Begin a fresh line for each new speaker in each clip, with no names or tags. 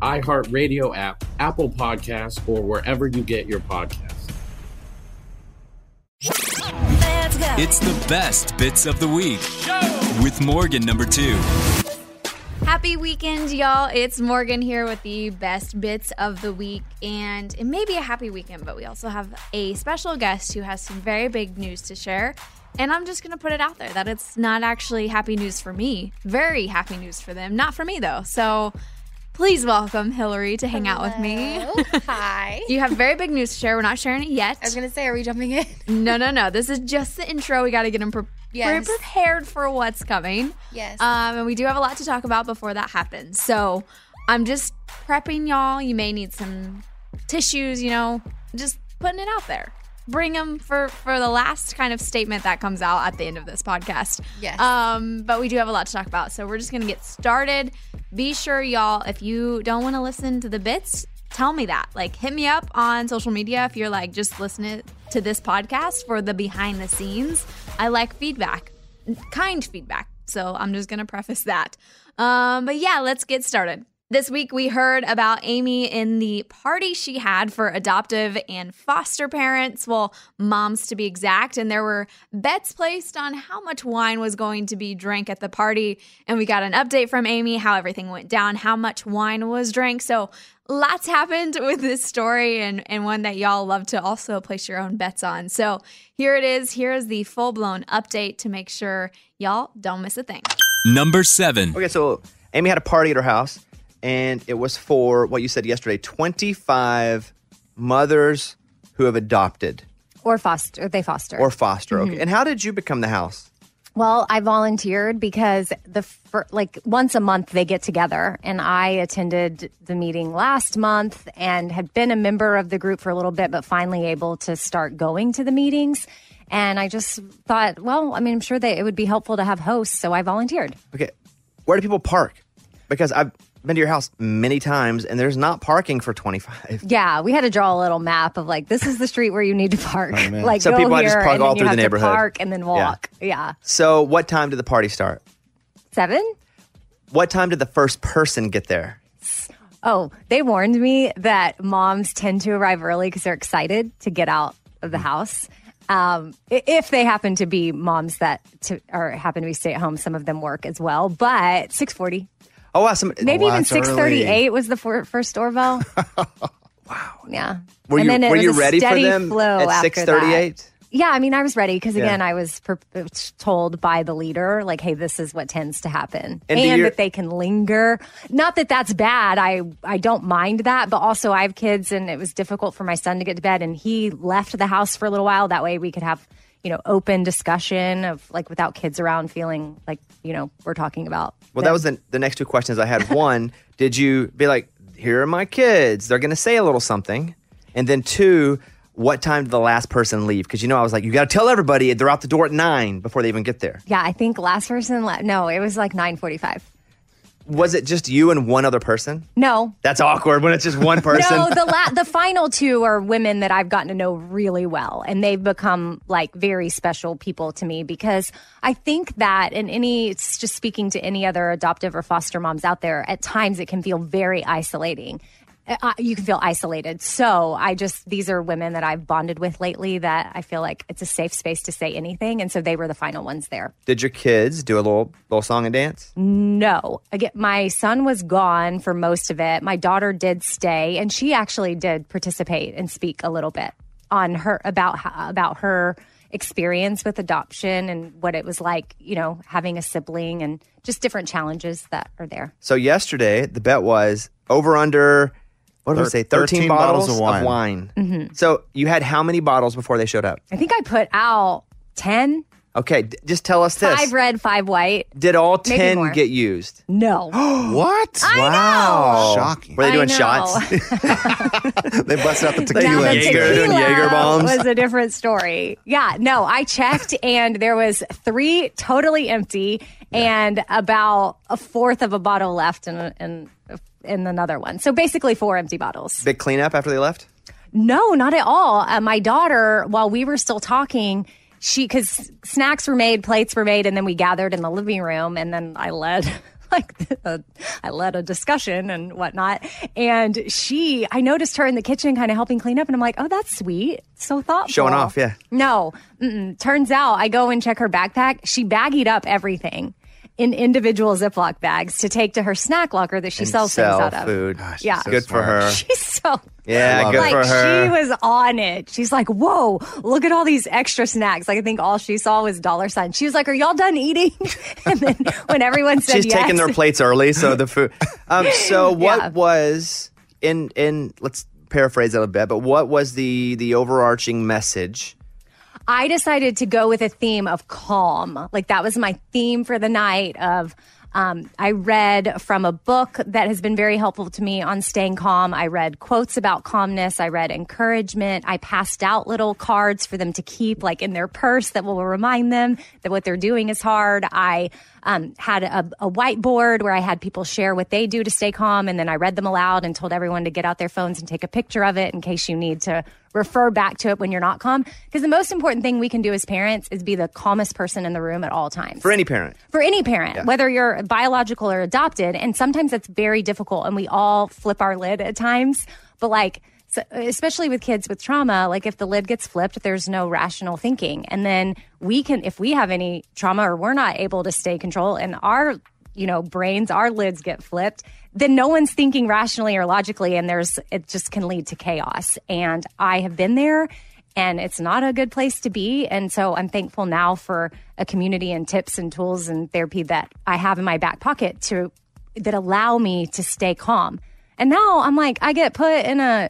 iHeartRadio app, Apple Podcasts, or wherever you get your podcasts.
It's the best bits of the week with Morgan number two.
Happy weekend, y'all. It's Morgan here with the best bits of the week. And it may be a happy weekend, but we also have a special guest who has some very big news to share. And I'm just going to put it out there that it's not actually happy news for me. Very happy news for them. Not for me, though. So please welcome Hillary to hang out with me.
Hi.
You have very big news to share. We're not sharing it yet.
I was gonna say, are we jumping in?
No, no, no. This is just the intro. We got to get him pre-
Yes.
we're prepared for what's coming.
Yes.
Uh,
Um, and we do have a lot to talk about before that happens. So I'm just prepping y'all. You may need some tissues, you know, just putting it out there. Bring them for, for the last kind of statement that comes out at the end of this podcast.
Yes.
Um, but we do have a lot to talk about. So we're just going to get started. Be sure, y'all, if you don't want to listen to the bits, tell me that. Like, hit me up on social media if you're like, just listening to this podcast for the behind the scenes. I like feedback, kind feedback. So I'm just going to preface that. Um, but yeah, let's get started. This week, we heard about Amy in the party she had for adoptive and foster parents, well, moms to be exact. And there were bets placed on how much wine was going to be drank at the party. And we got an update from Amy how everything went down, how much wine was drank. So lots happened with this story and, and one that y'all love to also place your own bets on. So here it is. Here is the full blown update to make sure y'all don't miss a thing.
Number seven.
Okay, so Amy had a party at her house, and it was for what you said yesterday 25 mothers who have adopted
or foster they foster
or foster. Okay.
Mhm.
And how did you become the house?
well i volunteered because the fir- like once a month they get together and i attended the meeting last month and had been a member of the group for a little bit but finally able to start going to the meetings and i just thought well i mean i'm sure that it would be helpful to have hosts so i volunteered
Okay, where do people park? Because I've been to your house many times, and there's not parking for 25.
yeah, we had to draw a little map of like this is the street where you need to park.
Oh, man.
like
So
go
people
here
just park
and
all
then you
through the
have to
neighborhood.
park and then walk. yeah.
So, what time did the party start?
Seven?
What time did the first person get there?
Oh, they warned me that moms tend to arrive early because they're excited to get out of
Mm.
the house. Um, i- if they happen to be moms that to, or happen to be stay at home, some of them work as well. But six forty,
Oh, wow. Some,
maybe
Wow,
even
it's early.
six thirty-eight was the fir- first doorbell. wow. Yeah.
Were
and
you,
then it
were
was
you
a
ready for
steady
them
flow after
at
that.
638?
Yeah, I mean, I was ready because
Yeah.
again, I was per- uh, told by the leader, like, "Hey, this is what tends to happen, and,
And do your-
that they can linger." Not that that's bad. I I don't mind that, but also I have kids, and it was difficult for my son to get to bed, and he left the house for a little while. That way, we could have you know open discussion of like without kids around, feeling like you know we're talking about.
Well, that was the, the next two questions I had. One, did you be like, here are my kids? They're going to say a little something. And then two, what time did the last person leave? Because you know, I was like, you got to tell everybody they're out the door at nine before they even get there.
Yeah, I think last person. left. no, it was like nine forty-five.
Was it just you and one other person?
No,
That's awkward when it's just one person.
No, the la- the final two are women that I've gotten to know really well, and they've become like very special people to me because I think that in any it's just speaking to any other adoptive or foster moms out there, at times it can feel very isolating. Uh, you can feel isolated. So I just these are women that I've bonded with lately that I feel like it's a safe space to say anything, and so they were the final ones there.
did your kids do a little little song and dance?
No. Again, my son was gone for most of it. My daughter did stay, and she actually did participate and speak a little bit on her about ho- about her experience with adoption and what it was like, you know, having a sibling and just different challenges that are there.
So yesterday, the bet was over under. What did I
Thir-
say? Thirteen,
13
bottles,
bottles of
Of wine.
wine.
Mhm.
So you had how many bottles before they showed up?
I think I put out 10,
Okay, d- just tell us this.
5 red, 5 white.
Did all
Maybe more.
ten get used?
No.
What?
I
wow.
know.
Were they
I
doing
know.
shots? they busted out the
Now the
Jaeger, doing
tequila
Jaeger bombs.
was a different story. Yeah, no, I checked and there was three totally empty and about a fourth of a bottle left in in in another one. So basically four empty bottles.
Big cleanup after they left?
No, not at all. Uh, my daughter, while we were still talking, she because snacks were made, plates were made, and then we gathered in the living room, and then I led. Like a, I led a discussion and whatnot, and she, I noticed her in the kitchen, kind of helping clean up, and I'm like, "Oh, that's sweet, so thoughtful,
Showing off, yeah.
No, mm-mm. turns out I go and check her backpack. She baggied up everything in individual Ziploc bags to take to her snack locker that she
And
sells
sell
things out of.
food.
yeah,
good for her.
She's so
Yeah,
like,
good for her.
She was on it. She's like, "Whoa, look at all these extra snacks!" Like I think all she saw was dollar signs. She was like, "Are y'all done eating?" and then when everyone said
She's
yes,
taking their plates early, so the food. Um, so what
Yeah.
was in in let's paraphrase that a bit, but what was the the overarching message?
I decided to go with a theme of calm. Like that was my theme for the night of um, I read from a book that has been very helpful to me on staying calm. I read quotes about calmness. I read encouragement. I passed out little cards for them to keep, like in their purse, that will remind them that what they're doing is hard. I um, had a, a whiteboard where I had people share what they do to stay calm, and then I read them aloud and told everyone to get out their phones and take a picture of it in case you need to refer back to it when you're not calm. Because the most important thing we can do as parents is be the calmest person in the room at all times.
For any parent.
For any parent, whether you're biological or adopted, and sometimes that's very difficult, and we all flip our lid at times. But like, so, especially with kids with trauma, like if the lid gets flipped, there's no rational thinking, and then we can, if we have any trauma or we're not able to stay control, and our you know brains, our lids get flipped, then no one's thinking rationally or logically, and there's it just can lead to chaos. And I have been there and it's not a good place to be. And so I'm thankful now for a community and tips and tools and therapy that I have in my back pocket to that allow me to stay calm. And now I'm like, I get put in a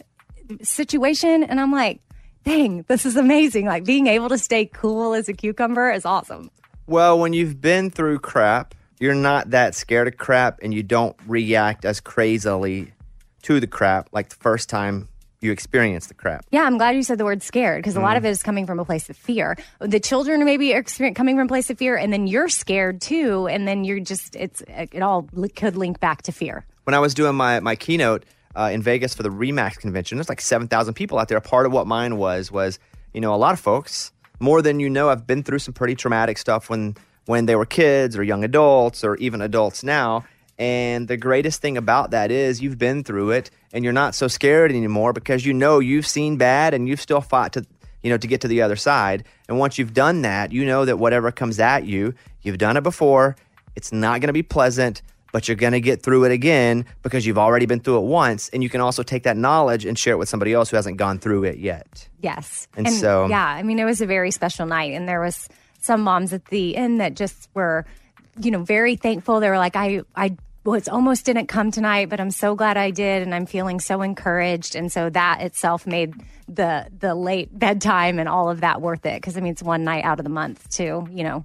situation and I'm like, dang, this is amazing. Like being able to stay cool as a cucumber is awesome.
Well, when you've been through crap, you're not that scared of crap, and you don't react as crazily to the crap like the first time you experience the crap.
Yeah, I'm glad you said the word scared because a lot of it is coming from a place of fear. The children maybe are exper- coming from a place of fear, and then you're scared too, and then you're just it's it all li- could link back to fear.
when I was doing my my keynote uh, in Vegas for the Remax convention, there's like seven thousand people out there. Part of what mine was was you know a lot of folks more than you know have been through some pretty traumatic stuff when when they were kids or young adults or even adults now. And the greatest thing about that is you've been through it and you're not so scared anymore because you know you've seen bad and you've still fought to you know to get to the other side. And once you've done that, you know that whatever comes at you, you've done it before. It's not going to be pleasant, but you're going to get through it again because you've already been through it once. And you can also take that knowledge and share it with somebody else who hasn't gone through it yet.
Yes.
And so-
yeah, I mean, it was a very special night, and there was some moms at the end that just were, you know, very thankful. They were like, I, I was almost didn't come tonight, but I'm so glad I did, and I'm feeling so encouraged. And so that itself made the the late bedtime and all of that worth it because I mean, it's one night out of the month too, you know.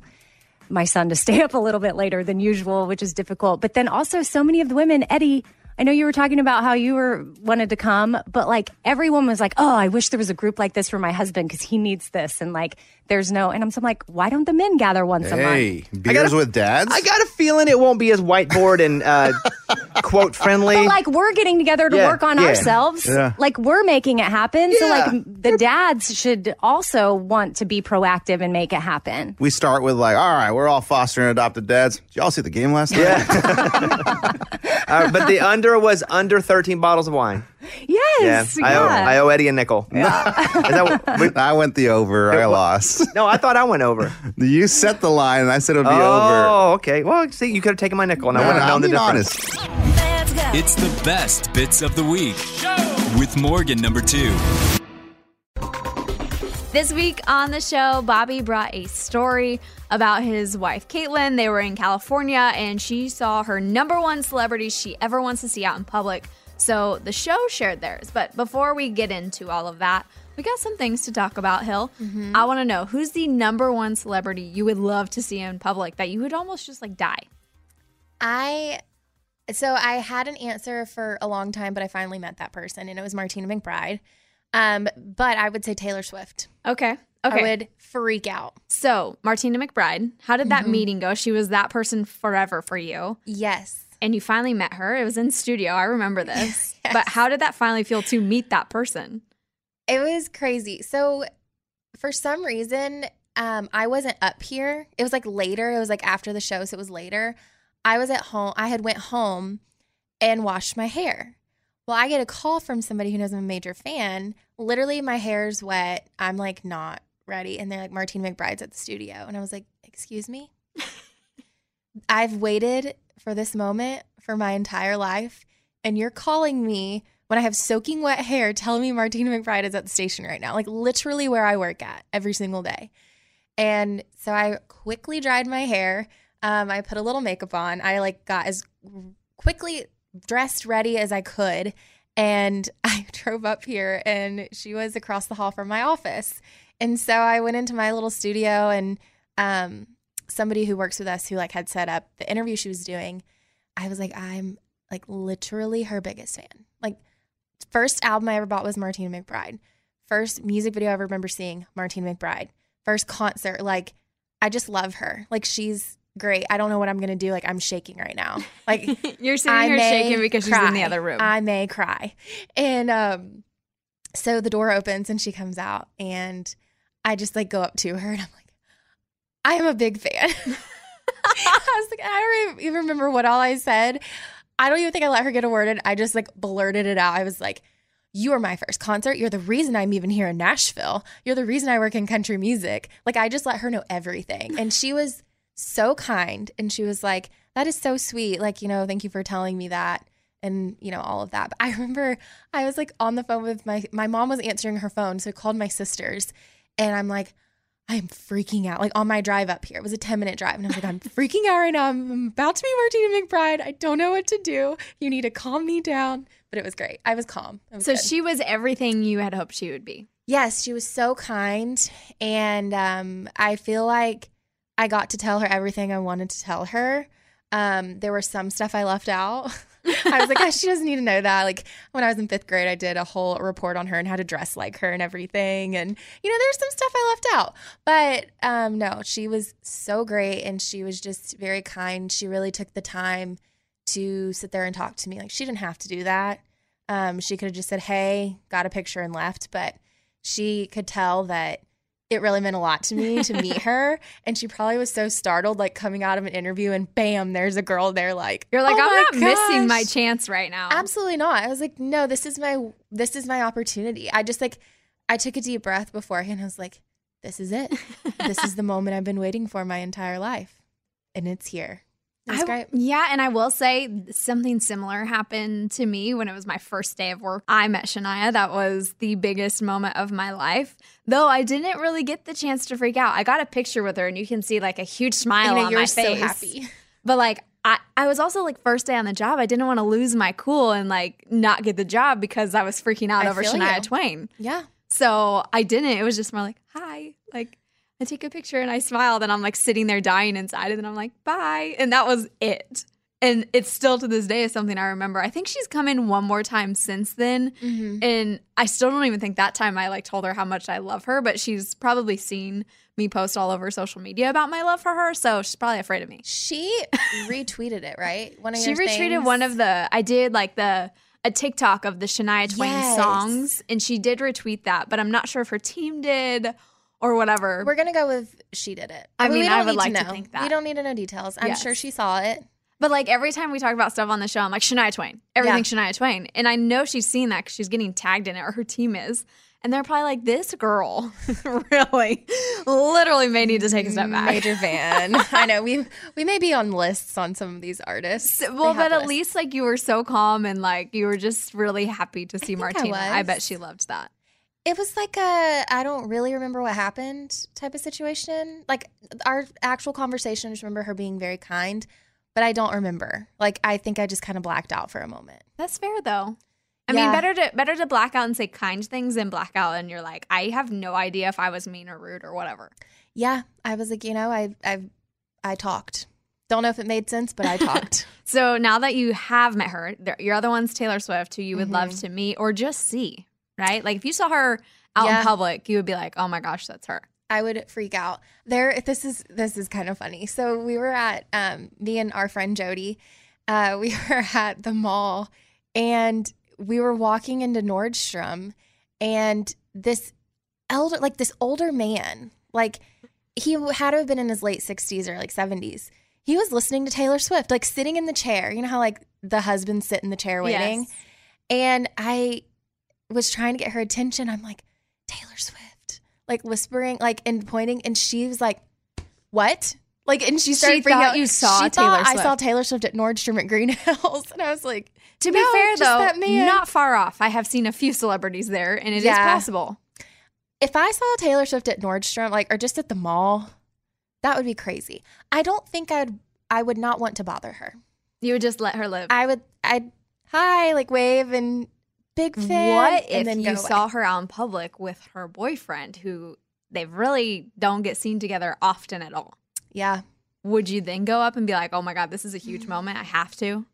My son to stay up a little bit later than usual, which is difficult. But then also, so many of the women, Eddie, I know you were talking about how you were wanted to come, but like everyone was like, "Oh, I wish there was a group like this for my husband because he needs this." And like, there's no, and I'm, so I'm like, why don't the men gather once a month?
Hey, beers with dads?
I got a feeling it won't be as whiteboard and uh, quote friendly.
But like, we're getting together to
Yeah,
work on
yeah,
ourselves.
yeah.
Like, we're making it happen. So
Yeah.
like, m- the dads should also want to be proactive and make it happen.
We start with like, all right, we're all fostering adopted dads. Did y'all see the game last night? Yeah.
Uh, but the under was under 13 bottles of wine.
Yes.
I, owe, I owe Eddie a nickel.
I went the over. I lost.
No, I thought I went over.
You set the line, and I said it would be over.
oh, okay. Well, see, you could have taken my nickel and I
No,
would have
I'm
known the
being
difference.
It's the best bits of the week with Morgan number two.
This week on the show, Bobby brought a story about his wife, Caitlin. They were in California and she saw her number one celebrity she ever wants to see out in public. So the show shared theirs. But before we get into all of that, we got some things to talk about, Hill.
Mm-hmm.
I want to know who's the number one celebrity you would love to see in public that you would almost just like die?
I so I had an answer for a long time, but I finally met that person, and it was Martina McBride. Um, but I would say Taylor Swift.
Okay.
I would freak out.
So, Martina McBride, how did that
Mhm.
meeting go? She was that person forever for you.
Yes.
And you finally met her. It was in studio. I remember this. But how did that finally feel to meet that person?
It was crazy. So for some reason, um, I wasn't up here. It was like later. It was like after the show, so it was later. I was at home. I had went home and washed my hair. Well, I get a call from somebody who knows I'm a major fan. Literally, my hair's wet. I'm like not ready, and they're like, "Martina McBride's at the studio," and I was like, "Excuse me." I've waited for this moment for my entire life, and you're calling me when I have soaking wet hair, telling me Martina McBride is at the station right now, like literally where I work at every single day. And so I quickly dried my hair. Um, I put a little makeup on. I like got as quickly dressed ready as I could. And I drove up here and she was across the hall from my office. And so I went into my little studio and um, somebody who works with us who like had set up the interview she was doing, I was like, I'm like literally her biggest fan. Like first album I ever bought was Martina McBride. First music video I ever remember seeing, Martina McBride. First concert, like I just love her. Like she's great. I don't know what I'm gonna do. Like I'm shaking right now. Like
You're sitting
I
here
may
shaking because she's in the
cry.
other room.
I may cry. And um so the door opens and she comes out and I just like go up to her and I'm like, I am a big fan. I was like, I don't even remember what all I said. I don't even think I let her get a word in. I just like blurted it out. I was like, you are my first concert. You're the reason I'm even here in Nashville. You're the reason I work in country music. Like, I just let her know everything. And she was so kind. And she was like, that is so sweet. Like, you know, thank you for telling me that and, you know, all of that. But I remember I was like on the phone with my, my mom was answering her phone. So I called my sisters and I'm like, I'm freaking out. Like on my drive up here, it was a 10 minute drive. And I was like, I'm freaking out right now. I'm I'm about to be Martina McBride. I don't know what to do. You need to calm me down. But it was great. I was calm. It was
So
good.
she was everything you had hoped she would be.
Yes, she was so kind. And um, I feel like I got to tell her everything I wanted to tell her. Um, there were some stuff I left out. I was like, oh, she doesn't need to know that. Like when I was in fifth grade, I did a whole report on her and how to dress like her and everything. And, you know, there's some stuff I left out. But um, no, she was so great and she was just very kind. She really took the time to sit there and talk to me. Like she didn't have to do that. Um, she could have just said, hey, got a picture and left. But she could tell that it really meant a lot to me to meet her. And she probably was so startled, like coming out of an interview and bam, there's a girl there. Like,
You're like,
"Oh
I'm
my
not missing my
gosh."
chance right now.
Absolutely not. I was like, no, this is my this is my opportunity. I just like I took a deep breath beforehand. I was like, this is it. this is the moment I've been waiting for my entire life. And it's here. was
I-
great.
Yeah, and I will say something similar happened to me when it was my first day of work. I met Shania. That was the biggest moment of my life. Though I didn't really get the chance to freak out. I got a picture with her, and you can see like a huge smile
I know,
on
you were
my
so
face.
happy.
But like I, I was also like first day on the job. I didn't want to lose my cool and like not get the job because I was freaking out
I
over
feel
Shania
you.
Twain.
Yeah.
So I didn't. It was just more like, hi. Like I take a picture and I smiled and I'm like sitting there dying inside and then I'm like, bye. And that was it. And it's still to this day is something I remember. I think she's come in one more time since then.
Mhm.
And I still don't even think that time I like told her how much I love her, but she's probably seen me post all over social media about my love for her. So she's probably afraid of me.
She retweeted it, right? One of
She
your
retreated
things?
one of the I did like the a TikTok of the Shania Twain
Yes.
songs and she did retweet that, but I'm not sure if her team did or whatever.
We're gonna go with she did it.
I
But we
mean,
don't
I would
need
like to
know.
think that.
We don't need to know details. I'm
Yes.
sure she saw it.
But like every time we talk about stuff on the show, I'm like Shania Twain, everything Shania Twain, and I know she's seen that because she's getting tagged in it, or her team is, and they're probably like, "This girl, really, literally may need to take a step back."
Major fan. I know we we may be on lists on some of these artists.
well, but at least like you were so calm and like you were just really happy to see
think I
Martina. I
was.
bet she loved that.
it was like a I don't really remember what happened type of situation. Like our actual conversation, I just remember her being very kind, but I don't remember. Like I think I just kind of blacked out for a moment.
That's fair though. I mean,
Yeah.
better to better to black out and say kind things than black out and you're like, I have no idea if I was mean or rude or whatever.
Yeah, I was like, you know, I I I talked. Don't know if it made sense, but I talked.
So now that you have met her, there, your other one's Taylor Swift, who you would love
Mhm.
to meet or just see, right? Like if you saw her out
Yeah.
in public, you would be like, oh my gosh, that's her.
I would freak out. There, this is this is kind of funny. So we were at um, me and our friend Jody. Uh, we were at the mall, and we were walking into Nordstrom, and this elder, like this older man, like he had to have been in his late sixties or like seventies. He was listening to Taylor Swift, like sitting in the chair. You know how like the husbands sit in the chair waiting,
Yes.
and I was trying to get her attention. I'm like Taylor Swift like whispering, like and pointing, and she was like, "What?" Like, and she
She
started freaking
thought
out.
you saw
she
Taylor
thought I saw
Swift.
Taylor Swift at Nordstrom at Green Hills, and I was like,
To be
"No,
fair
just
though,
that man."
not far off. I have seen a few celebrities there and it is
Yeah.
possible.
if I saw Taylor Swift at Nordstrom, like or just at the mall, that would be crazy. I don't think I'd. I would not want to bother her.
You would just let her live.
I would. I'd hi, like wave and big fan.
What
and
if
then
you
go away.
saw her out in public with her boyfriend, who they really don't get seen together often at all?
Yeah.
Would you then go up and be like, "Oh my god, this is a huge moment. I have to."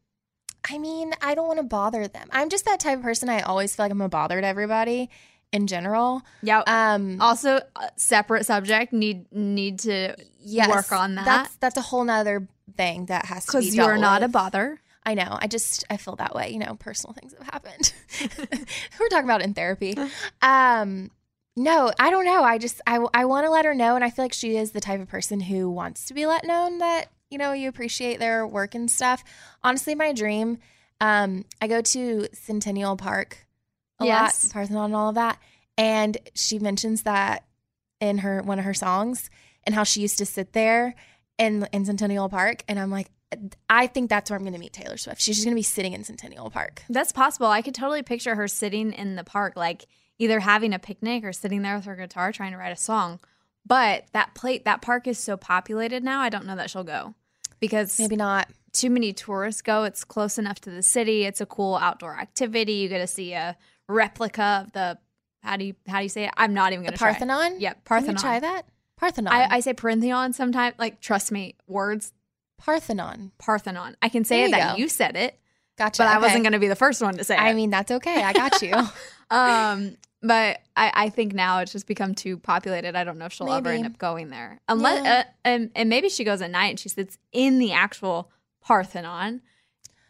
I mean, I don't want to bother them. I'm just that type of person. I always feel like I'm a bother to everybody in general.
Yeah.
Um.
Also, uh, separate subject. Need need to
Yes,
work on that
That's that's a whole nother thing that has to be
because you're
dealt
not a
with.
bother.
I know. I just I feel that way. You know, personal things have happened. We're talking about it in therapy. Um, no, I don't know. I just I I want to let her know, and I feel like she is the type of person who wants to be let known that you know you appreciate their work and stuff. Honestly, my dream. Um, I go to Centennial Park a
Yes.
lot, Parthenon, and all of that, and she mentions that in her one of her songs and how she used to sit there in in Centennial Park, and I'm like. I think that's where I'm going to meet Taylor Swift. She's just going to be sitting in Centennial Park.
That's possible. I could totally picture her sitting in the park, like either having a picnic or sitting there with her guitar trying to write a song. But that plate, that park is so populated now. I don't know that she'll go because
Maybe not.
too many tourists go. It's close enough to the city. It's a cool outdoor activity. You get to see a replica of the how do you how do you say it? I'm not even
The
going to try.
Parthenon?
Yeah,
Can we
Parthenon.
try that? Parthenon.
I, I say Parthenon sometimes. Like, trust me, words.
Parthenon.
Parthenon. I can say
There
it
you
that
go.
you said it.
Gotcha.
But I
Okay.
wasn't going to be the first one to say
I
it.
mean, that's okay. I got you.
um, but I, I think now it's just become too populated. I don't know if she'll ever
Maybe.
end up going there. Unless,
Yeah.
uh, and, and maybe she goes at night and she sits in the actual Parthenon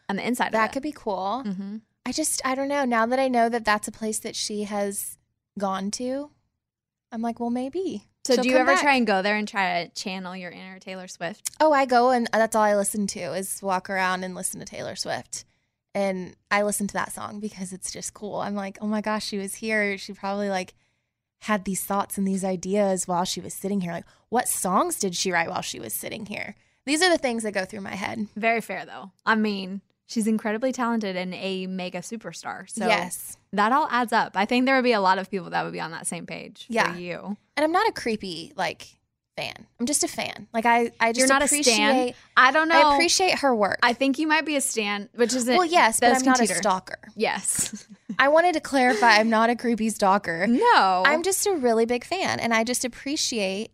on the inside
that
of
could
it.
be cool.
Mhm.
I just, I don't know. Now that I know that that's a place that she has gone to, I'm like, well, maybe.
So
She'll
do you
come
ever
back.
try and go there and try to channel your inner Taylor Swift?
Oh, I go and that's all I listen to is walk around and listen to Taylor Swift. And I listen to that song because it's just cool. I'm like, oh my gosh, she was here. She probably like had these thoughts and these ideas while she was sitting here. Like, what songs did she write while she was sitting here? These are the things that go through my head.
Very fair though. I mean, she's incredibly talented and a mega superstar. So
Yes.
that all adds up. I think there would be a lot of people that would be on that same page.
Yeah.
for you.
And I'm not a creepy like fan. I'm just a fan. Like I, I just
You're not
appreciate,
a stan. I don't know.
I appreciate her work.
I think you might be a stan, which is
Well, yes, but I'm not a
stalker. Yes.
I wanted to clarify I'm not a creepy stalker.
No.
I'm just a really big fan and I just appreciate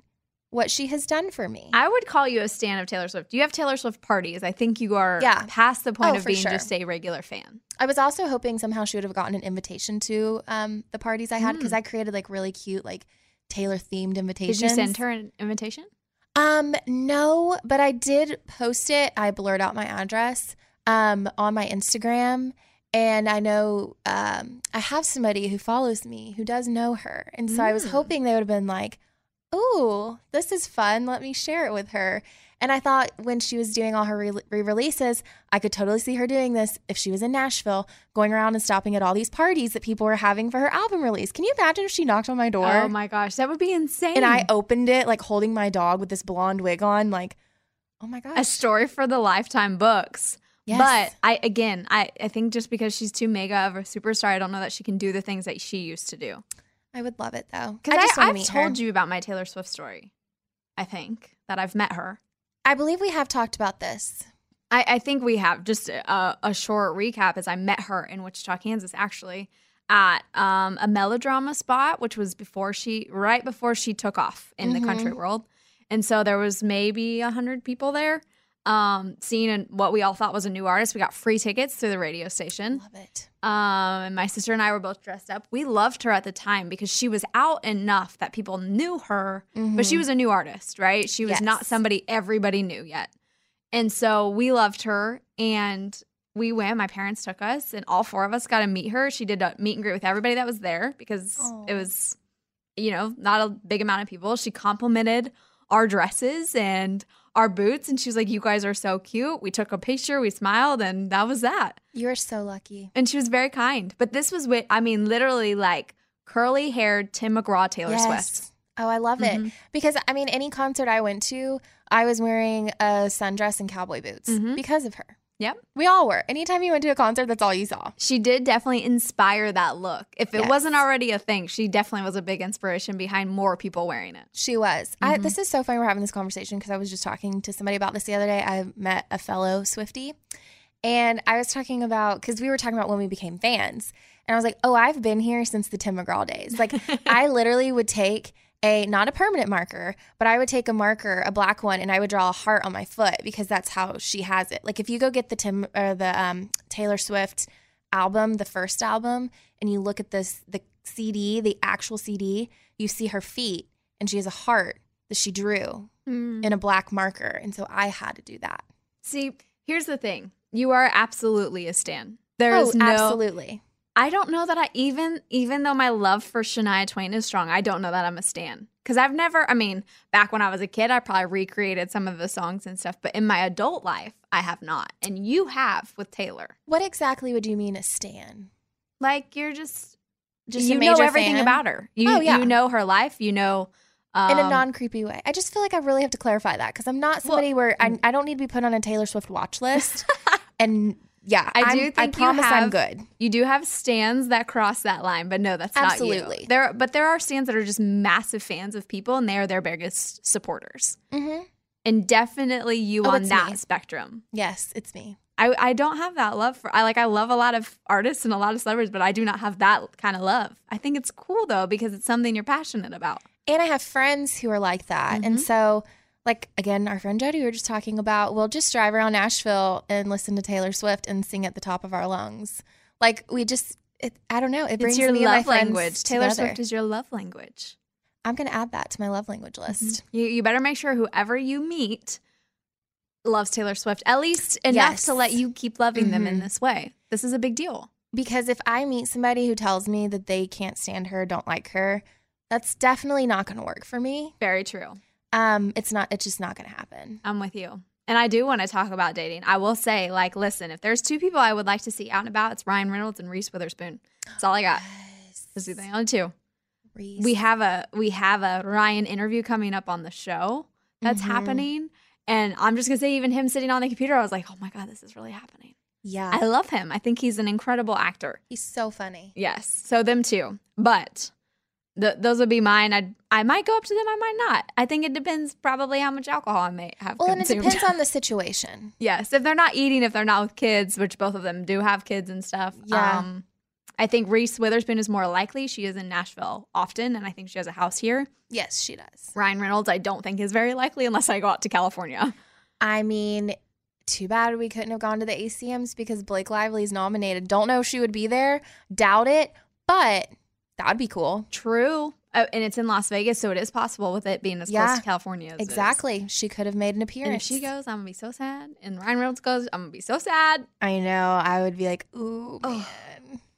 what she has done for me.
I would call you a stan of Taylor Swift. You have Taylor Swift parties. I think you are
Yeah.
past the point
Oh,
of
for
being
sure.
just a regular fan.
I was also hoping somehow she would have gotten an invitation to um, the parties I had because
Mm.
I created like really cute like Taylor themed
Did
invitations.
you send her an invitation?
Um, no, but I did post it. I blurred out my address um on my Instagram. And I know um I have somebody who follows me who does know her. And so I was
Mm.
hoping they would have been like, Oh, this is fun. Let me share it with her. And I thought when she was doing all her re releases, I could totally see her doing this if she was in Nashville, going around and stopping at all these parties that people were having for her album release. Can you imagine if she knocked on my door?
Oh my gosh, that would be insane.
And I opened it like holding my dog with this blonde wig on, like, oh my gosh.
a story for the lifetime books.
Yes.
But I again, I, I think just because she's too mega of a superstar, I don't know that she can do the things that she used to do.
I would love it though.
Because
just wanna
I've
meet
told
her.
you about my Taylor Swift story. I think that I've met her.
I believe we have talked about this.
I, I think we have just a, a short recap. Is I met her in Wichita, Kansas, actually at um, a melodrama spot, which was before she right before she took off in the country
Mhm.
world, and so there was maybe a hundred people there. Um, seeing an, what we all thought was a new artist, we got free tickets through the radio station.
Love it.
Um, and my sister and I were both dressed up. We loved her at the time because she was out enough that people knew her, but she
Mhm.
was a new artist, right? She was not
Yes.
somebody everybody knew yet. And so we loved her and we went. My parents took us, and all four of us got to meet her. She did a meet and greet with everybody that was there because it was, you know, not a big amount of people. She complimented our dresses and our boots, and she was like, You guys are so cute. We took a picture, we smiled, and that was that.
You are so lucky.
And she was very kind. But this was with, I mean, literally like curly haired Tim McGraw Taylor
Yes.
Swift.
Oh, I love
Mhm.
it. Because I mean, any concert I went to, I was wearing a sundress and cowboy boots
Mhm.
because of her.
Yep.
We all were. Anytime you went to a concert, that's all you saw.
She did definitely inspire that look. If it
Yes.
wasn't already a thing, she definitely was a big inspiration behind more people wearing it.
She was. I,
Mhm.
this is so funny. We're having this conversation because I was just talking to somebody about this the other day. I met a fellow Swifty, and I was talking about because we were talking about when we became fans, and I was like, "Oh, I've been here since the Tim McGraw days. Like, I literally would take." A not a permanent marker, but I would take a marker, a black one, and I would draw a heart on my foot because that's how she has it. Like if you go get the Tim or the um, Taylor Swift album, the first album, and you look at this the CD, the actual CD, you see her feet and she has a heart that she drew
Mm.
in a black marker. And so I had to do that.
See, here's the thing you are absolutely a Stan. There is
oh,
no.
absolutely.
I don't know that I even even though my love for Shania Twain is strong, I don't know that I'm a stan because I've never. I mean, back when I was a kid, I probably recreated some of the songs and stuff, but in my adult life, I have not, and you have with Taylor.
What exactly would you mean a stan?
Like you're just
Just a
you know
major
everything
fan?
about her. You
Oh, yeah.
you know her life. You know um,
in a non creepy way. I just feel like I really have to clarify that because I'm not somebody where I, I don't need to be put on a Taylor Swift watch list. and yeah,
I
I'm-
do think
I
you
promise
have,
I'm good.
You do have stands that cross that line, but no, that's not
Absolutely.
you. There, but there are stands that are just massive fans of people, and they are their biggest supporters.
Mm-hmm.
And definitely you
Oh,
on
it's
that
me.
spectrum.
Yes, it's me.
I, I don't have that love for I like I love a lot of artists and a lot of celebrities, but I do not have that kind of love. I think it's cool though because it's something you're passionate about.
And I have friends who are like that.
Mm-hmm.
And so, like, again, our friend Jody, we were just talking about, we'll just drive around Nashville and listen to Taylor Swift and sing at the top of our lungs. Like, we just, it, I don't know. It brings
it's your
me and my
love
friends
language. Taylor
together.
Swift is your love language. Mm-hmm.
I'm going to add that to my love language list.
You you better make sure whoever you meet loves Taylor Swift at least enough
Yes.
to let you keep loving them in
Mhm.
this way. This is a big deal.
Because if I meet somebody who tells me that they can't stand her, don't like her, that's definitely not going to work for me.
Very true.
Um, it's not, it's just not going to happen.
I'm with you. And I do want to talk about dating. I will say, like, listen, if there's two people I would like to see out and about, it's Ryan Reynolds and Reese Witherspoon. That's all I got. Those are the only two.
Reese.
We have a we have a Ryan interview coming up on the show that's
Mhm.
happening. And I'm just gonna say, even him sitting on the computer, I was like, oh my god, this is really happening.
Yeah.
I love him. I think he's an incredible actor.
He's so funny.
Yes. So them too. But th- those would be mine. I I might go up to them. I might not. I think it depends probably how much alcohol I may have.
Well, and it
consumed.
depends on the situation.
yes. If they're not eating, if they're not with kids, which both of them do have kids and stuff.
Yeah.
Um, I think Reese Witherspoon is more likely. She is in Nashville often, and I think she has a house here.
Yes, she does.
Ryan Reynolds, I don't think is very likely unless I go out to California.
I mean, too bad we couldn't have gone to the ACMs because Blake Lively's nominated. Don't know if she would be there. Doubt it, but that would be cool.
True. Oh, and it's in Las Vegas, so it is possible with it being as close
Yeah.
to California as it is.
Exactly. She could have made an
And if
appearance.
she goes, I'm gonna be so sad. And Ryan Reynolds goes, I'm gonna be so sad.
I know. I would be like, ooh.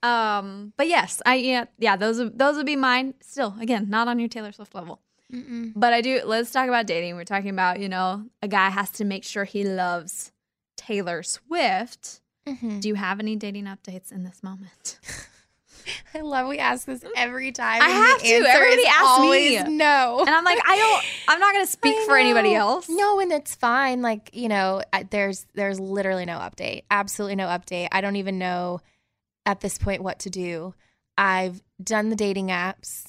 Um, but yes, I yeah, yeah, those would- those would be mine. Still, again, not on your Taylor Swift level.
Mm-mm.
But I do let's talk about dating. We're talking about, you know, a guy has to make sure he loves Taylor Swift.
Mhm.
Do you have any dating updates in this moment?
I love we ask this every time.
Mm. I
and
have
the
to.
answer
Everybody
is
asks me.
always No.
And I'm like, I don't I'm not gonna speak
I
for anybody
know.
else.
No, and it's fine. Like you know, I- there's there's literally no update. Absolutely no update. I don't even know at this point what to do. I've done the dating apps.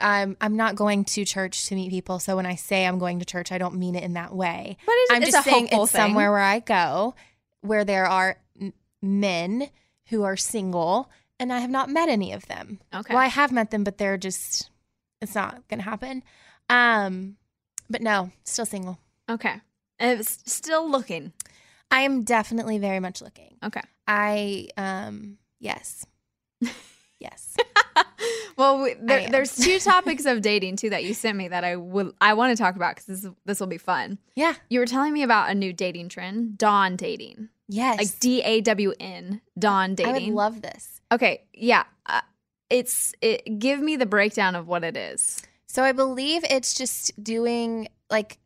I'm I'm not going to church to meet people. So when I say I'm going to church, I don't mean it in that way.
But it's-
I'm
it's
just
a
saying
hopeful
it's somewhere
thing.
where I go where there are m- men who are single, and I have not met any of them.
Okay.
Well, I have met them, but they're just it's not gonna happen. Um, but no, still single.
Okay. And it's still looking.
I am definitely very much looking.
Okay.
I um yes. Yes.
Well, we,
I
there,
am.
there's two topics of dating too that you sent me that I would I want to talk about because this is- this will be fun.
Yeah.
You were telling me about a new dating trend, dawn dating.
Yes.
Like D A W N, dawn dating.
I would love this.
Okay, yeah. Uh, it's it. Give me the breakdown of what it is.
So I believe it's just doing like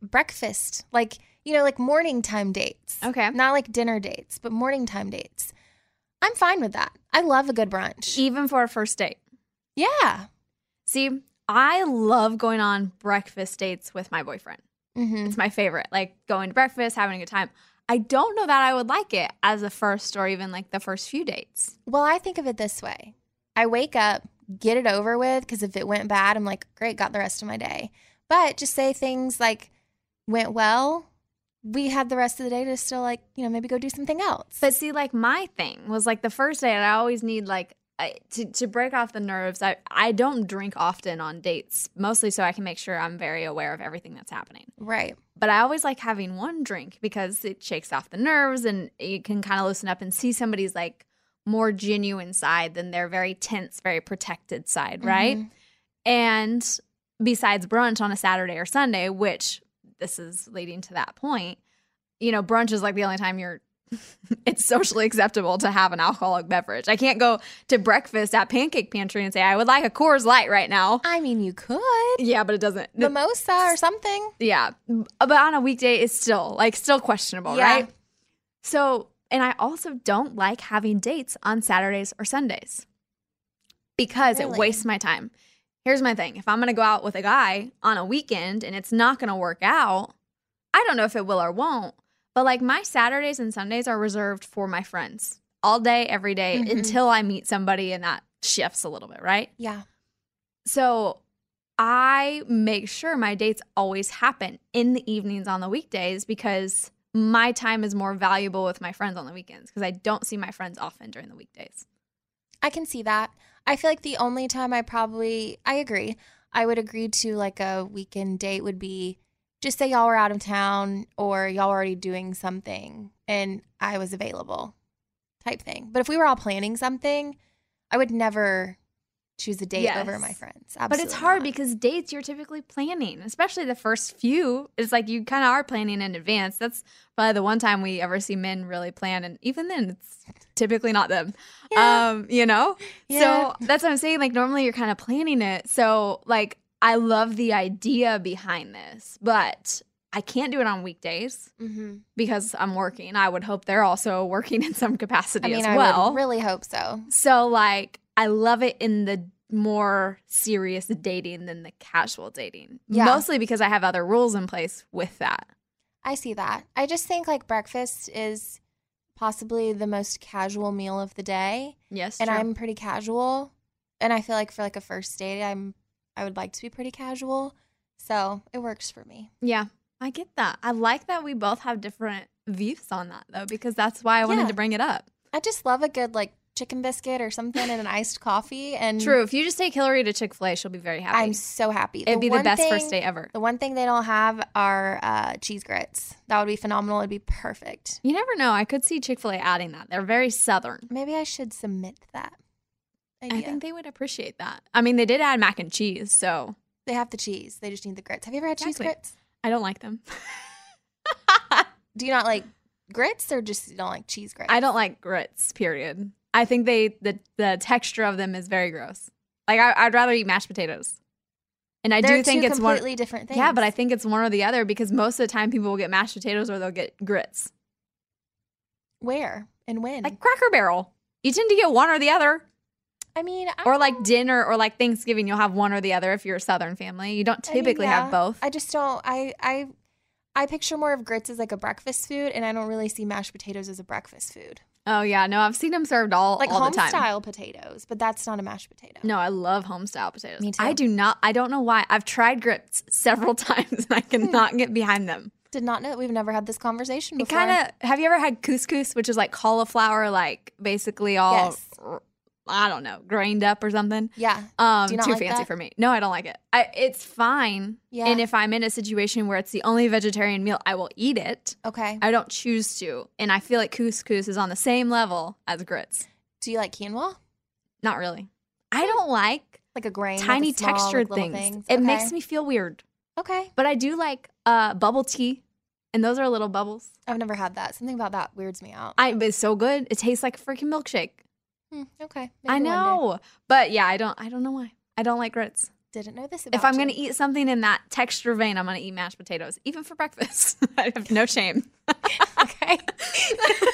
breakfast, like you know, like morning time dates.
Okay.
Not like dinner dates, but morning time dates. I'm fine with that. I love a good brunch.
Even for a first date.
Yeah.
See, I love going on breakfast dates with my boyfriend.
Mm-hmm.
It's my favorite. Like going to breakfast, having a good time. I don't know that I would like it as a first or even like the first few dates.
Well, I think of it this way I wake up, get it over with, because if it went bad, I'm like, great, got the rest of my day. But just say things like went well. We had the rest of the day to still, like, you know, maybe go do something else.
But see, like my thing was like the first date. I always need like I, to to break off the nerves. I I don't drink often on dates, mostly so I can make sure I'm very aware of everything that's happening.
Right.
But I always like having one drink because it shakes off the nerves and you can kind of loosen up and see somebody's like more genuine side than their very tense, very protected side, right?
Mhm.
And besides brunch on a Saturday or Sunday, which this is leading to that point, you know, brunch is like the only time you're it's socially acceptable to have an alcoholic beverage. I can't go to breakfast at Pancake Pantry and say I would like a Coors Light right now.
I mean, you could.
Yeah, but it doesn't.
Mimosa or something.
Yeah. But on a weekday, it's still like still questionable,
Yeah.
right? So, and I also don't like having dates on Saturdays or Sundays because it
Really?
wastes my time. Here's my thing if I'm going to go out with a guy on a weekend and it's not going to work out, I don't know if it will or won't, but like my Saturdays and Sundays are reserved for my friends all day, every day,
Mhm.
until I meet somebody and that shifts a little bit, right?
Yeah.
So I make sure my dates always happen in the evenings on the weekdays because my time is more valuable with my friends on the weekends because I don't see my friends often during the weekdays.
I can see that. I feel like the only time I probably I agree. I would agree to like a weekend date would be just say y'all were out of town or y'all were already doing something and I was available type thing. But if we were all planning something, I would never choose a date over
Yes.
my friends.
but it's
Absolutely
hard
not.
because dates you're typically planning, especially the first few. It's like you kind of are planning in advance. That's probably the one time we ever see men really plan, and even then, it's typically not them. Um, you know?
Yeah.
So that's what I'm saying. Like normally you're kind of planning it. So like I love the idea behind this, but I can't do it on weekdays
Mhm.
because I'm working. I would hope they're also working in some capacity
I mean,
as well.
I would really hope so.
So like I love it in the more serious dating than the casual dating.
Yeah.
Mostly because I have other rules in place with that.
I see that. I just think like breakfast is possibly the most casual meal of the day.
Yes,
And
true.
I'm pretty casual. And I feel like for like a first date, I'm I would like to be pretty casual. So, it works for me.
Yeah, I get that. I like that we both have different views on that though, because that's why I wanted
Yeah.
to bring it up.
I just love a good like chicken biscuit or something and an iced coffee and
True. If you just take Hillary to Chick Fil A, she'll be very happy.
I'm so happy.
It'd be the
one
best first day ever.
The one thing they don't have are uh, cheese grits. That would be phenomenal. It'd be perfect.
You never know. I could see Chick Fil A adding that. They're very southern.
Maybe I should submit that.
I think they would appreciate that. I mean, they did add mac and cheese, so
They have the cheese. They just need the grits. Have you ever had
Exactly.
cheese grits?
I don't like them.
Do you not like grits or just you don't like cheese grits?
I don't like grits. Period. I think they the the texture of them is very gross. Like I, I'd rather eat mashed potatoes. And I
They're
do think
two
it's
completely
one,
different
Yeah,
things.
but I think it's one or the other because most of the time people will get mashed potatoes or they'll get grits.
Where and when?
Like Cracker Barrel, you tend to get one or the other.
I mean, I,
Or like dinner or like Thanksgiving, you'll have one or the other if you're a Southern family. You don't
I mean,
typically
yeah.
have both.
I just don't. I I I picture more of grits as like a breakfast food, and I don't really see mashed potatoes as a breakfast food.
Oh yeah, no, I've seen them served all
Like
all
home
the time.
style potatoes, but that's not a mashed potato.
No, I love home style potatoes.
Me too.
I do not. I don't know why. I've tried grits several times and
Hmm.
I cannot get behind them.
Did not know. We've never had this conversation
It
before.
kind of. Have you ever had couscous, which is like cauliflower, like basically all
Yes.
r- I don't know, grained up or something?
Yeah.
Um,
Do you not
too
like
fancy
that?
for me. No, I don't like it. I, it's fine.
Yeah.
And if I'm in a situation where it's the only vegetarian meal, I will eat it.
Okay.
I don't choose to, and I feel like couscous is on the same level as grits.
Do you like quinoa?
Not really. I don't like
like a grain, like
tiny
a small, like,
textured
little
things.
things.
It
Okay.
makes me feel weird.
Okay.
But I do like uh, bubble tea, and those are little bubbles.
I've never had that. Something about that weirds me out.
I it's so good. It tastes like a freaking milkshake.
Hmm, okay.
I
Maybe one day.
know, but yeah, I don't. I don't know why. I don't like grits.
Didn't know this.
If
about
I'm
you.
gonna eat something in that texture vein, I'm gonna eat mashed potatoes, even for breakfast. I have no shame. okay.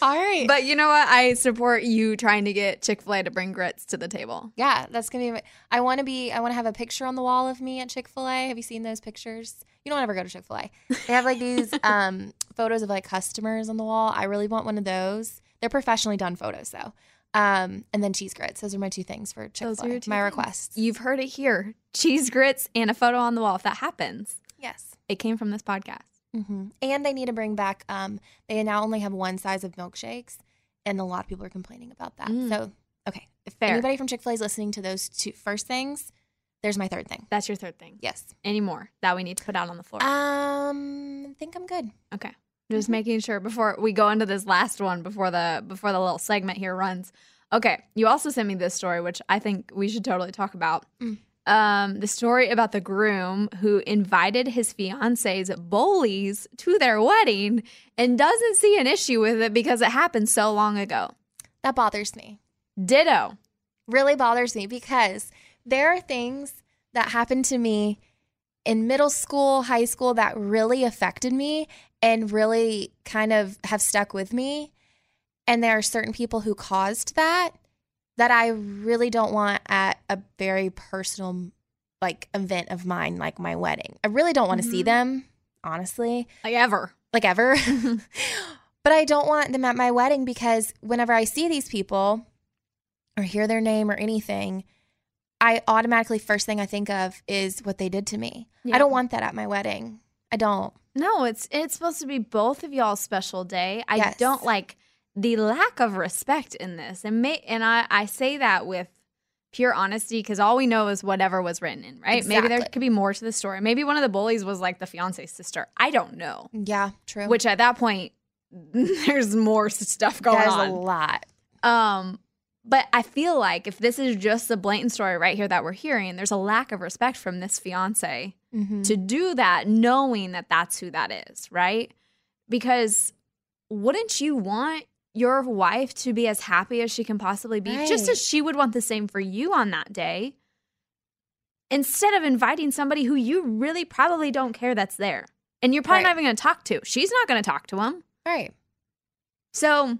All right.
But you know what? I support you trying to get Chick Fil A to bring grits to the table.
Yeah, that's gonna be. my- I want to be. I want to have a picture on the wall of me at Chick Fil A. Have you seen those pictures? You don't ever go to Chick Fil A. They have like these um, photos of like customers on the wall. I really want one of those. They're professionally done photos though. Um, and then cheese grits. Those are my two things for Chick
Those
Fil
are your
A.
two
My
things.
requests.
You've heard it here: cheese grits and a photo on the wall. If that happens,
Yes.
it came from this podcast.
hmm And they need to bring back. Um, they now only have one size of milkshakes, and a lot of people are complaining about that.
Mm.
So okay, if
Fair.
anybody from Chick Fil A is listening to those two first things, there's my third thing.
That's your third thing.
Yes.
Any more that we need to put out on the floor?
Um, I think I'm good. Mm-hmm.
Okay. Just making sure before we go into this last one before the before the little segment here runs. Okay. You also sent me this story, which I think we should totally talk about.
Mm.
Um, the story about the groom who invited his fiance's bullies to their wedding and doesn't see an issue with it because it happened so long ago.
That bothers me.
Ditto.
Really bothers me because there are things that happened to me in middle school, high school that really affected me and really kind of have stuck with me. And there are certain people who caused that that I really don't want at a very personal like event of mine like my wedding. I really don't want to see
Mhm.
them, honestly.
Like ever.
like ever. but I don't want them at my wedding because whenever I see these people or hear their name or anything, I automatically first thing I think of is what they did to me.
Yeah.
I don't want that at my wedding. I don't.
No, it's it's supposed to be both of y'all's special day. I
Yes.
don't like the lack of respect in this, and may and I I say that with pure honesty because all we know is whatever was written in, right? Maybe there
Exactly.
could be more to the story. Maybe one of the bullies was like the fiance's sister. I don't know.
Yeah, true.
Which at that point, there's more s- stuff going
There's
on.
a lot.
Um, but I feel like if this is just the blatant story right here that we're hearing, there's a lack of respect from this fiance
Mhm.
to do that, knowing that that's who that is, right? Because wouldn't you want your wife to be as happy as she can possibly be, just
Right.
as she would want the same for you on that day, instead of inviting somebody who you really probably don't care that's there? And you're probably not even going to talk to. She's not going to talk to him.
Right. Mm-hmm.
So,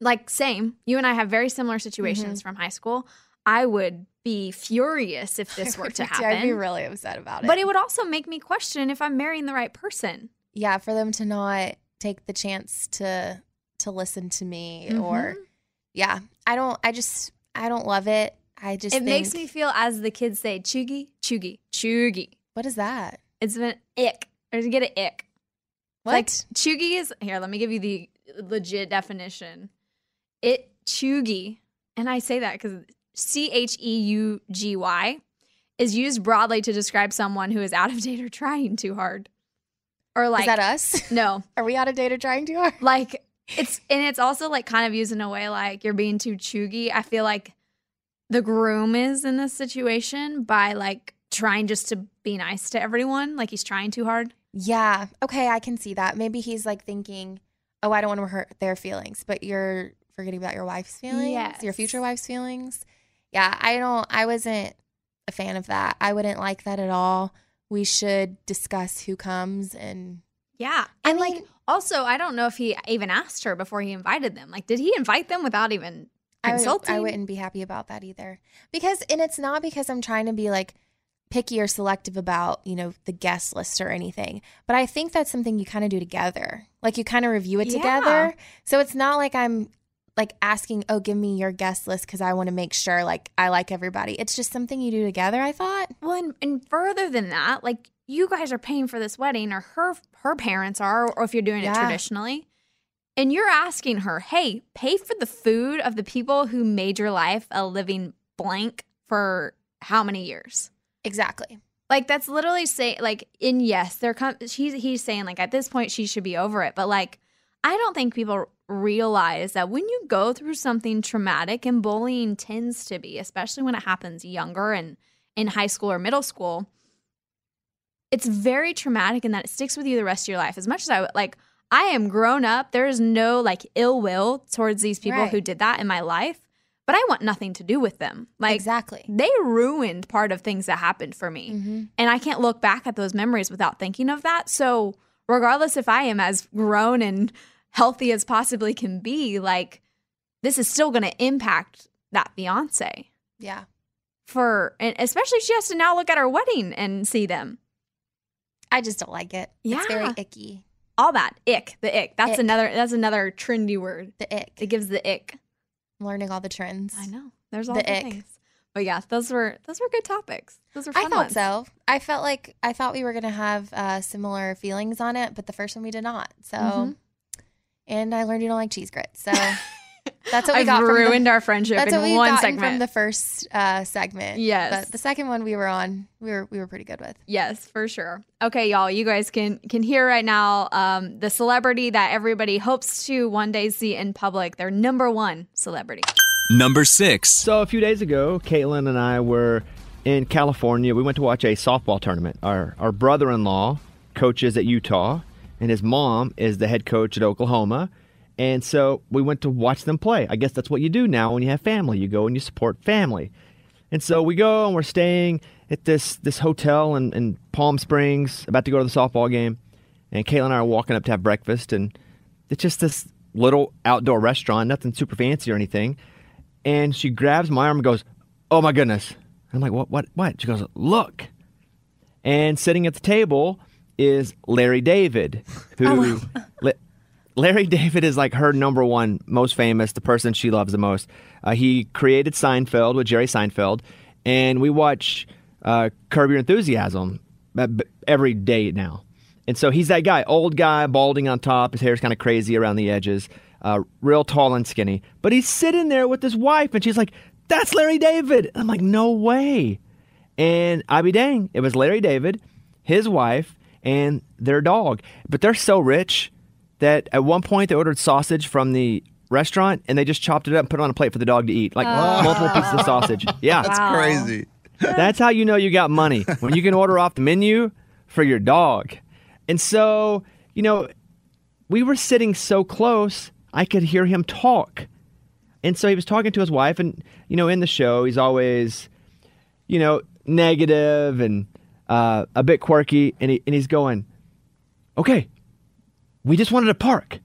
like, same. You and I have very similar situations from high school. I would be furious if this were to
Me too.
happen.
I'd be really upset about it.
But it would also make me question if I'm marrying the right person.
yeah, for them to not take the chance to to listen to me
Mm-hmm.
or yeah, I don't. I just I don't love it. I just
it makes
think-
me feel, as the kids say, chuggy, chuggy, chuggy.
What is that?
It's an ick, or to get an ick.
What?
Like chuggy is here. Let me give you the legit definition. It chuggy, and I say that because C H E U G Y is used broadly to describe someone who is out of date or trying too hard. Or like
that us?
No,
are we out of date or trying too hard?
Like it's and it's also like kind of used in a way like you're being too chuggy. I feel like the groom is in this situation by like trying just to be nice to everyone, like he's trying too hard.
Yeah. Okay, I can see that. Maybe he's like thinking, "Oh, I don't want to hurt their feelings," but you're forgetting about your wife's feelings, your
Yes.
future wife's feelings. Yeah, I don't. I wasn't a fan of that. I wouldn't like that at all. We should discuss who comes and
Yeah. And like also, I don't know if he even asked her before he invited them. Like, did he invite them without even
I would-
consulting?
I wouldn't be happy about that either. Because and it's not because I'm trying to be like picky or selective about, you know, the guest list or anything. But I think that's something you kind of do together. Like you kind of review it
Yeah.
together. So it's not like I'm like asking, "Oh, give me your guest list cuz I want to make sure like I like everybody." It's just something you do together, I thought.
Well, and, and further than that, like you guys are paying for this wedding, or her her parents are, or if you're doing it
Yeah.
traditionally, and you're asking her, "Hey, pay for the food of the people who made your life a living blank for how many years?"
Exactly.
Like that's literally say like in yes, they're com- she's he's saying like at this point she should be over it, but like I don't think people realize that when you go through something traumatic and bullying tends to be, especially when it happens younger and in high school or middle school, it's very traumatic in that it sticks with you the rest of your life. As much as I would- like, I am grown up. There is no like ill will towards these people who
Right.
did that in my life, but I want nothing to do with them. Like
exactly, Mm-hmm.
they ruined part of things that happened for me, and I can't look back at those memories without thinking of that. So, regardless if I am as grown and healthy as possibly can be, like this is still going to impact that fiance
Yeah.
for and especially if she has to now look at her wedding and see them.
I just don't like it.
Yeah.
It's very icky.
All that ick, the ick. That's
Ick.
another that's another trendy word.
The ick.
It gives the ick.
I'm learning all the trends.
I know. There's all
The
the,
ick.
things. But Oh, yeah, those were those were good topics. Those were
I
fun
thought
ones.
so. I felt like I thought we were gonna have uh, similar feelings on it, but the first one we did not. So,
Mhm.
and I learned you don't like cheese grits, so that's what we
I've
got. from the-
ruined our friendship
That's
in
what we
one
gotten from
segment.
the first uh, segment.
Yes.
but the second one we were on, we were we were pretty good with.
Yes, for sure. Okay, y'all, you guys can can hear right now um, the celebrity that everybody hopes to one day see in public, their number one celebrity.
Number six. So
a few days ago, Caitlin and I were in California. We went to watch a softball tournament. Our our brother-in-law coaches at Utah, and his mom is the head coach at Oklahoma. And so we went to watch them play. I guess that's what you do now when you have family. You go and you support family. And so we go and we're staying at this this hotel in, in Palm Springs, about to go to the softball game. And Caitlin and I are walking up to have breakfast, and it's just this little outdoor restaurant, nothing super fancy or anything. And she grabs my arm and goes, "Oh my goodness!" I'm like, "What? What? What?" She goes, "Look!" And sitting at the table is Larry David, who La- Larry David is like her number one, most famous, the person she loves the most. Uh, he created Seinfeld with Jerry Seinfeld, and we watch uh, Curb Your Enthusiasm uh, b- every day now. And so he's that guy, old guy, balding on top. His hair's kind of crazy around the edges, uh, real tall and skinny. But he's sitting there with his wife, and she's like, "That's Larry David." I'm like, "No way!" And I be dang, it was Larry David, his wife, and their dog. But they're so rich that at one point they ordered sausage from the restaurant and they just chopped it up and put it on a plate for the dog to eat, like
Oh.
multiple pieces of sausage. Yeah,
That's Wow. crazy.
That's how you know you got money when you can order off the menu for your dog. And so, you know, we were sitting so close, I could hear him talk. And so he was talking to his wife, and, you know, in the show, he's always, you know, negative and uh, a bit quirky. And, he, and he's going, okay, we just wanted to park.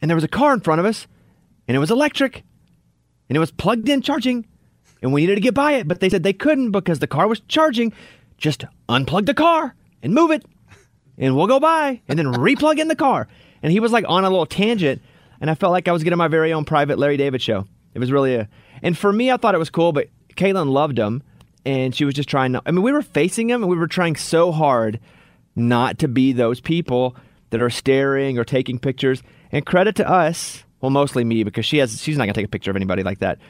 And there was a car in front of us, and it was electric, and it was plugged in charging, and we needed to get by it, but they said they couldn't because the car was charging. Just unplug the car and move it, and we'll go by, and then replug in the car. And he was like on a little tangent, and I felt like I was getting my very own private Larry David show. It was really a, and for me, I thought it was cool, but Caitlin loved him, and she was just trying to, I mean, we were facing him, and we were trying so hard not to be those people that are staring or taking pictures. And credit to us, well, mostly me because she has she's not gonna take a picture of anybody like that.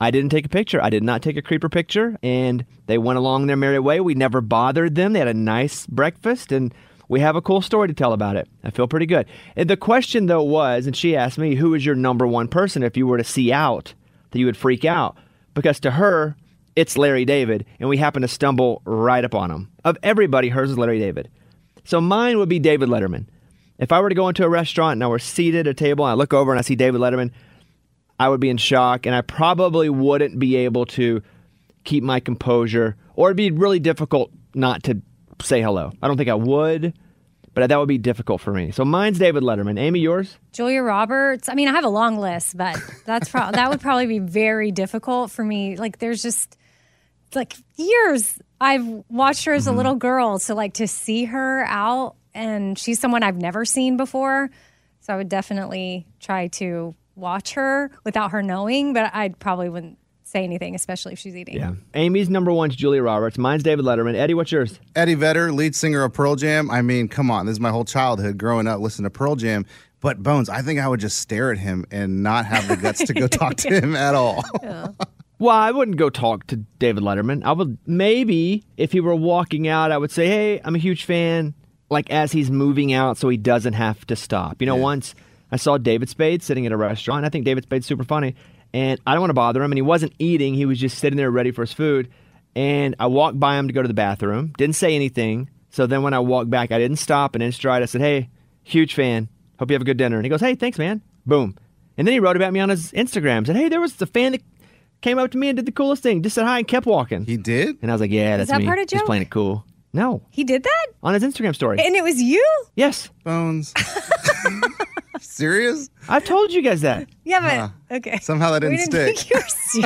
I didn't take a picture. I did not take a creeper picture, and they went along their merry way. We never bothered them. They had a nice breakfast, and we have a cool story to tell about it. I feel pretty good. And the question though was, and she asked me, who is your number one person if you were to see out that you would freak out? Because to her, it's Larry David, and we happen to stumble right upon him. Of everybody, hers is Larry David. So mine would be David Letterman. If I were to go into a restaurant and I were seated at a table and I look over and I see David Letterman, I would be in shock and I probably wouldn't be able to keep my composure or it'd be really difficult not to say hello. I don't think I would, but that would be difficult for me. So mine's David Letterman. Amy, yours?
Julia Roberts. I mean, I have a long list, but that's pro- that would probably be very difficult for me. Like, there's just like years I've watched her as
Mm-hmm.
a little girl, so like to see her out, and she's someone I've never seen before. So I would definitely try to watch her without her knowing, but I probably wouldn't say anything, especially if she's eating.
Yeah. Amy's number one's Julia Roberts. Mine's David Letterman. Eddie, what's yours?
Eddie Vedder, lead singer of Pearl Jam. I mean, come on, this is my whole childhood growing up listening to Pearl Jam. But Bones, I think I would just stare at him and not have the guts to go talk to him at all.
Well, I wouldn't go talk to David Letterman. I would maybe if he were walking out, I would say, "Hey, I'm a huge fan." Like as he's moving out, so he doesn't have to stop. You know, once I saw David Spade sitting at a restaurant. I think David Spade's super funny, and I don't want to bother him. And he wasn't eating; he was just sitting there ready for his food. And I walked by him to go to the bathroom. Didn't say anything. So then when I walked back, I didn't stop and in stride. I said, "Hey, huge fan. Hope you have a good dinner." And he goes, "Hey, thanks, man." Boom. And then he wrote about me on his Instagram. Said, "Hey, there was a fan that came up to me and did the coolest thing. Just said hi and kept walking. He
did?
And I was like, yeah,
Is
that's
that
me.
part of
Just
joke?
playing it cool. No.
He did that,
On his Instagram story.
and it was you.
yes.
Bones. Serious?
I've told you guys that.
Yeah, but
Huh.
okay.
Somehow that
we
didn't
didn't
stick.
Think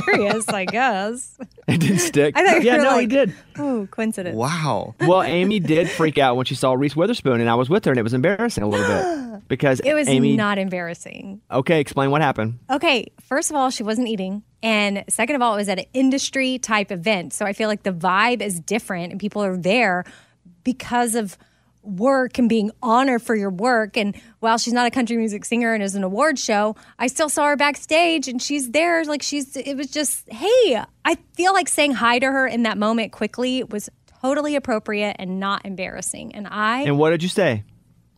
you were serious, I guess.
It didn't stick.
I thought you
yeah,
were
no,
like,
he did.
Ooh, coincidence.
Wow.
Well, Amy did freak out when she saw Reese Witherspoon, and I was with her, and it was embarrassing a little bit because
It was
Amy.
not embarrassing.
okay, explain what happened.
Okay, first of all, she wasn't eating. And second of all, it was at an industry type event. So I feel like the vibe is different and people are there because of work and being honored for your work. And while she's not a country music singer and is an award show, I still saw her backstage and she's there. Like she's, it was just, hey, I feel like saying hi to her in that moment quickly was totally appropriate and not embarrassing. And I.
And what did you say?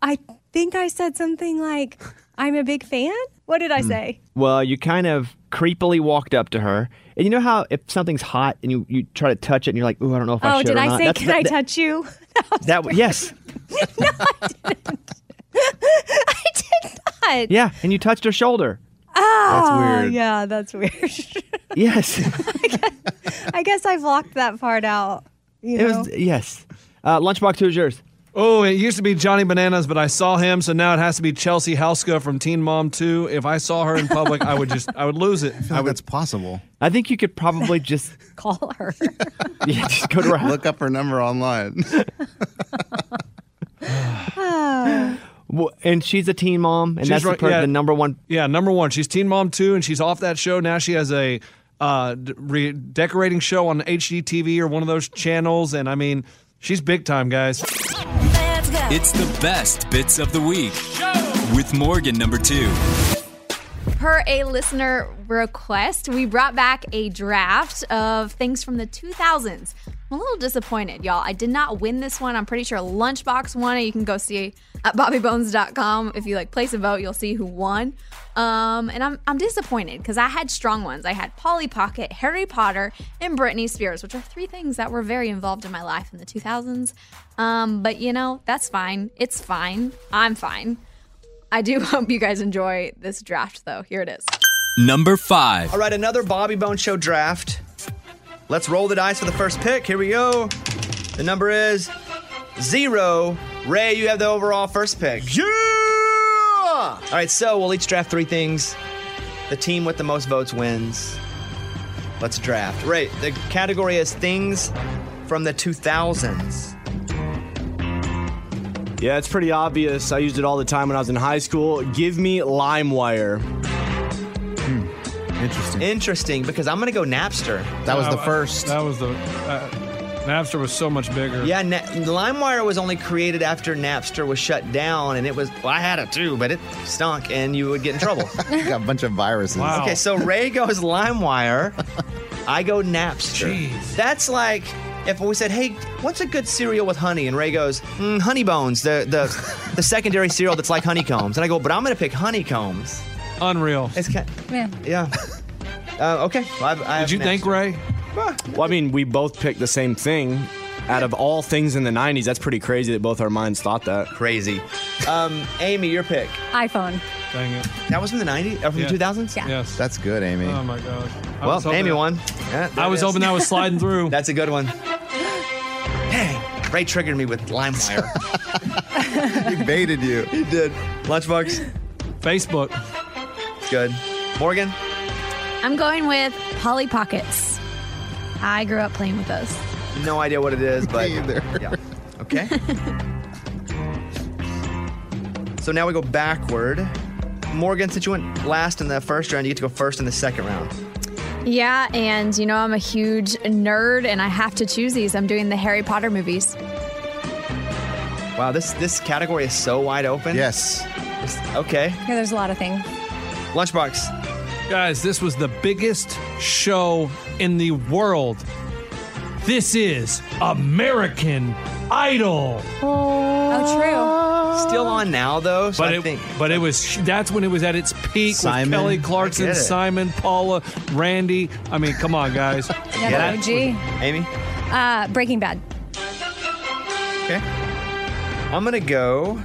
I think I said something like, I'm a big fan. What did I
Hmm.
say?
Well, you kind of creepily walked up to her, and you know how if something's hot and you, you try to touch it, and you're like, "Ooh, I don't know if I
Oh,
should."
did
or
I
not.
say,
That's
can
the-
I
the-
touch you?
That w- yes,
I did not.
yeah, and you touched her shoulder.
Oh,
weird.
yeah, that's weird.
Yes.
I guess I blocked that part out. You
It
know?
was yes. Uh, Lunchbox, who's yours?
Oh, it used to be Johnny Bananas, but I saw him, so now it has to be Chelsea Houska from Teen Mom 2. If I saw her in public, I would just, I would lose it. I, would,
that's possible.
I think you could probably just
Call her.
yeah, just go to her.
Look up her number online.
Well, and she's a teen mom, and
She's
that's the,
right-
per-
yeah.
the number one.
Yeah, number one. She's Teen Mom 2, and she's off that show. Now she has a uh, d- re- decorating show on HGTV or one of those channels. And I mean, she's big time, guys.
It's the best bits of the week with Morgan number two.
Per a listener request, we brought back a draft of things from the 2000s. I'm a little disappointed, y'all. I did not win this one. I'm pretty sure Lunchbox won it. You can go see at bobbybones.com. If you like place a vote, you'll see who won. Um, and I'm, I'm disappointed because I had strong ones. I had Polly Pocket, Harry Potter, and Britney Spears, which are three things that were very involved in my life in the 2000s. Um, but you know, that's fine. It's fine. I'm fine. I do hope you guys enjoy this draft, though. Here it is.
Number five.
All right, another Bobby Bone Show draft. Let's roll the dice for the first pick. Here we go. The number is zero. Ray, you have the overall first pick. Yeah! All right, so we'll each draft three things. The team with the most votes wins.
Let's draft. Right. The category is things from the 2000s.
Yeah, it's pretty obvious. I used it all the time when I was in high school. Give me LimeWire. Hmm.
Interesting. Interesting, because I'm going to go Napster.
Oh,
I- I- That was the uh, Napster was so much bigger.
Yeah, Na- LimeWire was only created after Napster was shut down, and it was. Well, I had it too, but it stunk, and you would get in trouble.
Got a bunch of viruses.
Okay, so Ray goes LimeWire. I go Napster. That's like if we said, "Hey, what's a good cereal with honey?" and Ray goes, mm, "Honey Bones, the the the secondary cereal that's like honeycombs." And I go, "But I'm gonna pick honeycombs."
Unreal.
It's kind, yeah. Uh, okay. Well, I, I have
Did you
Napster.
think, Ray? Well, I mean, we both picked the same thing. Out of all things in the 90s, that's pretty crazy that both our minds thought that.
Crazy. Um, Amy, your pick.
iPhone.
Dang it.
That was from the 90s? Or from
Yeah.
the 2000s? Yeah.
Yes.
That's good, Amy.
Oh my gosh. I was
Well,
hoping
Amy
that-
won.
I was hoping that was
sliding through. That's a good one. Dang. Ray triggered me with LimeWire.
he baited you.
He did. Lunchbox.
Facebook.
Good. Morgan.
I'm going with Polly Pockets. I grew up playing with those.
No idea what it is, but yeah. Okay. so now we go backward. Morgan, since you went last in the first round, you get to go first in the second round.
Yeah, and you know, I'm a huge nerd and I have to choose these. I'm doing the Harry Potter movies.
Wow, this this category is so wide open. Yes. Okay.
Yeah, there's a lot of things.
Lunchbox.
Guys, this was the biggest show in the world. This is American Idol.
Oh,
true. Still on now though, so
but
I
it,
think-
but it was that's when it was at its peak
Simon.
with Kelly
I
Clarkson,
get it.
Simon, Paula, Randy. I mean, come on, guys.
Yeah,
That
OG.
was-
Amy.
Uh, Breaking Bad.
Okay. I'm gonna go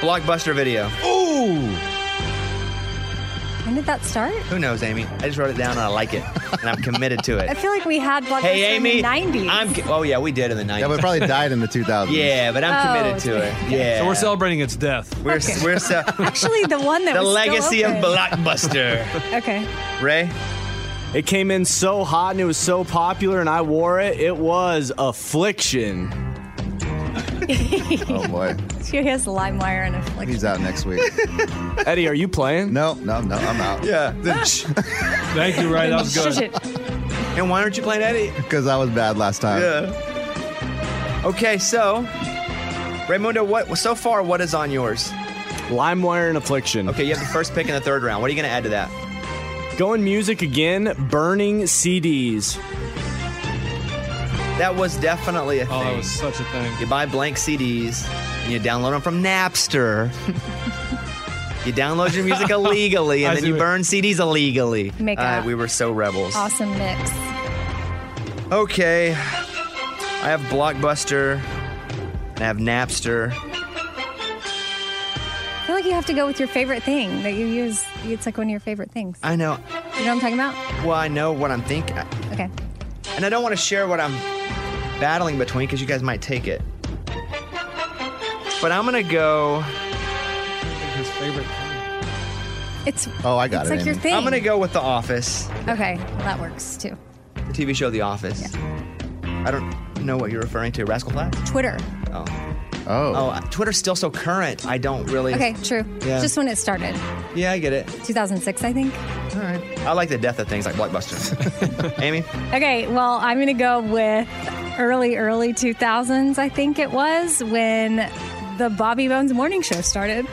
blockbuster video. Ooh.
When did that start?
Who knows, Amy? I just wrote it down and I like it, and I'm committed to
I
it.
feel like we had Blockbuster
Hey, Amy.
in the 90s.
I'm. co- Oh yeah, we did in the 90s.
Yeah, but it probably died in the 2000s.
Yeah, but I'm
Oh,
committed to it. Yeah.
So we're celebrating its death.
We're we're ce-
Actually, the one that
the
was still
legacy of
open.
blockbuster.
Okay.
Ray?
It came in so hot and it was so popular, and I wore it. It was Affliction.
Oh boy.
she has LimeWire and a
He's out next week.
Eddie, are you playing?
No, no, no, I'm out.
Yeah.
Thank you, Ray. That was good.
And why aren't you playing Eddie?
Because I was bad last time.
Yeah. Okay, so Raymundo, what so far? What is on yours?
LimeWire and Affliction.
Okay, you have the first pick in the third round. What are you going to add to that?
Going music again, burning CDs.
That was definitely a thing.
that was
such a thing.
You buy blank CDs and you download them from Napster. you download your music illegally
I
and then
see
you
what-
burn CDs illegally.
Make
uh,
up.
we were so rebels.
awesome mix.
Okay. I have Blockbuster. and I have Napster.
I feel like you have to go with your favorite thing that you use. It's like one of your favorite things.
I know.
You know what I'm talking about?
Well, I know what I'm thinking.
Okay.
And I don't want to share what I'm battling between because you guys might take it. But I'm going to go.
His favorite.
It's
Oh, I
got It's it, like your Amy. thing.
I'm going to go with The Office,
okay. Well, that works too.
the TV show The Office. I don't know what you're referring to. Rascal Flatts?
Twitter.
Oh. Oh. Oh, Twitter's still so current. I don't really.
Okay, true.
Yeah.
Just when it started,
Yeah, I get it.
2006, I think.
All right. I like the death of things like Blockbuster. Amy?
Okay. Well, I'm gonna go with early, early 2000s. I think it was when the Bobby Bones Morning Show started.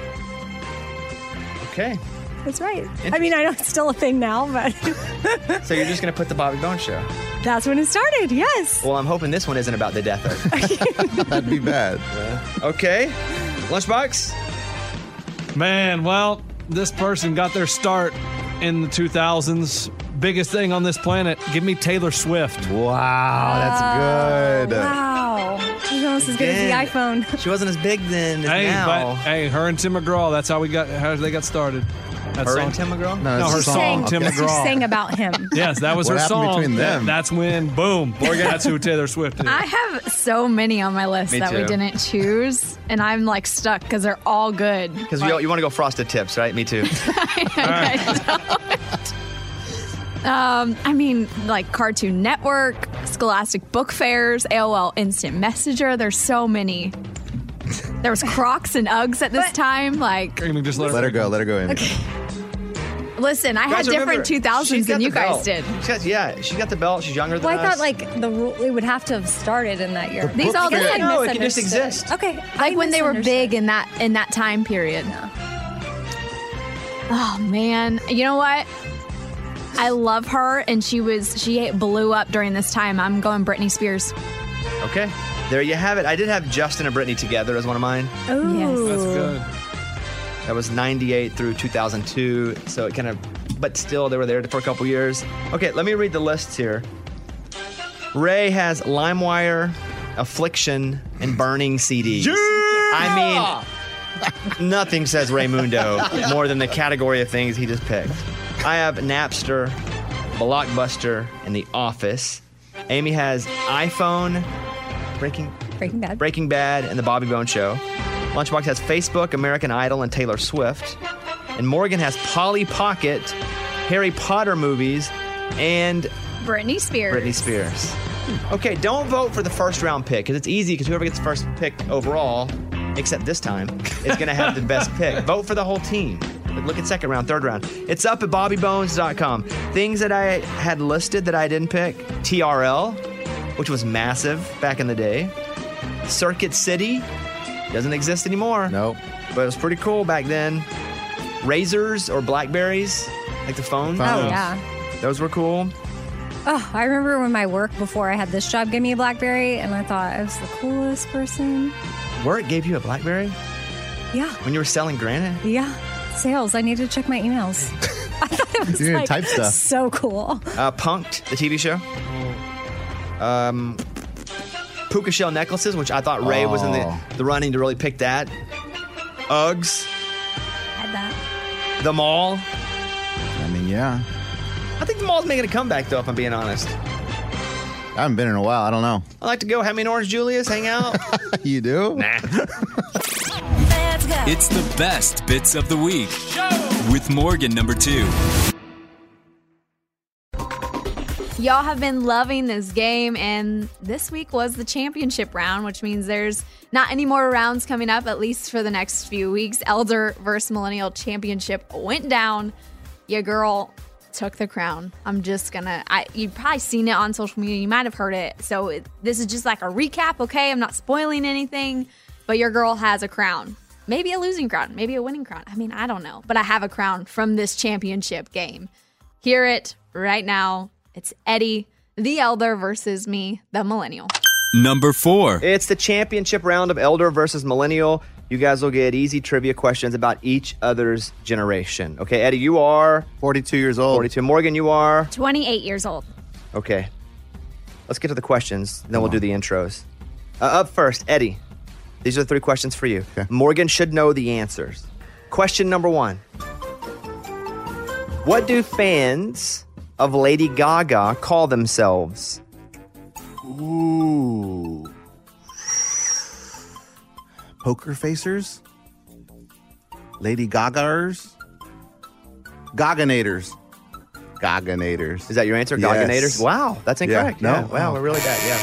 Okay.
That's right. I mean, I know it's still a thing now, but
So you're just going to put the Bobby Bones show.
that's when it started. Yes.
Well, I'm hoping this one isn't about the death of.
That'd be bad.
Okay. Lunchbox?
Man, well, this person got their start in the 2000s. Biggest thing on this planet. Give me Taylor Swift.
Wow, that's good.
Wow. He's almost as good
Again.
as the iPhone.
She wasn't as big then.
Hey,
now.
but hey, her and Tim McGraw. That's how we got. How they got started. That
Her
song.
and Tim McGraw?
No, her song. Tim
she
McGraw.
sang about him.
Yes, that was
What
her
happened
song.
between
That-
them?
that's when, boom, that's who Taylor Swift is.
I have so many on my list
Me
that we
too.
didn't choose, and I'm like stuck because they're all good.
Because you, want to go frosted tips, right? Me too.
Like, I don't. Um, I mean, like Cartoon Network, Scholastic Book Fairs, AOL Instant Messenger. There's so many. There was Crocs and Uggs at this time. Like,
Amy, just let her,
let her go. Let her go, Amy.
listen, I had
Guys, remember,
different
she's
2000s
got
than you
the
guys
belt.
did.
She's got, yeah, she got the belt. She's younger than
Well, I
us.
thought like the rule it would have to have started in that year.
These book all- fair.
I guess I
No, it can
just
misunderstood.
exist.
Okay,
Like
I
when they were
misunderstood.
big in that in that time period. Oh man, you know what? I love her, and she was she blew up during this time. I'm going Britney Spears.
Okay, there you have it. I did have Justin and Brittany together as one of mine.
Oh,
That's good. That was 98 through 2002. So it kind of, but still, they were there for a couple years. Okay, let me read the lists here. Ray has LimeWire, Affliction, and Burning CDs. I mean, nothing says Raymundo more than the category of things he just picked. I have Napster, Blockbuster, and The Office. Amy has iPhone, Breaking
Breaking Bad.
Breaking Bad and The Bobby Bone Show. Lunchbox has Facebook, American Idol, and Taylor Swift. And Morgan has Polly Pocket, Harry Potter movies, and
Britney Spears.
Britney Spears. Okay, don't vote for the first round pick because it's easy because whoever gets the first pick overall, except this time, is going to have the best pick. Vote for the whole team. But look at second round, third round. It's up at bobbybones.com. Things that I had listed that I didn't pick TRL, which was massive back in the day, Circuit City, doesn't exist anymore.
Nope.
But it was pretty cool back then. Razors or Blackberries, like the phone.
Phones. Oh, yeah.
Those were cool.
Oh, I remember when my work before I had this job gave me a BlackBerry, and I thought I was the coolest person.
Work gave you a Blackberry?
Yeah.
When you were selling granite?
Yeah, sales. I need to check my emails. I thought it was
You need to
like,
type stuff.
so cool.
Uh, Punked, the TV show. Um, puka shell necklaces, which I thought Ray was in
Oh.
the, the running to really pick that. Uggs,
Had that.
the mall.
I mean, yeah.
I think the mall's making a comeback, though, if I'm being honest.
I haven't been in a while. I don't know.
I like to go have me an Orange Julius, hang out.
you do?
Nah.
It's the best bits of the week with Morgan number two.
Y'all have been loving this game, and this week was the championship round, which means there's not any more rounds coming up, at least for the next few weeks. Elder versus Millennial Championship went down. Your girl took the crown. I'm just gonna, I, you've probably seen it on social media, you might have heard it. So it, this is just like a recap, okay? I'm not spoiling anything, but your girl has a crown. Maybe a losing crown, maybe a winning crown. I mean, I don't know, but I have a crown from this championship game. Hear it right now. It's Eddie, the elder, versus me, the millennial.
Number four.
It's the championship round of Elder versus Millennial. You guys will get easy trivia questions about each other's generation. Okay, Eddie, you are
42 years old.
42. Morgan, you are
28 years old.
Okay. Let's get to the questions, then we'll do the intros. Uh, up first, Eddie. These are the three questions for you. Morgan should know the answers. Question number one What do fans of Lady Gaga call themselves?
Ooh. Poker facers? Lady Gagars? Gaganators. Gaganators.
Is that your answer? Gaganators? Wow, that's incorrect.
Yeah.
Yeah,
No?
wow, we're really bad. Yeah.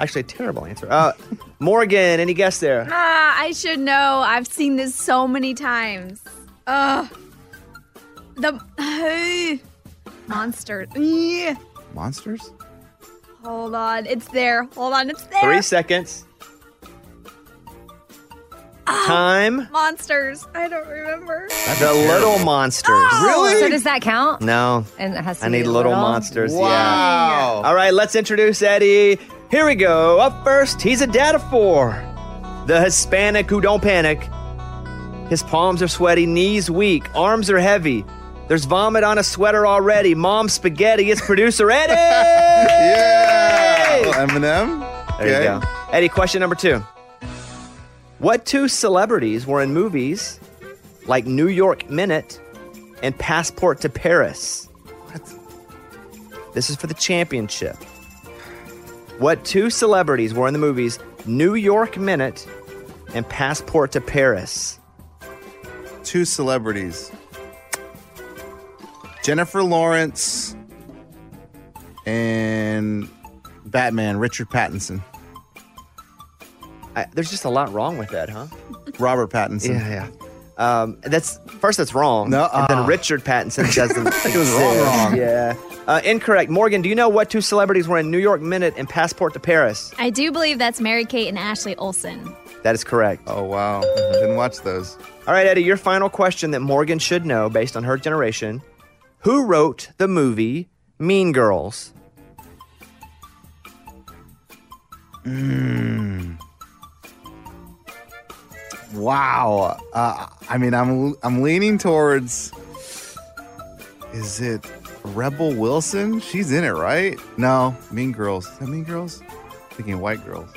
Actually, a terrible answer. Uh, Morgan, any guess there?
Ah, I should know. I've seen this so many times. Ugh. The monster. Eh.
Monsters?
Hold on. It's there. Hold on. It's there.
Three seconds.
Oh.
Time.
Monsters. I don't remember.
The Little Monsters.
Oh! So does that count?
No.
And it has to
I
be
need
a
little,
little?
monsters.
Wow.
Yeah. All right, let's introduce Eddie. Here we go. Up first, he's a dad of four. The Hispanic who don't panic. His palms are sweaty, knees weak, arms are heavy. There's vomit on a sweater already. Mom spaghetti. It's producer Eddie. yeah.
Eminem.
There
Okay.
you go. Eddie, question number two. What two celebrities were in movies like New York Minute and Passport to Paris? This is for the championship. What two celebrities were in the movies New York Minute and Passport to Paris?
Two celebrities Jennifer Lawrence and Batman, Richard Pattinson.
I, there's just a lot wrong with that, huh?
Robert Pattinson.
Yeah, yeah. Um, that's first. That's wrong. No, and
ah.
then Richard Pattinson doesn't.
It was all
exist.
wrong.
Yeah, uh, incorrect. Morgan, do you know what two celebrities were in New York Minute and Passport to Paris?
I do believe that's Mary Kate and Ashley Olsen.
That is correct.
Oh wow, didn't watch those.
All right, Eddie, your final question that Morgan should know based on her generation: Who wrote the movie Mean Girls?
Mm. Wow. Uh, I mean, I'm I'm leaning towards. Is it Rebel Wilson? She's in it, right? No, Mean Girls. Is that Mean Girls? thinking White Girls.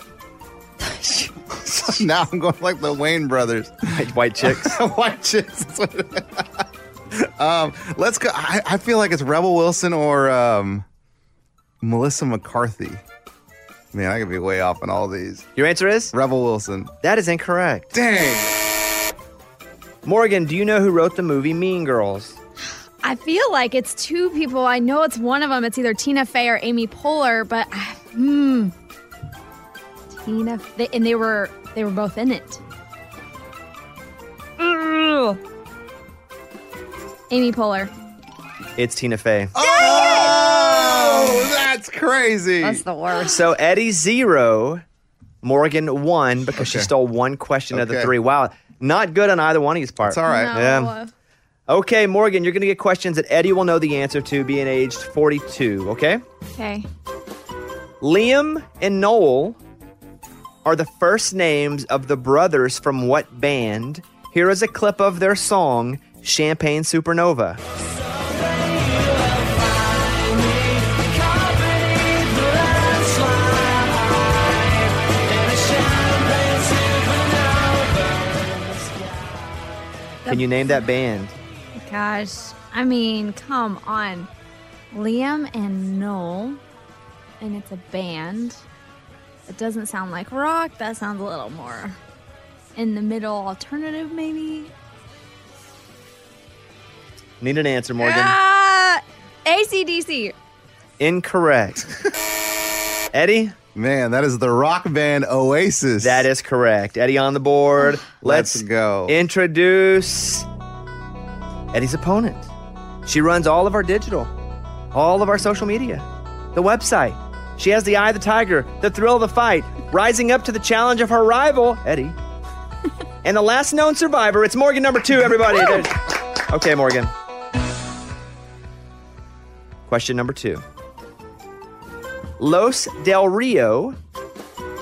now I'm going like the Wayne brothers.
White, white chicks.
white chicks. That's what it- um, let's go. I, I feel like it's Rebel Wilson or um, Melissa McCarthy. Man, I could be way off on all these.
Your answer is
Rebel Wilson.
That is incorrect.
Dang.
Morgan, do you know who wrote the movie Mean Girls?
I feel like it's two people. I know it's one of them. It's either Tina Fey or Amy Poehler, but I- hmm, Tina. Fey, and they were they were both in it. Ugh. Amy Poehler.
It's Tina Fey.
Oh, that's crazy.
That's the worst.
So Eddie zero, Morgan one because she stole one question of the
Okay.
three. Wow, not good on either one of these parts.
It's all right.
Yeah. Okay, Morgan, you're going to get questions that Eddie will know the answer to, being aged 42. Okay.
Okay.
Liam and Noel are the first names of the brothers from what band? Here is a clip of their song "Champagne Supernova." Can you name that band?
Gosh, I mean, come on, Liam and Noel, and it's a band. It doesn't sound like rock. That sounds a little more in the middle, alternative, maybe.
Need an answer, Morgan.
Ah, ACDC.
Incorrect. Eddie?
Man, that is the rock band Oasis.
That is correct. Eddie on the board. Let's,
go.
Introduce Eddie's opponent. She runs all of our digital, all of our social media, the website. She has the eye of the tiger, the thrill of the fight, rising up to the challenge of her rival, Eddie. and the last known survivor, it's Morgan number two, everybody. There's- okay, Morgan. Question number two. Los Del Rio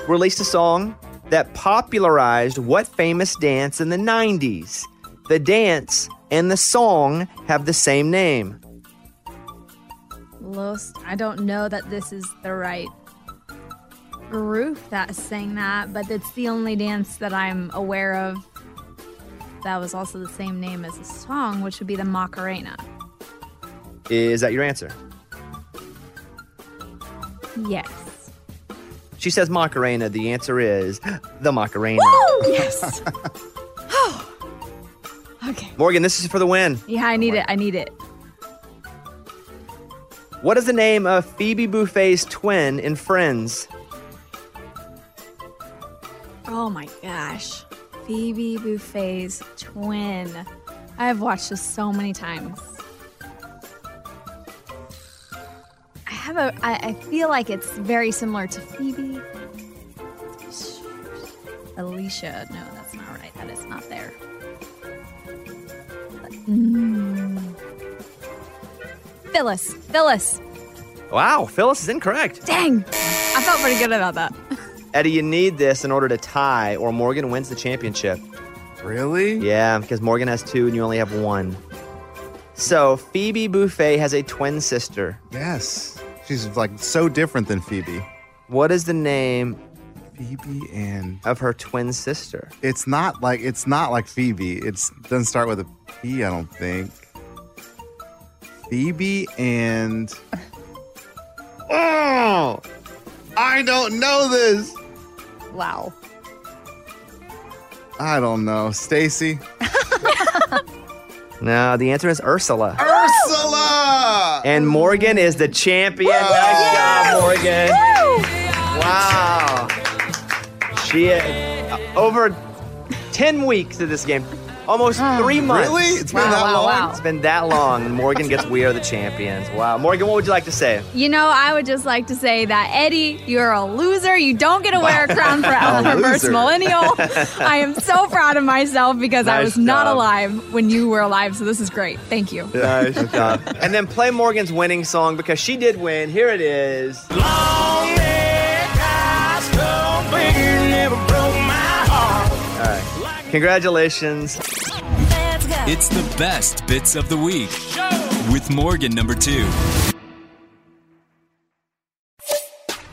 released a song that popularized what famous dance in the 90s? The dance and the song have the same name.
Los. I don't know that this is the right group that sang that, but it's the only dance that I'm aware of that was also the same name as the song, which would be the Macarena.
Is that your answer?
Yes.
She says Macarena. The answer is the Macarena.
Yes.
Morgan, this is for the win.
yeah, I need it. I need it.
What is the name of Phoebe Buffet's twin in Friends?
Oh my gosh. Phoebe Buffet's twin. I've watched this so many times. I have a I, I feel like it's very similar to Phoebe. Alicia. No, that's not right. That is not there. Mm. Phyllis. Phyllis.
Wow, Phyllis is incorrect.
Dang. I felt pretty good about that.
Eddie, you need this in order to tie, or Morgan wins the championship.
Really?
Yeah, because Morgan has two and you only have one. So Phoebe Buffet has a twin sister.
Yes. She's like so different than Phoebe.
What is the name
Phoebe and
of her twin sister?
It's not like it's not like Phoebe. It's doesn't start with a P, I don't think. Phoebe and Oh I don't know this.
Wow.
I don't know. Stacy.
No, the answer is Ursula.
Ursula!
And Morgan is the champion. Nice job, Morgan. Wow. She uh, over 10 weeks of this game. Almost three months.
Really? It's been Ah. Wow, that wow, long? wow.
It's been that long. And Morgan gets We Are the Champions. Wow. Morgan, what would you like to say?
You know, I would just like to say that Eddie, you're a loser. You don't get to wear a crown for Alpha First Millennial. I am so proud of myself because I
Nice
was not
job.
alive when you were alive. So this is great. Thank you.
Nice job. And then play Morgan's winning song because she did win. Here it is. All right. Congratulations.
It's the best bits of the week with Morgan number two.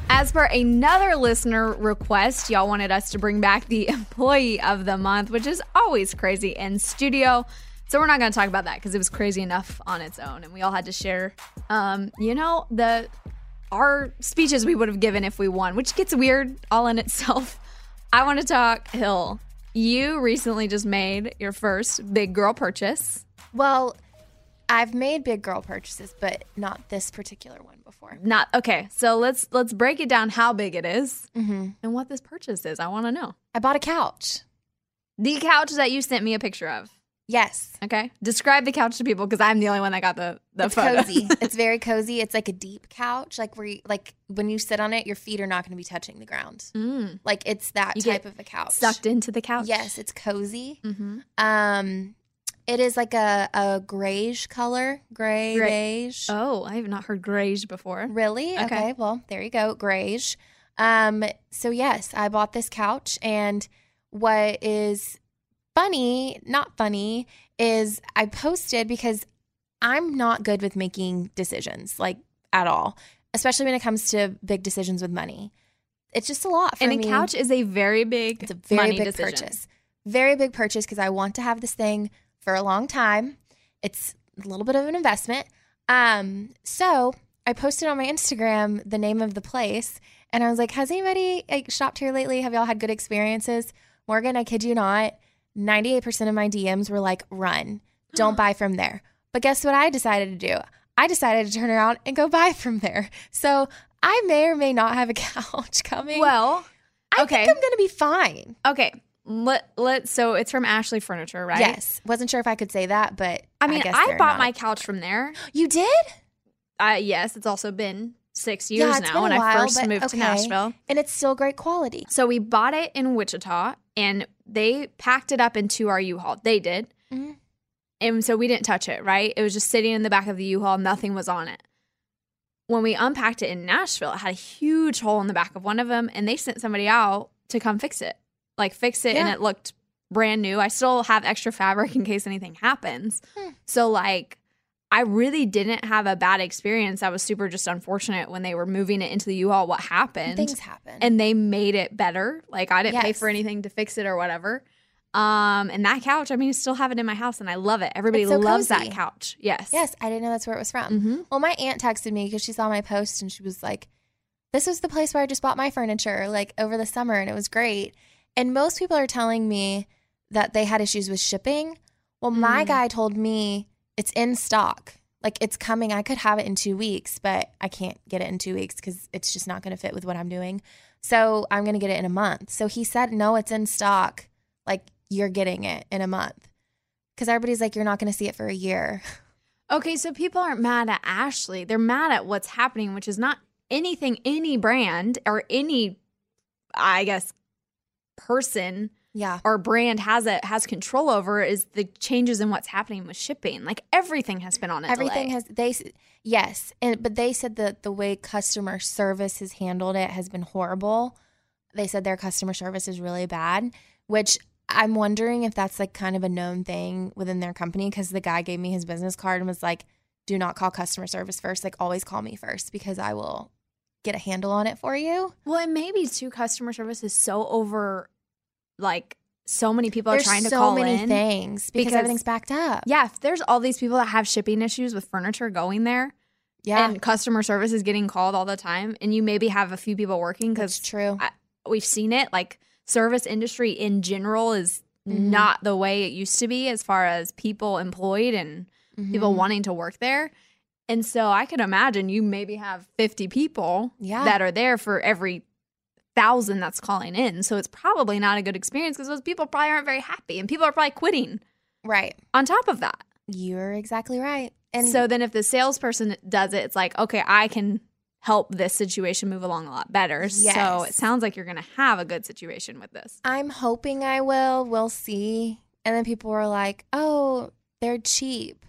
As per another listener request, y'all wanted us to bring back the employee of the month, which is always crazy in studio. So we're not going to talk about that because it was crazy enough on its own, and we all had to share, um, you know, the our speeches we would have given if we won, which gets weird all in itself. I want to talk Hill. You recently just made your first big girl purchase.
Well, I've made big girl purchases, but not this particular one before.
Not okay. So let's let's break it down how big it is and what this purchase is. I want to know.
Mm-hmm. I bought a couch.
The couch that you sent me a picture of.
Yes.
Okay. Describe the couch to people because I'm the only one that got the the
it's
photo.
cozy. it's very cozy. It's like a deep couch, like where you, like when you sit on it, your feet are not going to be touching the ground.
Mm.
Like it's that
You
type
get
of a couch.
Sucked into the couch.
Yes, it's cozy.
Mm-hmm.
Um, it is like a a grayish color, gray,
Gray.
beige.
Oh, I have not heard grayish before.
Really? Okay. Well, there you go, grayish. Um, so yes, I bought this couch, and what is funny, not funny, is I posted because I'm not good with making decisions, like at all, especially when it comes to big decisions with money. It's just a lot for
And a
me.
couch is a very big, it's a
very
money
big
decision.
purchase. Very big purchase because I want to have this thing for a long time. It's a little bit of an investment. Um, so I posted on my Instagram the name of the place, and I was like, "Has anybody like, shopped here lately? Have y'all had good experiences?" Morgan, I kid you not, ninety-eight percent of my DMs were like, "Run, don't buy from there." But guess what? I decided to do. I decided to turn around and go buy from there. So I may or may not have a couch coming.
Well,
I
okay.
think I'm gonna be fine.
Okay. Let let so it's from Ashley Furniture, right?
Yes. Wasn't sure if I could say that, but
I mean,
guess
I,
they're not.
bought my couch from there.
You did?
Uh, yes, it's also been six
Yeah,
years
it's
now
been
when
a
I
while,
first
but
moved to
okay.
Nashville.
and it's still great quality.
So we bought it in Wichita and they packed it up into our U-Haul. They did.
Mhm.
And so we didn't touch it, right? It was just sitting in the back of the U-Haul, nothing was on it. When we unpacked it in Nashville, it had a huge hole in the back of one of them and they sent somebody out to come fix it. Like fix it and
Yeah.
it looked brand new. I still have extra fabric in case anything happens.
Hmm.
So like I really didn't have a bad experience. I was super just unfortunate when they were moving it into the U-Haul what happened.
Things happen.
And they made it better. Like I didn't pay
Yes.
for anything to fix it or whatever. Um and that couch, I mean, I still have it in my house and I love it. Everybody
It's so
loves
cozy.
that couch. Yes. Mm-hmm.
Yes, I didn't know that's where it was from. Well, my aunt texted me because she saw my post and she was like, This is the place where I just bought my furniture like over the summer and it was great. And most people are telling me that they had issues with shipping. Well, my
Mm.
guy told me it's in stock. Like it's coming. I could have it in two weeks, but I can't get it in two weeks because it's just not going to fit with what I'm doing. So I'm going to get it in a month. So he said, No, it's in stock. Like you're getting it in a month. Because everybody's like, You're not going to see it for a year.
Okay, so people aren't mad at Ashley. They're mad at what's happening, which is not anything any brand or any I guess person
Yeah.
or brand has a has control over is the changes in what's happening with shipping. Like everything has been on a
everything
delay.
has they s- yes and but they said that the way customer service has handled it has been horrible they said their customer service is really bad which i'm wondering if that's like kind of a known thing within their company because the guy gave me his business card and was like do not call customer service first like always call me first because i will get a handle on it for you
Well, and maybe too, customer service is so over, like so many people
There's
are trying to
so
call
many
in
things because everything's backed up.
Yeah, if there's all these people that have shipping issues with furniture going there,
Yeah.
and customer service is getting called all the time, and you maybe have a few people working because
true,
I, we've seen it. Like service industry in general is
Mm-hmm.
not the way it used to be as far as people employed and people
Mhm.
wanting to work there. And so I could imagine you maybe have 50 people
Yeah.
that are there for every thousand that's calling in. So it's probably not a good experience because those people probably aren't very happy and people are probably quitting.
Right.
On top of that.
You're exactly right.
And so then if the salesperson does it, it's like, okay, I can help this situation move along a lot better. So
Yes.
it sounds like you're going to have a good situation with this.
I'm hoping I will. We'll see. And then people were like, oh, they're cheap.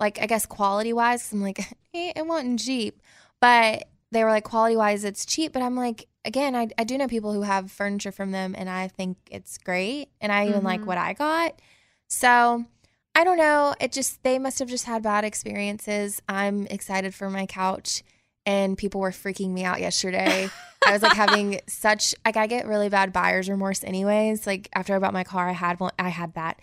Like, I guess quality wise, I'm like, eh, it wasn't cheap. But they were like, quality wise, it's cheap. But I'm like, again, I, I do know people who have furniture from them and I think it's great. And I even like
Mhm.
what I got. So I don't know. It just, they must have just had bad experiences. I'm excited for my couch. And people were freaking me out yesterday. I was like having such like I get really bad buyer's remorse anyways. Like after I bought my car, I had one I had that.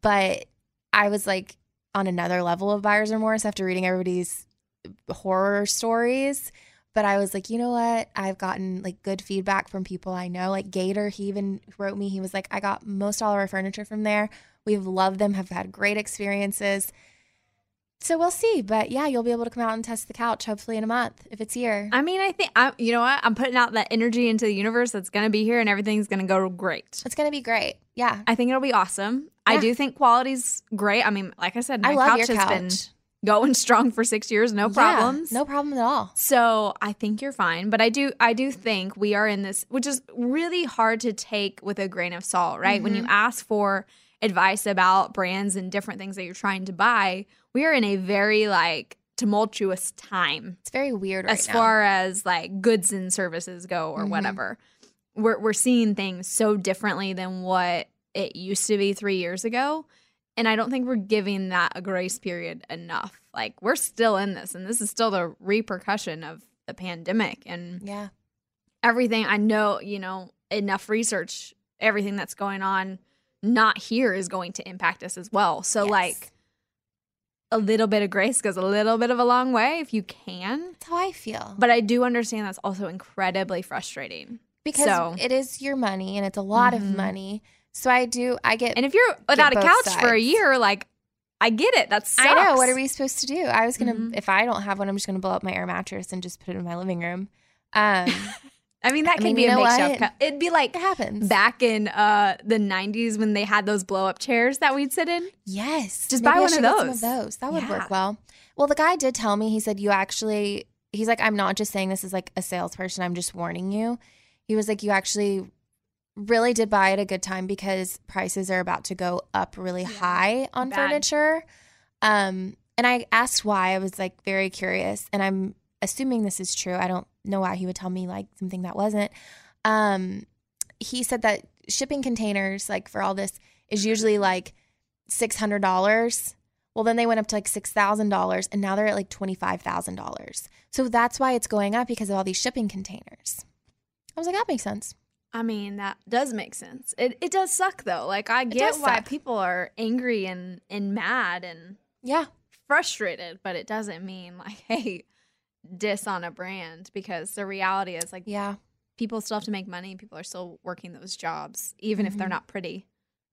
But I was like on another level of buyer's remorse after reading everybody's horror stories. But I was like, you know what? I've gotten like good feedback from people I know. Like Gator, he even wrote me, he was like, I got most all of our furniture from there. We've loved them, have had great experiences. So we'll see. But yeah, you'll be able to come out and test the couch hopefully in a month if it's here.
I mean, I think I, you know what? I'm putting out that energy into the universe that's going to be here, and everything's going to go great.
It's going to be great. Yeah.
I think it'll be awesome. I
Yeah.
do think quality's great. I mean, like I said, my
I love
couch
your
has been
couch.
going strong for six years, no
Yeah,
problems,
no problem at all.
So I think you're fine, but I do, I do think we are in this, which is really hard to take with a grain of salt, right? When you
Mhm.
ask for advice about brands and different things that you're trying to buy, we are in a very like tumultuous time.
It's very weird right
as
now.
far as like goods and services go or
Mhm.
whatever. We're we're seeing things so differently than what it used to be 3 years ago, and I don't think we're giving that a grace period enough. Like we're still in this and this is still the repercussion of the pandemic and
Yeah.
everything I know, you know, enough research, everything that's going on not here is going to impact us as well. So like a little bit of grace goes a little bit of a long way if you can.
That's how I feel.
But I do understand that's also incredibly frustrating.
because
So-
it is your money and it's a lot
Mhm.
of money. So I do I get
And if you're without a
both
couch for a
sides.
year, like I get it. Mm-hmm. That's
I know what are we supposed to do? I was gonna if I don't have one, I'm just gonna blow up my air mattress and just put it in my living room. Um,
I mean that could be
you
a
know
makeshift
what?
couch. It'd be like
it happens.
back in uh the 90s when they had those blow up chairs that we'd sit in.
Yes.
Just
Maybe
buy
I
one
should
of
get
those.
some those. That would
Yeah.
work well. Well, the guy did tell me, he said, You actually, he's like, I'm not just saying this as like a salesperson, I'm just warning you. He was like, You actually really did buy at a good time because prices are about to go up really high on
bad.
furniture. Um, and I asked why. I was like very curious, and I'm assuming this is true. I don't know why he would tell me like something that wasn't. Um, he said that shipping containers, like for all this, is usually like six hundred dollars. Well, then they went up to like six thousand dollars, and now they're at like twenty five thousand dollars. So that's why it's going up because of all these shipping containers. I was like, that makes sense.
I mean, that does make sense. It it does suck though. Like I get
does
why
suck.
people are angry and and mad and
yeah,
frustrated, but it doesn't mean like hey, diss on a brand because the reality is like
yeah,
people still have to make money. People are still working those jobs even if they're
Mhm.
not pretty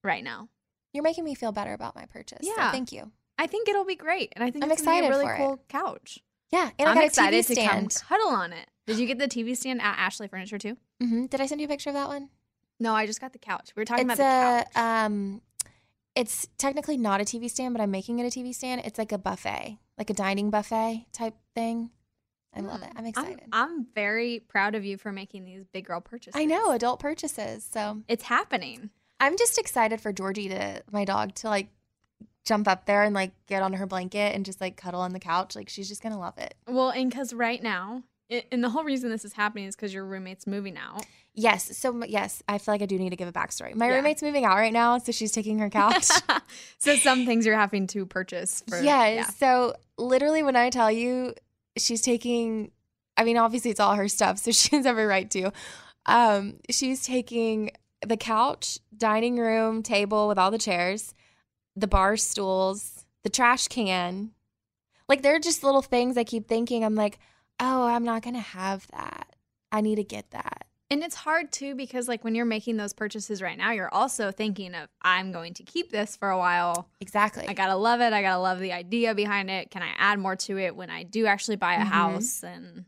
right now.
You're making me feel better about my purchase. so
Yeah.
thank you.
I think it'll be great, and I think
I'm
it's gonna be
excited
a really
for it.
cool couch.
Yeah, and I
I'm
got a TV
excited to
stand.
come cuddle on it. Did you get the TV stand at Ashley Furniture too?
hmm Did I send you a picture of that one?
No, I just got the couch. We were talking
it's
about the
a um, it's technically not a TV stand, but I'm making it a TV stand. It's like a buffet, like a dining buffet type thing. I love it. I'm
couch.
uh, excited.
I'm, I'm very proud of you for making these big girl purchases.
I know adult purchases, so
It's happening.
I'm just excited for Georgie to my dog to like jump up there and like get on her blanket and just like cuddle on the couch. Like she's just gonna love it.
Well, and because right now, it, and the whole reason this is happening is because your roommate's moving out.
Yes. So m- yes, I feel like I do need to give a backstory. My
Yeah.
roommate's moving out right now, so she's taking her couch.
So some things you're having to purchase. For,
yeah, So literally, when I tell you she's taking, I mean, obviously it's all her stuff, so she has every right to. Um, she's taking the couch, dining room table with all the chairs, the bar stools, the trash can. Like they're just little things I keep thinking. I'm like, oh, I'm not gonna have that. I need to get that.
And it's hard too because like when you're making those purchases right now, you're also thinking of I'm going to keep this for a while.
Exactly.
I got to love it. I got to love the idea behind it. Can I add more to it when I do actually buy a
Mhm.
house and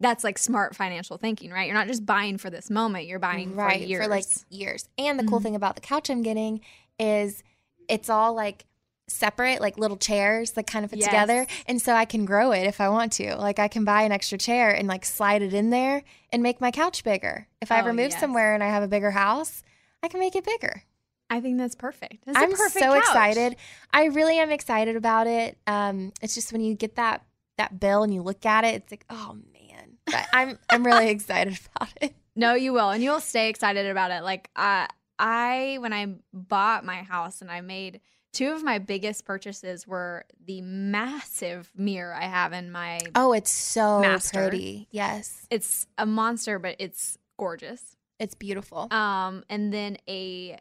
that's like smart financial thinking, right? You're not just buying for this moment, you're buying
right
for years.
like years. And the cool thing about the couch I'm getting is it's all like separate, like little chairs that kind of fit
Yes.
together, and so I can grow it if I want to. Like I can buy an extra chair and like slide it in there and make my couch bigger. If I
Oh,
ever move
yes.
somewhere and I have a bigger house, I can make it bigger.
I think that's perfect. That's a
I'm
perfect
so
couch.
excited. I really am excited about it. Um, it's just when you get that that bill and you look at it, it's like, oh man. But I'm I'm really excited about it.
No, you will, and you'll stay excited about it. Like uh, I, when I bought my house, and I made two of my biggest purchases were the massive mirror I have in my.
Oh, it's so
master.
pretty. Yes.
It's a monster, but it's gorgeous.
It's beautiful.
Um, and then a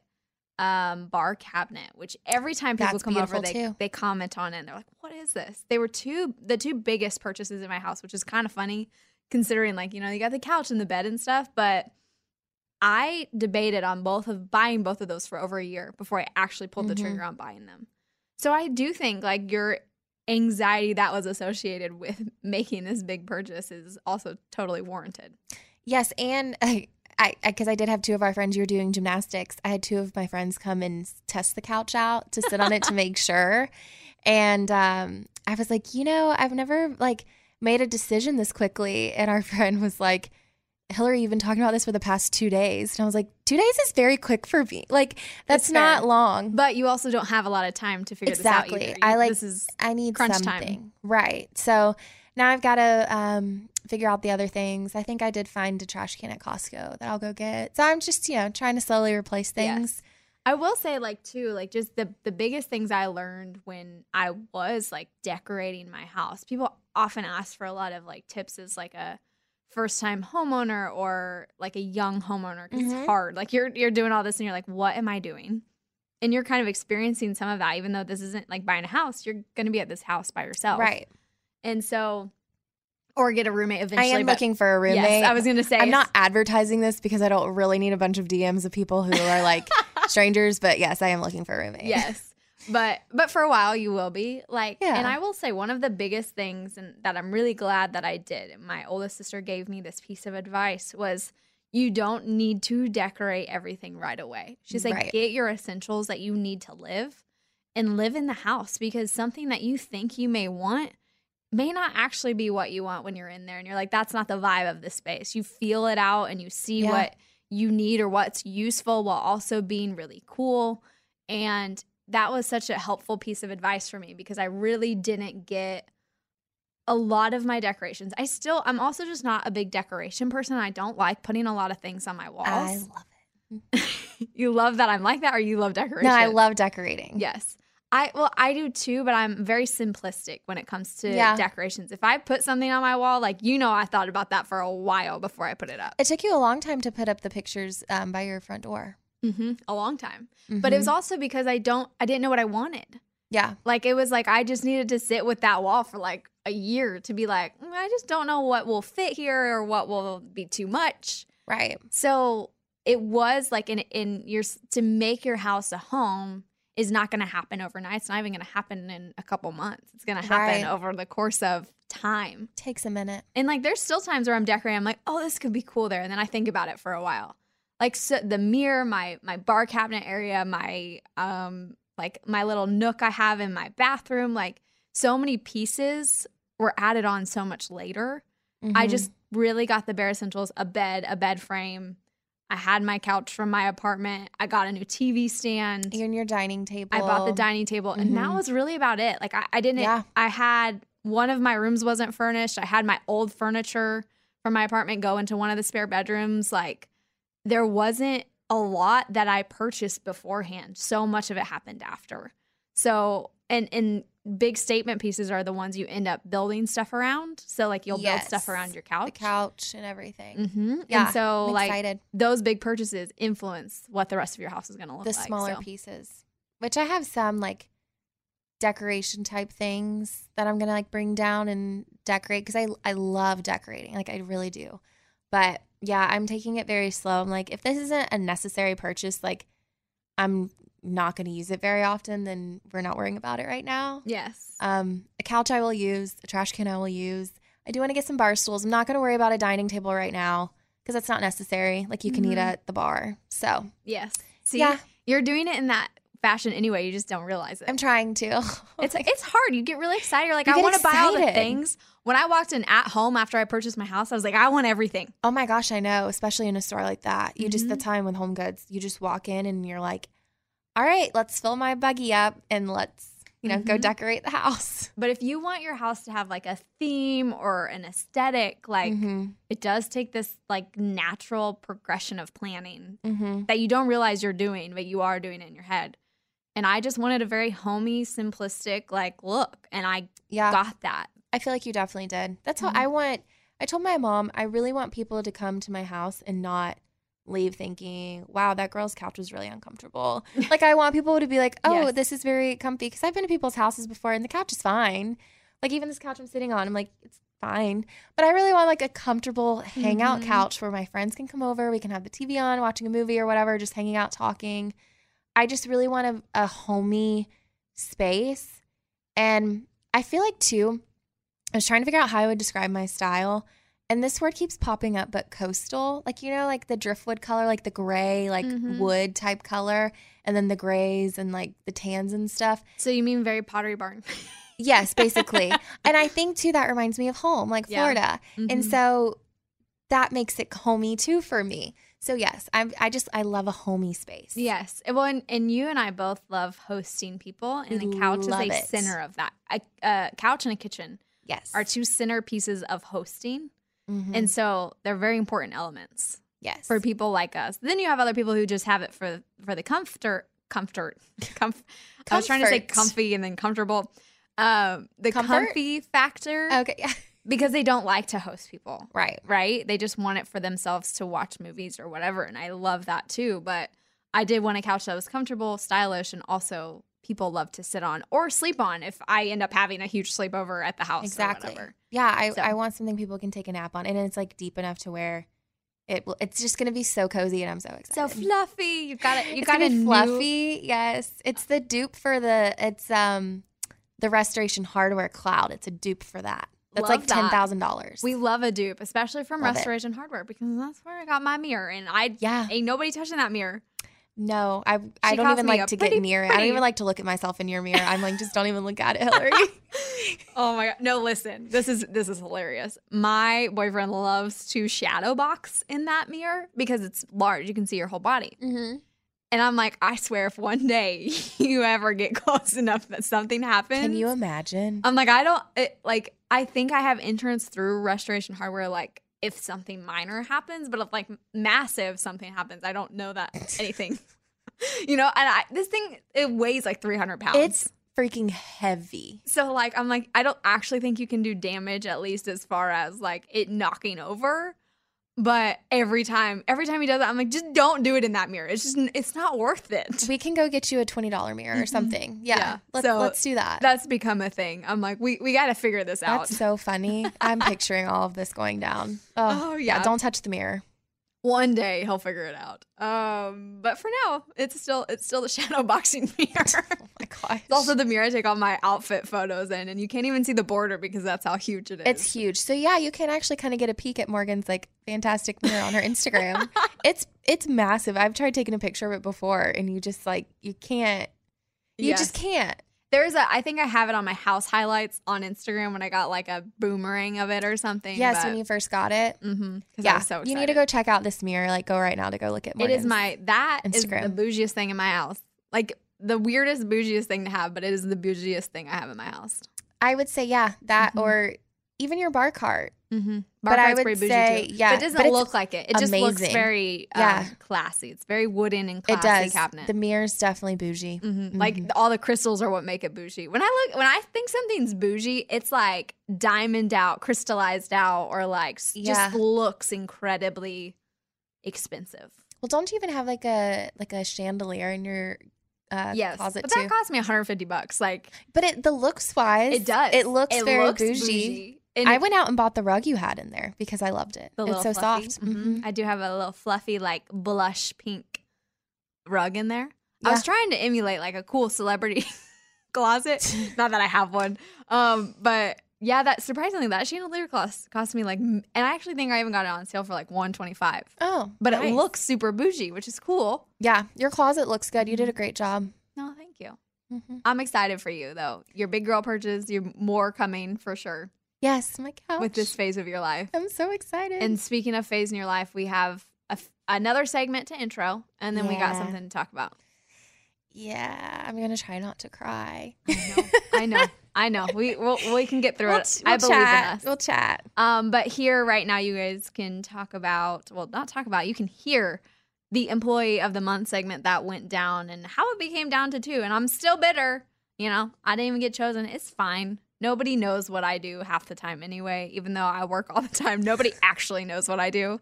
um bar cabinet, which every time people
That's
come over,
beautiful,
they
too.
they comment on it. and They're like, "What is this?" They were two the two biggest purchases in my house, which is kind of funny considering like you know you got the couch and the bed and stuff, but. I debated on both of buying both of those for over a year before I actually pulled the
Mhm.
trigger on buying them. So I do think like your anxiety that was associated with making this big purchase is also totally warranted.
Yes, and I, I, because I did have two of our friends who were doing gymnastics. I had two of my friends come and s- test the couch out to sit on it to make sure. And um, I was like, you know, I've never like made a decision this quickly. And our friend was like, Hillary, you've been talking about this for the past two days. And I was like, two days is very quick for me. Like that's
It's fair.
not long.
But you also don't have a lot of time to figure
exactly.
this out. Either.
I
You-
like.
this is
I need
crunch
something.
time.
Right. So now I've got to um, figure out the other things. I think I did find a trash can at Costco that I'll go get. So I'm just you know trying to slowly replace things.
I will say like too, like just the the biggest things I learned when I was like decorating my house. People often ask for a lot of like tips as like a first time homeowner or like a young homeowner 'cause
Mhm.
it's hard. Like you're you're doing all this and you're like, what am I doing? And you're kind of experiencing some of that, even though this isn't like buying a house. You're gonna be at this house by yourself,
Right.
And so, or get a roommate eventually.
I am
but-
looking for a roommate.
Yes, I was gonna say
I'm
it's-
not advertising this because I don't really need a bunch of DMs of people who are like strangers. But yes, I am looking for a roommate.
Yes. But but for a while you will be. Like
Yeah.
and I will say one of the biggest things and that I'm really glad that I did. and My oldest sister gave me this piece of advice was you don't need to decorate everything right away. She's like
Right.
get your essentials that you need to live and live in the house because something that you think you may want may not actually be what you want when you're in there and you're like that's not the vibe of this space you feel it out and you see
Yeah.
what you need or what's useful while also being really cool and that was such a helpful piece of advice for me because i really didn't get a lot of my decorations i still i'm also just not a big decoration person i don't like putting a lot of things on my walls
I love
it you love that i'm like that or you love decoration
No, I love decorating.
Yes. I well, I do too, but I'm very simplistic when it comes to
Yeah.
decorations. If I put something on my wall, like you know, I thought about that for a while before I put it up.
It took you a long time to put up the pictures um, by your front door.
Mm-hmm. A long time, but it was
Mhm.
also because I don't, I didn't know what I wanted.
Yeah.
Like it was like I just needed to sit with that wall for like a year to be like, "Mm, I just don't know what will fit here or what will be too much.
Right.
So it was like in in your to make your house a home is not going to happen overnight. It's not even going to happen in a couple months. It's going to happen
Right.
over the course of time.
Takes a minute.
And like there's still times where I'm decorating. I'm like, oh, this could be cool there, and then I think about it for a while. Like so the mirror, my my bar cabinet area, my um like my little nook I have in my bathroom. Like so many pieces were added on so much later. I
Mhm.
just really got the bare essentials: a bed, a bed frame. I had my couch from my apartment. I got a new TV stand.
You're in your dining table.
I bought the dining table, and that
Mhm.
was really about it. Like I, I didn't.
Yeah.
I had one of my rooms wasn't furnished. I had my old furniture from my apartment go into one of the spare bedrooms. Like there wasn't a lot that I purchased beforehand. So much of it happened after. So and and big statement pieces are the ones you end up building stuff around. So like you'll build stuff
Yes.
around your couch.
the couch and everything.
Mm-hmm.
Yeah,
and so
I'm
like
excited.
those big purchases influence what the rest of your house is going to look
The
like.
smaller
so.
pieces, which I have some like decoration type things that I'm gonna like bring down and decorate because I I love decorating. Like I really do, but yeah, I'm taking it very slow. I'm like, if this isn't a necessary purchase, like I'm not going to use it very often, then we're not worrying about it right now.
Yes.
Um, a couch I will use, a trash can I will use. I do want to get some bar stools. I'm not going to worry about a dining table right now because that's not necessary. Like you can eat
Mhm.
at the bar. So
Yes. See,
Yeah.
you're doing it in that fashion anyway. You just don't realize it. I'm
trying to.
it's it's hard. You get really excited. You're like,
You
I
get
want to buy all the
excited.
things. When I walked in at home after I purchased my house, I was like, I want everything.
Oh my gosh, I know, especially in a store like that. You just the time with Home Goods, you just walk in and you're like, "All right, let's fill my buggy up and let's, you know, go
Mhm.
decorate the house."
But if you want your house to have like a theme or an aesthetic, like
Mm-hmm.
it does take this like natural progression of planning
Mhm.
that you don't realize you're doing, but you are doing it in your head. And I just wanted a very homey, simplistic like look, and I
Yeah.
got that.
I feel like you definitely did. That's
Mhm.
how I want. I told my mom, I really want people to come to my house and not leave thinking, wow, that girl's couch was really uncomfortable. like, I want people to be like, oh,
Yes.
this is very comfy. Cause I've been to people's houses before and the couch is fine. Like, even this couch I'm sitting on, I'm like, it's fine. But I really want like a comfortable hangout
Mhm.
couch where my friends can come over. We can have the TV on, watching a movie or whatever, just hanging out, talking. I just really want a, a homey space. And I feel like, too, I was trying to figure out how I would describe my style. And this word keeps popping up, but coastal, like, you know, like the driftwood color, like the gray, like
Mhm.
wood type color, and then the grays and like the tans and stuff.
So you mean very Pottery Barn?
Yes, basically. and I think, too, that reminds me of home, like
Yeah.
Florida. And
Mhm.
so that makes it homey, too, for me. So, yes, I'm, I just, I love a homey space.
Yes. Well, and, and you and I both love hosting people, and
We
the couch is
love
a
it.
center of that. A uh, couch and a kitchen
Yes.
are two centerpieces of hosting.
Mhm.
And so they're very important elements.
Yes.
For people like us. Then you have other people who just have it for for the comfort comfort comf- I was trying to say
Comfort.
comfy and then comfortable. Um the
Comfort?
comfy factor.
Okay. Yeah.
Because they don't like to host people.
Right.
Right? They just want it for themselves to watch movies or whatever. And I love that too. But I did want a couch that was comfortable, stylish, and also people love to sit on or sleep on if I end up having a huge sleepover at the house or
Exactly.
whatever.
Yeah, I,
So-
I want something people can take a nap on, and it's like deep enough to where it will. It's just gonna be so cozy, and I'm so excited.
So fluffy. You got it. You
It's
got
gonna
a
be
new-
fluffy. Yes, it's the dupe for the it's um the Restoration Hardware Cloud. It's a dupe for that. That's
Love
like
that.
ten thousand dollars.
We love a dupe, especially from
Love it.
Restoration Hardware because that's where I got my mirror, and I
Yeah.
ain't nobody touching that mirror.
No, I I
She
don't
calls
even
me a
like to
pretty,
get near it. I
pretty.
don't even like to look at myself in your mirror. I'm like just don't even look at it, Hillary.
Oh my god! No, listen, this is this is hilarious. My boyfriend loves to shadow box in that mirror because it's large; you can see your whole body.
Mhm.
And I'm like, I swear, if one day you ever get close enough that something happens,
Can you imagine?
I'm like, I don't it, like. I think I have insurance through Restoration Hardware. Like, if something minor happens, but if like massive something happens, I don't know that anything. you know, and I, this thing it weighs like 300 pounds.
It's freaking heavy.
so like I'm like I don't actually think you can do damage at least as far as like it knocking over. But every time, every time he does that, I'm like, just don't do it in that mirror. It's just, it's not worth it.
We can go get you a twenty dollar mirror or
Mhm.
something. Yeah,
Yeah.
Let's,
So
let's do that.
That's become a thing. I'm like, we we got to figure this out.
That's so funny. I'm picturing all of this going down. Oh,
Oh,
yeah.
yeah.
Don't touch the mirror.
One day he'll figure it out. Um, but for now, it's still it's still the shadow boxing mirror. oh
my gosh.
It's also the mirror I take all my outfit photos in, and you can't even see the border because that's how huge it is.
It's huge. So yeah, you can actually kind of get a peek at Morgan's like fantastic mirror on her Instagram. it's it's massive. I've tried taking a picture of it before and you just like you can't you just
Yes.
can't.
There's a I think I have it on my house highlights on Instagram when I got like a boomerang of it or something.
Yes, when you first got it.
Mm-hmm.
Yeah.
so
you need to go check out this mirror. Like go right now to go look at
it
Morgan's.
is my that is
Instagram.
the bougiest thing in my house. Like the weirdest bougiest thing to have, but it is the bougiest thing I have in my house.
I would say yeah, that or even your bar cart.
Mm-hmm.
But I would say, yeah,
but it doesn't
but it's
look like it. It just looks
amazing.
very um,
Yeah.
classy. It's very wooden and
It
classy
does.
cabinet. Mm-hmm.
The mirror's definitely bougie.
Like
Mhm.
all the crystals are what make it bougie. When I look, when I think something's bougie, it's like diamond out, crystallized out, or like s-
Yeah.
just looks incredibly expensive.
Well, don't you even have like a like a chandelier in your uh,
yes,
closet
but
too?
that cost me 150 bucks. Like
but it the looks wise,
it does.
It looks very bougie. I went out and bought the rug you had in there because I loved it.
The
it's so
little fluffy.
soft. Mm-hmm.
Mhm. I do have a little fluffy, like blush pink rug in there. I was trying to emulate like a cool celebrity closet. Not that I have one, um, but yeah, that surprisingly that chandelier cost cost me like, m- and I actually think I even got it on sale for like one twenty five.
Oh,
but it
nice.
looks super bougie, which is cool. Mm-hmm.
Yeah, your closet looks good. You did a great job.
No, thank you.
Mm-hmm.
I'm excited for you though. Your big girl purchase, you're more coming for sure
Yes, my couch.
with this phase of your life.
I'm so excited.
And speaking of phase in your life, we have a f- another segment to intro, and then we got
Yeah.
something to talk about.
yeah, I'm gonna try not to cry.
I know, I know. We we'll, we can get through
We'll
it.
ch- we'll
I believe
chat.
in us. We'll chat. Um, but here right now, you guys can talk about well, not talk about. You can hear the employee of the month segment that went down and how it became down to two. And I'm still bitter. You know, I didn't even get chosen. It's fine. Nobody knows what I do half the time anyway. Even though I work all the time, nobody actually knows what I do.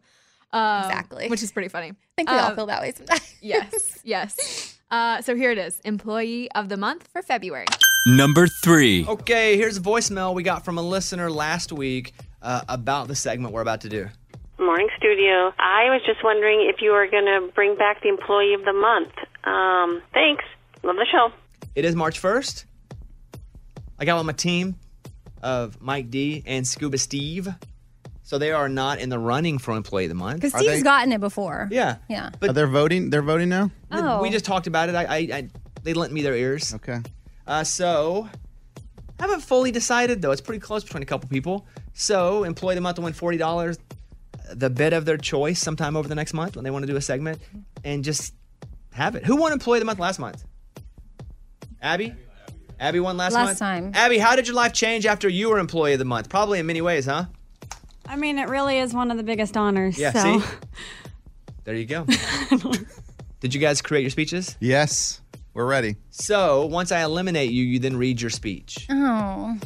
Um,
Exactly.
which is pretty funny. I
think we all feel that way sometimes.
yes, yes. Uh, so here it is, employee of the month for February.
Number three.
Okay, here's a voicemail we got from a listener last week uh, about the segment we're about to do.
Morning Studio. I was just wondering if you were going to bring back the employee of the month. Um, thanks. Love the show.
It is March 1st. I got with my team of Mike D and Scuba Steve. So they are not in the running for Employee of the Month.
Because
Are
Steve's
they-
gotten it before.
Yeah.
Yeah.
But
Oh, they're voting. They're voting now.
Oh.
We just talked about it. I, I, I They lent me their ears.
Okay.
Uh, so I haven't fully decided, though. It's pretty close between a couple people. So Employee of the Month will win $40, the bid of their choice sometime over the next month when they want to do a segment and just have it. Who won Employee of the Month last month? Abby? Abby won last,
Last
month.
time.
Abby, how did your life change after you were Employee of the Month? Probably in many ways, huh?
I mean, it really is one of the biggest honors.
Yeah,
so.
see? There you go. did you guys create your speeches?
Yes. We're ready.
So once I eliminate you, you then read your speech.
Oh.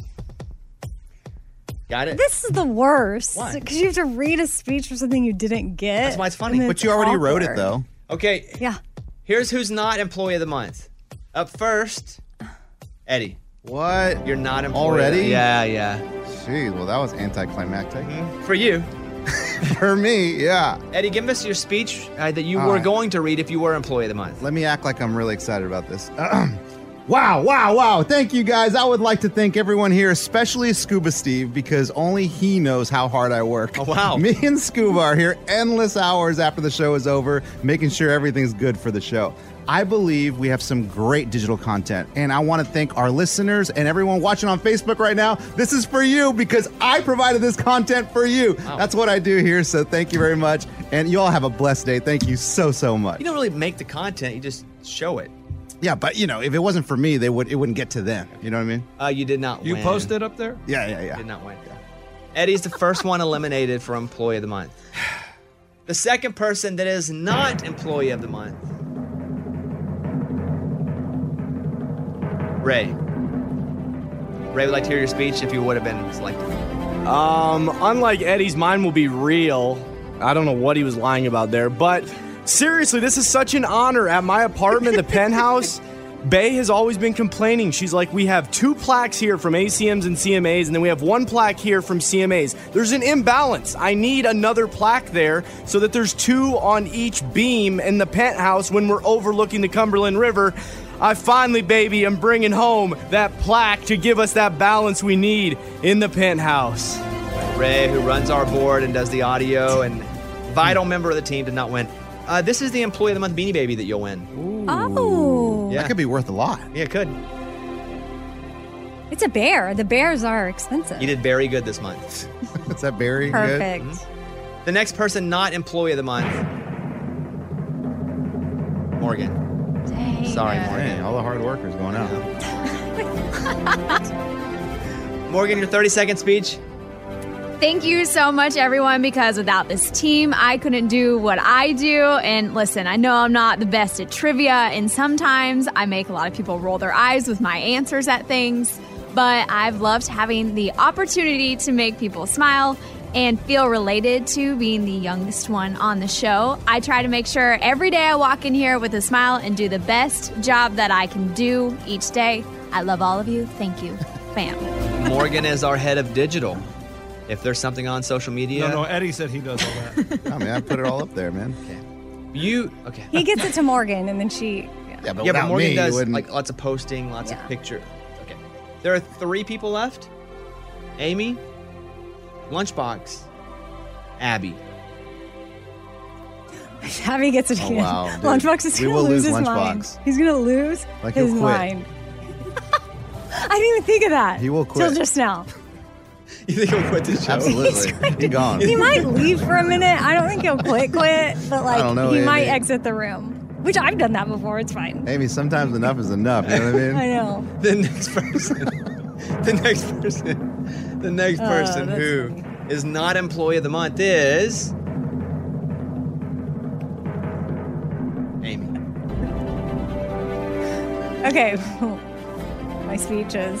Got it?
This is the worst.
Why?
Because you have to read a speech for something you didn't get.
That's why it's funny.
and it's awkward.
Okay.
Yeah.
Here's who's not employee of the month. Up first, Eddie. What? You're not employee.
Already?
Yeah, yeah.
Jeez, well, that was anticlimactic.
For you.
For me, yeah.
Eddie, give us your speech uh, that you were going to read if you were employee of the month.
Let me act like I'm really excited about this. wow, wow, wow. Thank you guys. I would like to thank everyone here, especially Scuba Steve, because only he knows how hard I work. Oh,
wow.
me and Scuba are here endless hours after the show is over, making sure everything's good for the show. I believe we have some great digital content, and I want to thank our listeners and everyone watching on Facebook right now. This is for you because I provided this content for you. That's what I do here, so thank you very much. And you all have a blessed day. Thank you so, so much.
You don't really make the content, you just show it.
Yeah, but you know, if it wasn't for me, they would it wouldn't get to them. You know what I mean?
Uh, you did not
You
win.
posted
up there?
Yeah, yeah, yeah.
Did not win. Eddie's the first one eliminated for employee of the month. The second person that is not employee of the month, Ray. Ray would like to hear your speech if you would have been selected.
Um, unlike Eddie's, mine will be real. I don't know what he was lying about there, but seriously, this is such an honor. At my apartment, the penthouse, Bay has always been complaining. She's like, we have two plaques here from ACMs and CMAs, and then we have one plaque here from CMAs. There's an imbalance. I need another plaque there so that there's two on each beam in the penthouse when we're overlooking the Cumberland River. I finally, baby, am bringing home that plaque to give us that balance we need in the penthouse.
Ray, who runs our board and does the audio and vital member of the team, did not win. Uh, this is the employee of the month beanie baby that you'll win.
Oh.
Yeah.
That could be worth a lot.
Yeah, it could.
It's a bear. The bears are expensive.
You did very good this month.
Is that very
Perfect.
The next person not employee of the month, Morgan. Sorry, Morgan.
all the hard workers going out.
Morgan, your 30 second speech.
Thank you so much, everyone, because without this team, I couldn't do what I do. And listen, I know I'm not the best at trivia, and sometimes I make a lot of people roll their eyes with my answers at things, but I've loved having the opportunity to make people smile and feel related to being the youngest one on the show. I try to make sure every day I walk in here with a smile and do the best job that I can do each day. I love all of you. Thank you, fam.
Morgan is our head of digital. If there's something on social media,
No, no, Eddie said he does all that.
I mean, I put it all up there, man.
you okay?
He gets it to Morgan, and then she.
Yeah, but
yeah,
without
but Morgan
me, you
does
wouldn't-
like lots of posting, lots of picture. Okay, there are three people left: Amy, Lunchbox, Abby.
Abby gets it
Oh,
again.
wow, dude.
Lunchbox is
We
going
will
to lose
lose
his mind.
Lunchbox.
He's going to lose
Like, he'll
his
quit.
mind. I didn't even think of that.
He will
Till
quit.
just now.
You think he'll quit the show?
Absolutely. he gone.
He might leave for a minute. I don't think he'll quit, quit, but like
don't know,
he might
Amy.
exit the room, which I've done that before. It's fine.
Amy, sometimes enough is enough. You know what I mean?
I know.
The next person. the next person. The next
Oh,
person
that's
who is not employee of the month is Amy.
Okay. My speech is.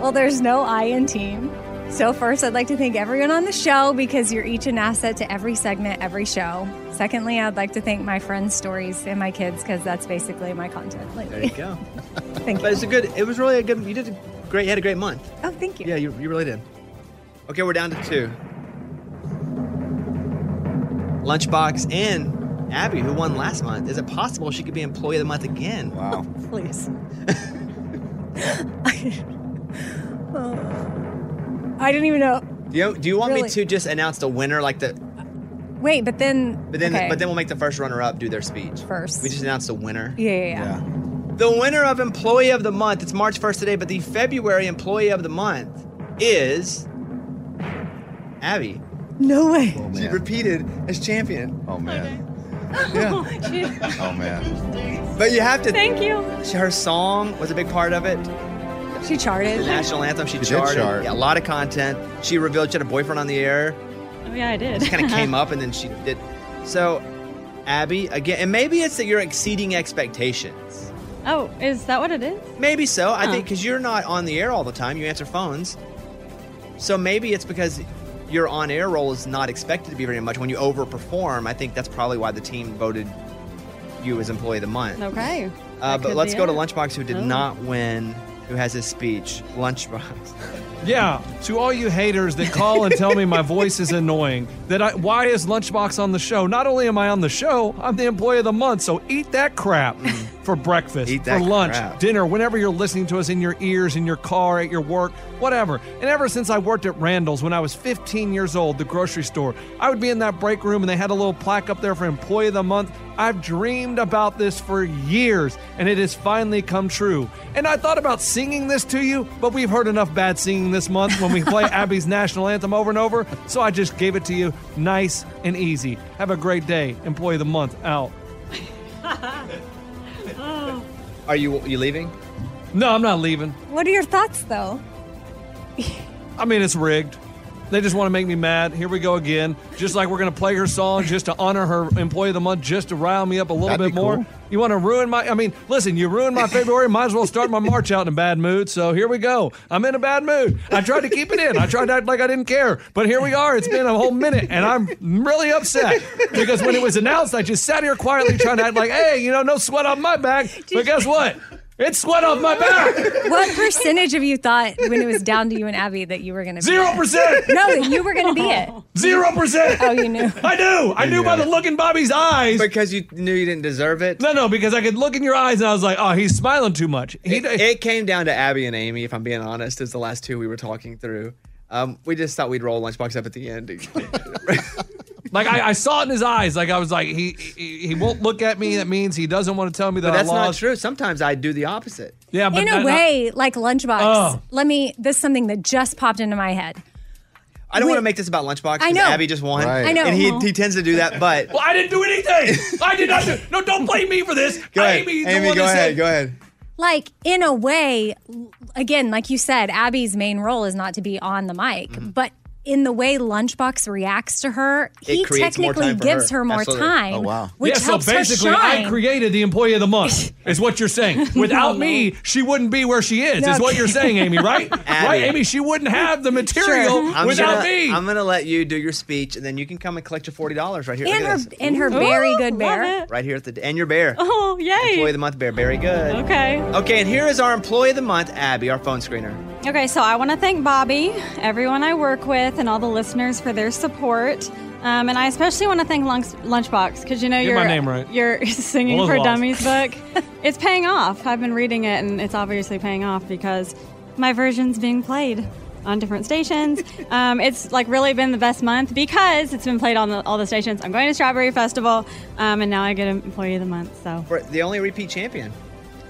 Well, there's no I in team. So, first, I'd like to thank everyone on the show because you're each an asset to every segment, every show. Secondly, I'd like to thank my friends' stories and my kids because that's basically my content lately.
There you go.
Thank
but it's a good. It was really a good. You did a great. You had a great month.
Oh, thank you.
Yeah, you, you really did. Okay, we're down to two. Lunchbox and Abby, who won last month. Is it possible she could be employee of the month again?
Wow.
Please. I didn't even know.
Do you, do you want me
Really?
to just announce the winner like the
Wait, but then.
But then,
okay.
but then we'll make the first runner-up do their speech
First.
We just announced the winner.
Yeah, yeah, yeah.
The winner of Employee of the Month. It's March 1st today, but the February Employee of the Month is Abby.
No way.
She repeated as champion.
Oh man.
Yeah.
Oh man.
But you have to.
Thank you.
She, her song was a big part of it.
She charted.
The national anthem. She,
She did
charted.
chart.
Yeah, a lot of content. She revealed she had a boyfriend on the air.
Oh, yeah, I did.
She kind of came up and then she did. So, Abby again, and maybe it's that you're exceeding expectations.
Oh, is that what it is?
Maybe so. I
Huh.
think because you're not on the air all the time, you answer phones. So maybe it's because your on air role is not expected to be very much. When you overperform, I think that's probably why the team voted you as employee of the month.
Okay.
Uh,
That
but
could
let's
be
go to
it.
Lunchbox, who did
Oh.
not win, who has his speech. Lunchbox.
Yeah, to all you haters that call and tell me my voice is annoying, that I, why is Lunchbox on the show? Not only am I on the show, I'm the employee of the month. So eat that crap for breakfast,
Mm. Eat
for
that
lunch,
crap.
dinner, whenever you're listening to us in your ears, in your car, at your work, whatever. And ever since I worked at Randall's when I was 15 years old, the grocery store, I would be in that break room and they had a little plaque up there for Employee of the Month. I've dreamed about this for years and it has finally come true. And I thought about singing this to you, but we've heard enough bad singing this month when we play Abby's national anthem over and over. So I just gave it to you nice and easy. Have a great day. Employee of the Month out.
Oh.
Are you you leaving?
No, I'm not leaving.
What are your thoughts, though?
I mean, it's rigged. They just want to make me mad. Here we go again. Just like we're going to play her song just to honor her employee of the month, just to rile me up a little bit more. You want to ruin my, I mean, listen, you ruined my February. Might as well start my March out in a bad mood. So here we go. I'm in a bad mood. I tried to keep it in. I tried to act like I didn't care. But here we are. It's been a whole minute. And I'm really upset because when it was announced, I just sat here quietly trying to act like, hey, you know, no sweat off my back. But guess what? It's sweat off my back.
What percentage of you thought when it was down to you and Abby that you were going to be
Zero
it?
percent.
No, that you were going to be it.
Zero percent.
Oh, you knew.
I knew. I knew by the look in Bobby's eyes.
Because you knew you didn't deserve it?
No, no, because I could look in your eyes and I was like, oh, he's smiling too much. He,
it, it came down to Abby and Amy, if I'm being honest, is the last two we were talking through. Um, we just thought we'd roll Lunchbox up at the end.
like, I, I saw it in his eyes. Like, I was like, he, he he won't look at me. That means he doesn't want to tell me that
But that's
I
not
lost.
true. Sometimes I do the opposite.
Yeah, but
in
that-
a way, like Lunchbox.
Oh.
Let me. This is something that just popped into my head.
I don't want to make this about Lunchbox
I
because
know.
Abby just won.
Right. I know.
And he, he tends to do that, but.
Well, I didn't do anything. I did not do. No, don't blame me for this.
Go ahead.
Amy's the
Amy,
one
go
that
ahead.
said-
Go ahead.
Like in a way, l- again, like you said, Abby's main role is not to be on the mic,
Mm-hmm.
but in the way Lunchbox reacts to her,
It
he
creates more
technically
time for
gives
her.
her, more
Absolutely.
time.
Oh,
wow! Which
yeah,
helps
so basically,
her
I
shine.
created the employee of the month, is what you're saying. Without me, she wouldn't be where she is,
No.
is what you're saying, Amy, right? right, Amy? She wouldn't have the material
I'm
without
gonna-
me.
I'm going to let you do your speech, and then you can come and collect your $40 right here.
And
Look at
her-
this.
and her Ooh, very good love bear.
Right here at the. And your bear.
Oh, yay.
Employee of the month bear. Very good.
Okay.
Okay, and here is our employee of the month, Abby, our phone screener.
Okay, so I want to thank Bobby, everyone I work with, and all the listeners for their support. Um, and I especially want to thank Lunch, Lunchbox because you know
Get
your
my name right.
your singing
Well,
for
lost.
dummies book. it's paying off. I've been reading it, and it's obviously paying off because my version's being played on different stations. um, it's like really been the best month because it's been played on the, all the stations. I'm going to Strawberry Festival, um, and now I get Employee of the Month. So
the only repeat champion.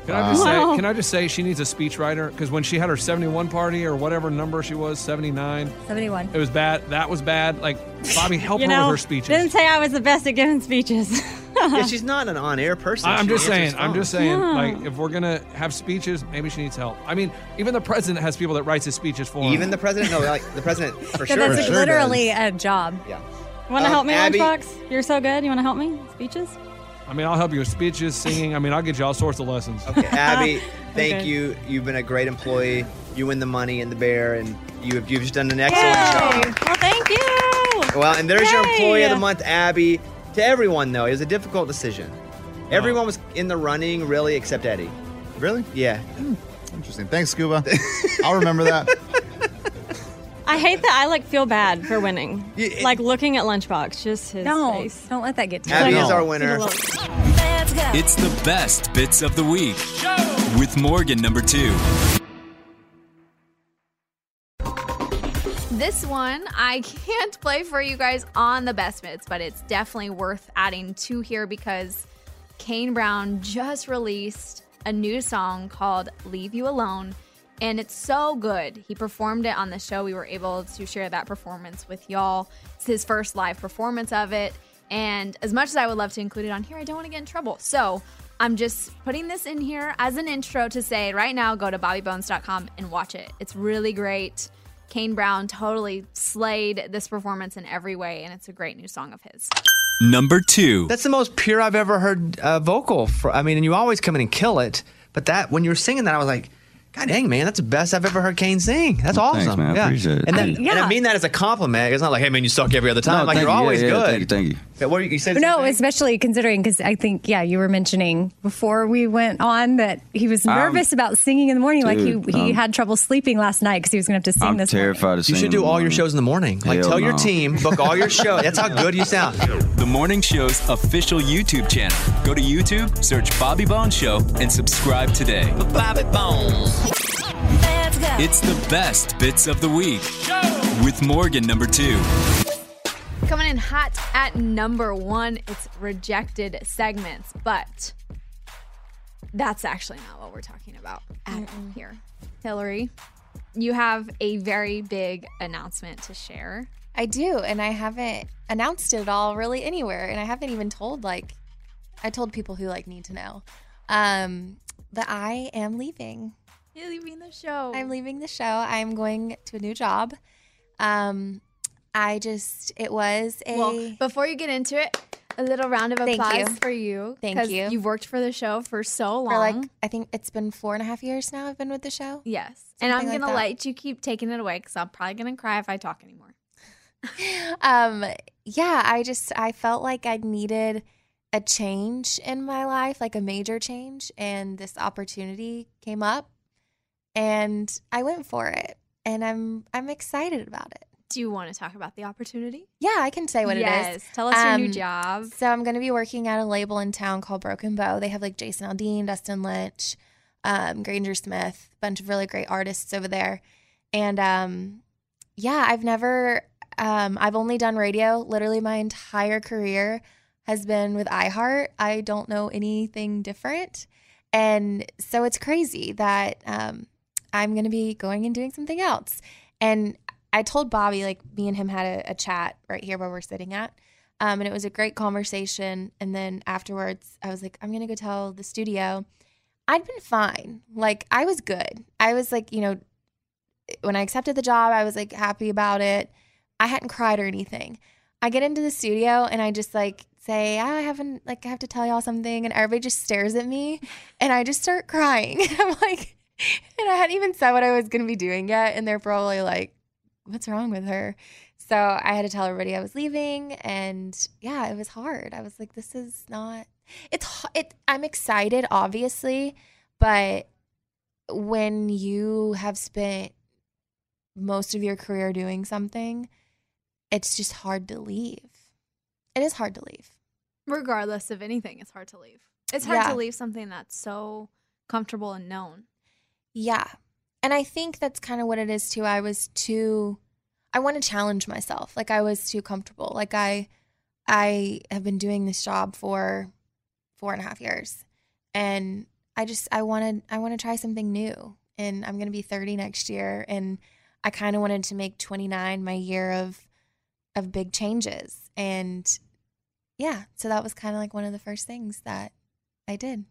Can I just
Wow.
say? Can I just say she needs a speechwriter? Because when she had her seventy-one party or whatever number she was, seventy-nine,
71.
it was bad. That was bad. Like Bobby, help
you
her
know,
with her speeches.
didn't say I was the best at giving speeches.
yeah, she's not an on-air person.
I- I'm
She
just saying.
answers
I'm
phones.
just saying. Like, if we're gonna have speeches, maybe she needs help. I mean, even the president has people that writes his speeches for him.
Even the president? No, like the president for
Yeah,
sure.
that's
does.
literally-
A job.
Yeah.
Want to
Um,
help me,
Abby-
Lunchbox? You're so good. You want to help me? Speeches?
I mean, I'll help you with speeches, singing. I mean, I'll get you all sorts of lessons.
Okay, Abby, thank
Okay.
you. You've been a great employee. You win the money and the bear, and you have, you've just done an excellent job.
Well, thank you.
Well, and there's your
Yay.
employee of the month, Abby. To everyone, though, it was a difficult decision. Everyone was in the running, really, except Eddie.
Really?
Yeah.
Hmm, Interesting. Thanks, Scuba. I'll remember that.
I hate that. I like feel bad for winning. like looking at Lunchbox, just his
Don't.
face.
Don't let that get to
Abby
you.
is our winner.
Let's go.
It's the best bits of the week with Morgan number two.
This one I can't play for you guys on the best bits, but it's definitely worth adding to here because Kane Brown just released a new song called Leave You Alone, and it's so good. He performed it on the show. We were able to share that performance with y'all. It's his first live performance of it. And as much as I would love to include it on here, I don't want to get in trouble. So I'm just putting this in here as an intro to say right now, go to bobbybones.com and watch it. It's really great. Kane Brown totally slayed this performance in every way, and it's a great new song of his.
Number two.
That's the most pure I've ever heard uh, vocal. For, I mean, and you always come in and kill it. But that, when you were singing that, I was like, God dang, man, that's the best I've ever heard Kane sing. That's awesome.
thanks, man. I
Yeah.
appreciate it.
And, that,
Thank
and I mean that as a compliment. It's not like, hey, man, you suck every other time.
No,
like,
thank
you're
you. Yeah,
always
yeah,
good.
Thank you. Thank you.
Yeah, what were you, you said?
No, especially considering because I think yeah, you were mentioning before we went on that he was
I'm-
nervous about singing in the morning. like
Dude,
he he
um,
had trouble sleeping last night because he was going to have to sing
I'm
this.
terrified of
You
singing
should
in
do
the
all your
morning.
shows in the morning. Like,
Hell
tell your
no.
team, book all your shows. That's how good you sound.
The Morning Show's official YouTube channel. Go to YouTube, search Bobby Bones Show, and subscribe today.
Bobby Bones. Let's go.
It's the best bits of the week with Morgan number two.
Coming in hot at number one, it's rejected segments, but that's actually not what we're talking about at all here. Hillary, you have a very big announcement to share.
I do, and I haven't announced it all really anywhere, and I haven't even told like I told people who like need to know. Um, but I am leaving.
You're leaving the show.
I'm leaving the show. I'm going to a new job. Um, I just it was a
Well, before you get into it, a little round of
Thank
applause
you.
for you.
Thank
'cause
you.
You've worked for the show for so long.
for like I think it's been four and a half years now. I've been with the show.
yes. And I'm
something like
going to
that.
let you keep taking it away because I'm probably going to cry if I talk anymore.
um yeah i just i felt like i needed a change in my life like a major change and this opportunity came up and i went for it and i'm i'm excited about it
Do you want to talk about the opportunity?
yeah i can say what it
Yes.
is
Tell us your new
Um,
job.
so i'm going to be working at a label in town called broken bow they have like jason aldean dustin lynch um, granger smith a bunch of really great artists over there and um, yeah, I've never, um, I've only done radio. Literally, my entire career has been with iHeart. I don't know anything different. And so it's crazy that um, I'm going to be going and doing something else. And I told Bobby, like, me and him had a, a chat right here where we're sitting at. Um, and it was a great conversation. And then afterwards, I was like, I'm going to go tell the studio. I'd been fine. Like, I was good. I was like, you know, when I accepted the job, I was like happy about it. I hadn't cried or anything. I get into the studio and I just like say, "Ah, I haven't like I have to tell y'all something, and everybody just stares at me, and I just start crying. I'm like, and I hadn't even said what I was gonna be doing yet, and they're probably like, what's wrong with her? So I had to tell everybody I was leaving, and yeah, it was hard. I was like, this is not. It's h- it. I'm excited, obviously, but when you have spent most of your career doing something, it's just hard to leave. It is hard to leave.
Regardless of anything, it's hard to leave. It's hard
Yeah.
to leave something that's so comfortable and known.
Yeah. And I think that's kind of what it is too. I was too I want to challenge myself. Like I was too comfortable. Like I I have been doing this job for four and a half years. And I just I wanted I want to try something new. And I'm gonna be 30 next year. And I kind of wanted to make 29 my year of of big changes. And yeah, so that was kind of like one of the first things that I did.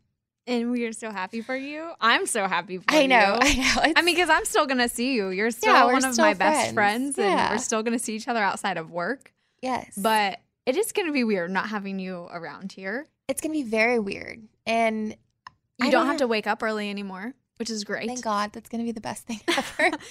And we are so happy for you. I'm so happy for
I
you.
know, I know.
I mean, because I'm still going to see you. You're still
Yeah, we're
one of
still
my best
friends.
friends,
Yeah.
and we're still going to see each other outside of work.
Yes.
But it is going to be weird not having you around here.
It's going to be very weird. And
you
I
don't
don't
have
know.
to wake up early anymore, which is great.
Thank God. That's going to be the best thing.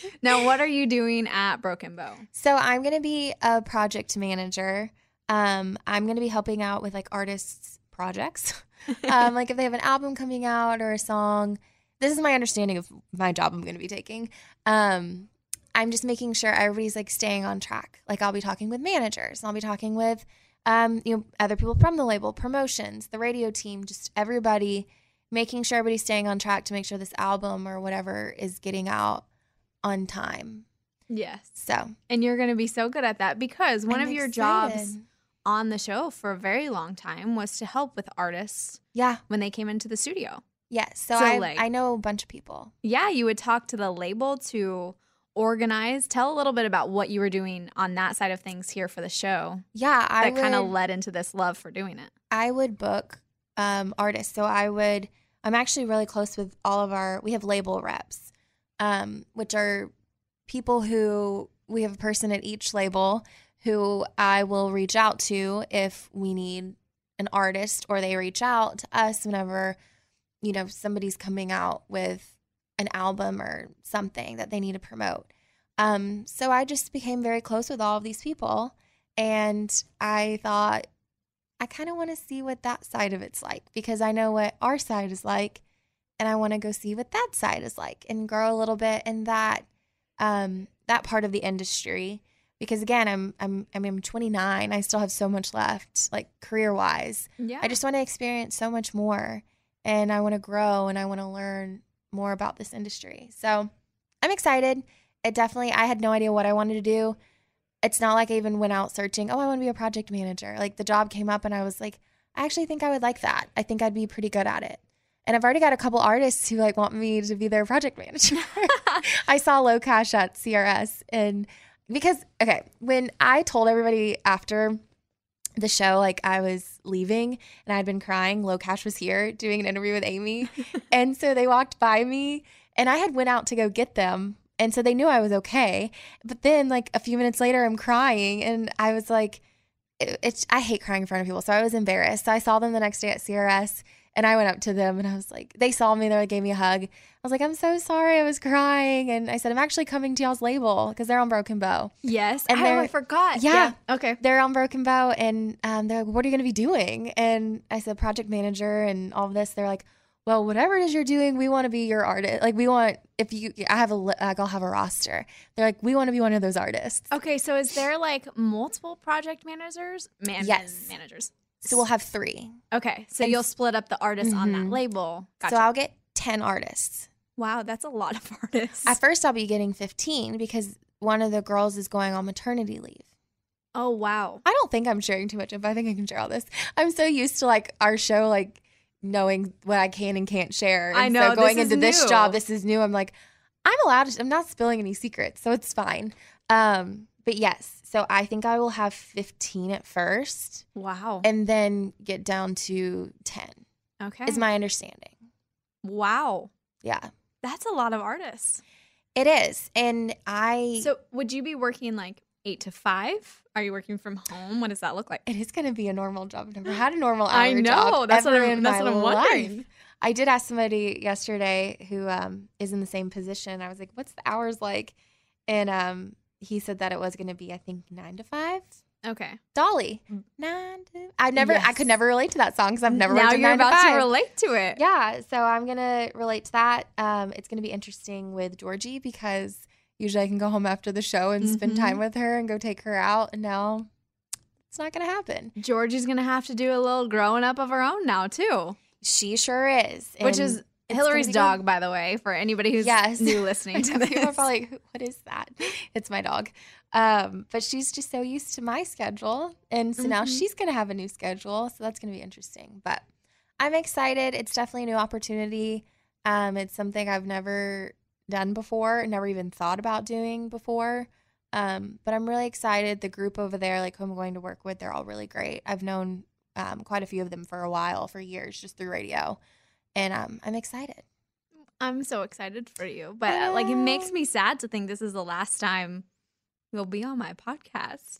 now, what are you doing at Broken Bow?
So I'm going to be a project manager. Um, I'm going to be helping out with like artists' projects. um, like if they have an album coming out or a song. This is my understanding of my job I'm going to be taking. Um, I'm just making sure everybody's like staying on track. Like I'll be talking with managers, I'll be talking with um, you know other people from the label, promotions, the radio team, just everybody, making sure everybody's staying on track to make sure this album or whatever is getting out on time.
Yes.
So
And you're going to be so good at that because one
I'm
of your jobs
excited.
on the show for a very long time was to help with artists.
Yeah.
When they came into the studio.
Yes. So,
So,
I
like-
I know a bunch of people.
Yeah, you would talk to the label to organize. Tell a little bit about what you were doing on that side of things here for the show.
Yeah, I
that kind of
would-
led into this love for doing it.
I would book um, artists. So I would. I'm actually really close with all of our. We have label reps, um, which are people who we have a person at each label who I will reach out to if we need an artist, or they reach out to us whenever you know somebody's coming out with an album or something that they need to promote. Um, so I just became very close with all of these people, and I thought I kind of want to see what that side of it's like because I know what our side is like, and I want to go see what that side is like and grow a little bit in that um, that part of the industry. Because again, I'm I'm I mean, I'm 29. I still have so much left, like career wise.
Yeah.
I just want to experience so much more, and I want to grow and I want to learn more about this industry. So I'm excited. It definitely. I had no idea what I wanted to do it's not like I even went out searching, oh, I want to be a project manager. Like the job came up and I was like, I actually think I would like that. I think I'd be pretty good at it. And I've already got a couple artists who like want me to be their project manager. I saw Low Cash at CRS and because okay, when I told everybody after the show like I was leaving and I'd been crying, Low Cash was here doing an interview with Amy. and so they walked by me and I had went out to go get them and so they knew I was okay. But then like a few minutes later I'm crying and I was like it, it's I hate crying in front of people. So I was embarrassed. So I saw them the next day at CRS and I went up to them and I was like, they saw me, they gave me a hug. I was like, I'm so sorry, I was crying. And I said, I'm actually coming to y'all's label because they're on Broken Bow.
Yes.
And
And
they're-
I forgot.
Yeah.
Okay.
They're on Broken Bow and um, they're like, what are you going to be doing? And I said, project manager and all of this. They're like, well, whatever it is you're doing, we want to be your artist. Like, we want, if you, I have a, li- like, I'll have a roster. They're like, we want to be one of those artists.
Okay. So is there like multiple project managers? Man-
Yes.
Managers.
So we'll have three.
Okay. So
And-
you'll split up the artists on that
Mhm.
label. Gotcha.
So I'll get 10 artists.
Wow, that's a lot of artists.
At first, I'll be getting 15 because one of the girls is going on maternity leave.
Oh, wow.
I don't think I'm sharing too much of. I think I can share all this. I'm so used to like our show, like knowing what I can and can't share. And
I know,
So
this
going
is
into this
new.
job, this is new. I'm like, I'm allowed. To, I'm not spilling any secrets, so it's fine. Um, but yes, so I think I will have 15 at first.
Wow.
And then get down to 10.
Okay.
Is my understanding.
Wow.
Yeah.
That's a lot of artists.
It is. And I
So would you be working like eight to five? Are you working from home? What does that look like?
It is going to be a normal job. I've never had a normal hour
I know.
job
That's what
ever
I'm-
in
that's
my
what I'm wondering.
life. I did ask somebody yesterday who um, is in the same position. I was like, "What's the hours like?" And um, he said that it was going to be, I think, nine to five.
Okay.
Dolly,
Mm-hmm.
nine. To, I never, I could
Yes.
never relate to that song because I've never.
now
worked a
you're
nine to
about to,
five.
relate to it.
Yeah, so I'm gonna relate to that. Um, it's gonna be interesting with Georgie because Usually I can go home after the show and spend
Mm-hmm.
time with her and go take her out. And now it's not going to happen.
Georgie's going to have to do a little growing up of her own now, too.
She sure is. and
Which is
it's
Hillary's
gonna be
dog,
good.
by the way, for anybody who's
Yes.
new listening to this.
People are probably like, "Who- what is that? It's my dog. Um, but she's just so used to my schedule. And so now
Mhm.
she's going to have a new schedule. So that's going to be interesting. But I'm excited. It's definitely a new opportunity. Um, it's something I've never done before, never even thought about doing before. Um, but I'm really excited. The group over there, like who I'm going to work with, they're all really great. I've known um, quite a few of them for a while, for years, just through radio. And um, I'm excited.
I'm so excited for you. But uh, like, it
Ah.
makes me sad to think this is the last time you'll be on my podcast.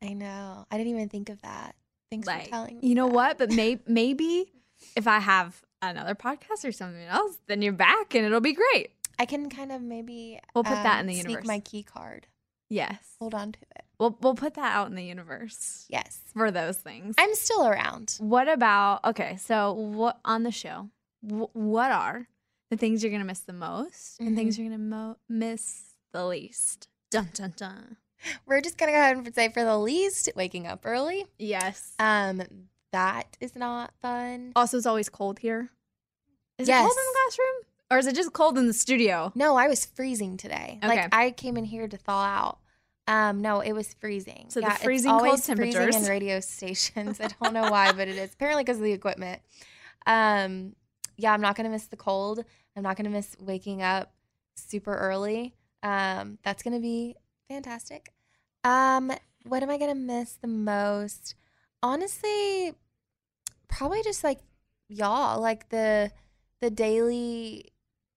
I know. I didn't even think of that. Thanks for telling me.
You know what? But may- maybe if I have another podcast or something else, then you're back and it'll be great.
I can kind of maybe um,
We'll put that in the
sneak
universe.
my key card.
Yes.
Hold on to it.
We'll we'll put that out in the universe.
Yes.
For those things.
I'm still around.
What about okay, so what on the show? Wh- what are the things you're going to miss the most and things
Mm-hmm.
you're going to mo- miss the least? Dun dun dun.
We're just gonna go ahead and say for the least, waking up early.
Yes.
Um, that is not fun.
Also, it's always cold here. Is it
yes.
cold in the classroom? Or is it just cold in the studio?
No, I was freezing today.
Okay.
Like I came in here to thaw out. Um, no, it was freezing.
So the
it's
freezing cold
always freezing
temperatures.
in radio stations. I don't know why, but it is apparently because of the equipment. Um, yeah, I'm not gonna miss the cold. I'm not gonna miss waking up super early. Um, that's gonna be fantastic. Um, what am I gonna miss the most? Honestly, probably just like y'all, like the the daily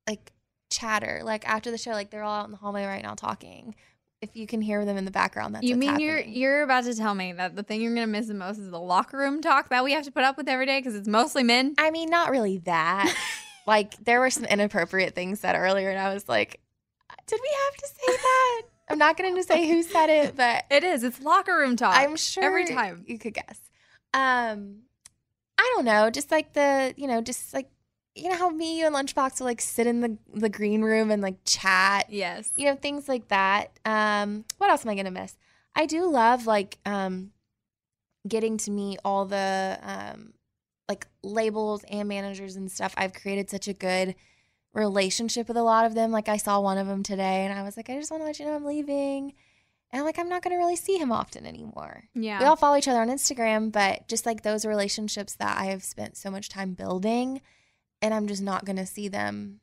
like chatter, like after the show, like they're all out in the hallway right now talking. If you can hear them in the background, that's
you
what's
mean you're
happening.
you're about to tell me that the thing you're going to miss the most is the locker room talk that we have to put up with every day because it's mostly men?
I mean, not really that. like there were some inappropriate things said earlier, and I was like, did we have to say that? I'm not going to say who said it, but
it is. It's locker room talk.
I'm sure
every time.
you could guess. Um, I don't know, just like the you know, just like you know how me, you, and Lunchbox will like sit in the the green room and like chat.
Yes.
you know things like that. Um, what else am I gonna miss? I do love like um getting to meet all the um like labels and managers and stuff. I've created such a good relationship with a lot of them. Like I saw one of them today and I was like, I just want to let you know I'm leaving. And like I'm not going to really see him often anymore.
Yeah.
We all follow each other on Instagram, but just like those relationships that I have spent so much time building and I'm just not going to see them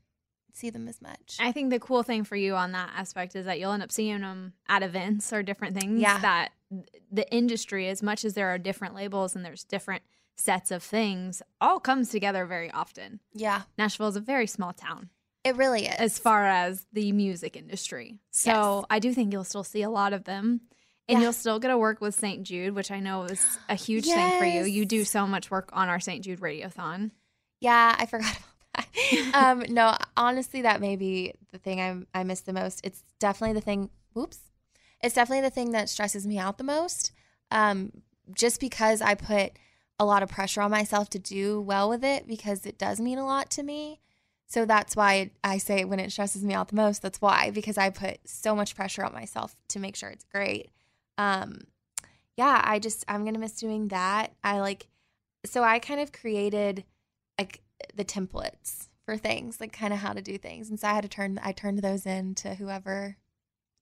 see them as much.
I think the cool thing for you on that aspect is that you'll end up seeing them at events or different things
Yeah.
that th- the industry, as much as there are different labels and there's different sets of things, all comes together very often.
Yeah.
Nashville is a very small town.
It really is.
As far as the music industry. So I do think you'll still see a lot of them. And
Yeah.
you'll still get to work with St. Jude, which I know is a huge thing for you.
Yes.
You do so much work on our St. Jude Radiothon.
Yeah, I forgot about that. um, no, honestly, that may be the thing I I miss the most. It's definitely the thing. Whoops, it's definitely the thing that stresses me out the most. Um, just because I put a lot of pressure on myself to do well with it because it does mean a lot to me. So that's why I say when it stresses me out the most, that's why because I put so much pressure on myself to make sure it's great. Um, yeah, I just I'm gonna miss doing that. I like so I kind of created like the templates for things, like kind of how to do things, and so I had to turn I turned those in to whoever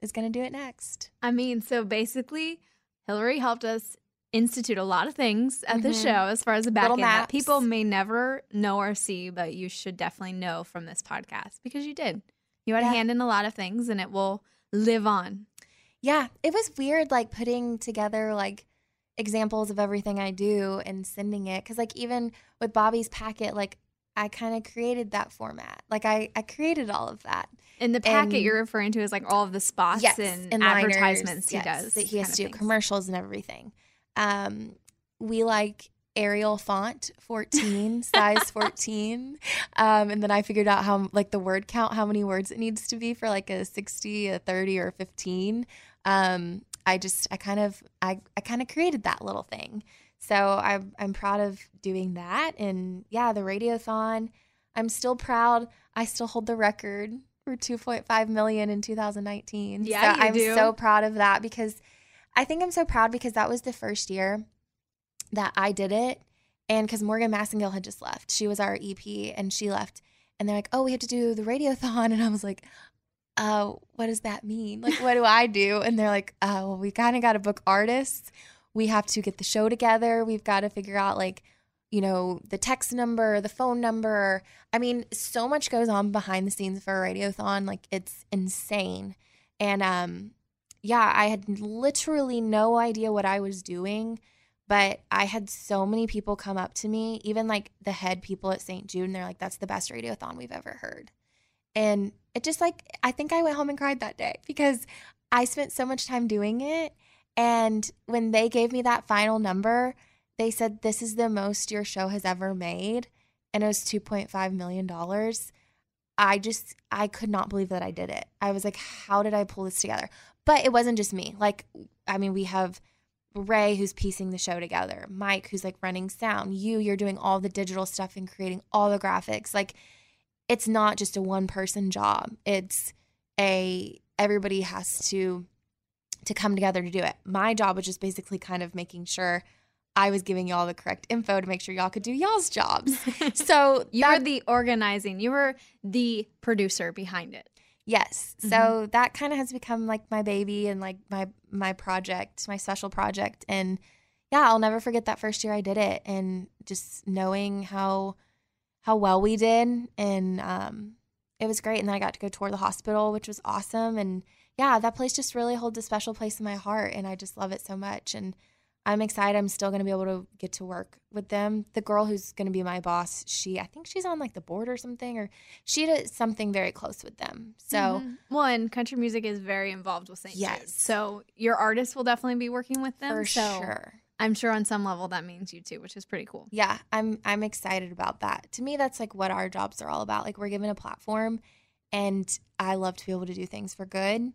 is gonna do it next.
I mean, so basically, Hillary helped us institute a lot of things at the
Mhm.
show as far as the back
Little
end that
maps.
people may never know or see, but you should definitely know from this podcast because you did. You had a
Yeah.
hand in a lot of things and it will live on.
Yeah, it was weird like putting together like examples of everything I do and sending it cuz like even with Bobby's packet like I kind of created that format. Like I I created all of that.
And the packet
And-
you're referring to is like all of the spots and,
liners,
advertisements
yes,
he does.
That he has
kind
to
of
do
things.
commercials and everything. Um, we like Arial font 14, size 14. Um, and then I figured out how, like, the word count, how many words it needs to be for like a 60, a 30, or a 15. Um, I just, I kind of, I, I kind of created that little thing. So I'm, I'm proud of doing that. And yeah, the radiothon, I'm still proud. I still hold the record for 2.5 million in 2019.
Yeah,
so
you
I'm
do.
so proud of that because I think I'm so proud because that was the first year that I did it, and because Morgan Massengill had just left, she was our EP, and she left, and they're like, "Oh, we have to do the radiothon," and I was like. Uh, what does that mean? Like, what do I do? And they're like, uh, well, we kind of got to book artists. We have to get the show together. We've got to figure out like you know, the text number, the phone number. I mean, so much goes on behind the scenes for a radiothon. Like it's insane. And um yeah, I had literally no idea what I was doing, but I had so many people come up to me, even like the head people at St. Jude, and they're like, that's the best radiothon we've ever heard. And it just like, I think I went home and cried that day because I spent so much time doing it. And when they gave me that final number, they said, This is the most your show has ever made. And it was $2.5 million. I just, I could not believe that I did it. I was like, How did I pull this together? But it wasn't just me. Like, I mean, we have Ray who's piecing the show together, Mike who's like running sound, you, you're doing all the digital stuff and creating all the graphics. Like, it's not just a one person job. It's a, everybody has to, to come together to do it. My job was just basically kind of making sure I was giving y'all the correct info to make sure y'all could do y'all's jobs. So
you were the organizing, you were the producer behind it.
Yes. So
Mhm.
that kind of has become like my baby and like my my project, my special project and yeah, I'll never forget that first year I did it and just knowing how how well we did and um it was great and then I got to go tour the hospital, which was awesome and yeah, that place just really holds a special place in my heart and I just love it so much and I'm excited I'm still going to be able to get to work with them. The girl who's going to be my boss, she I think she's on like the board or something or she did something very close with them. So
Mhm. well, and country music is very involved with St. Jude.
Mm-hmm. Yes.
So your artists will definitely be working with them.
For
so
sure.
I'm sure on some level that means you too, which is pretty cool.
Yeah, I'm I'm excited about that. To me, that's like what our jobs are all about. Like we're given a platform, and I love to be able to do things for good,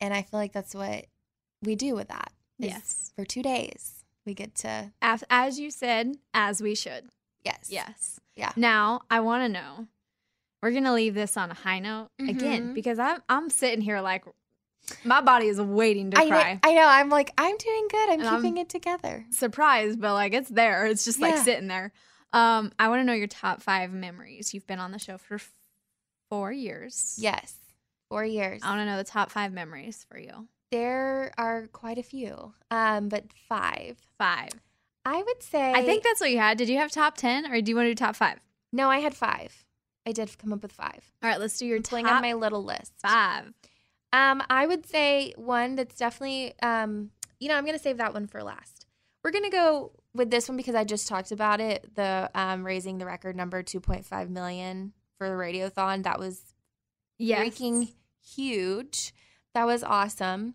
and I feel like that's what we do with that. is
Yes.
for two days we get to
As, as you said, as we should.
Yes.
Yes.
Yeah.
Now, I want to know. We're going to leave this on a high note again
Mhm.
because I'm I'm sitting here like my body is waiting to
I
cry.
know, I know. I'm like I'm doing good. I'm
And I'm
keeping it together.
surprised, but like it's there. It's just like
Yeah.
sitting there. Um, I want to know your top five memories. You've been on the show for f- four years.
Yes, four years.
I want to know the top five memories for you.
There are quite a few, um, but five.
Five.
I would say.
I think that's what you had. Did you have top ten, or do you want to do top five?
No, I had five. I did come up with five.
All right, let's do your
playing
top
on my little list.
Five.
Um, I would say one that's definitely um, you know, I'm gonna save that one for last. We're gonna go with this one because I just talked about it. The um, raising the record number 2.5 million for the radiothon. That was
Yes.
freaking huge. That was awesome.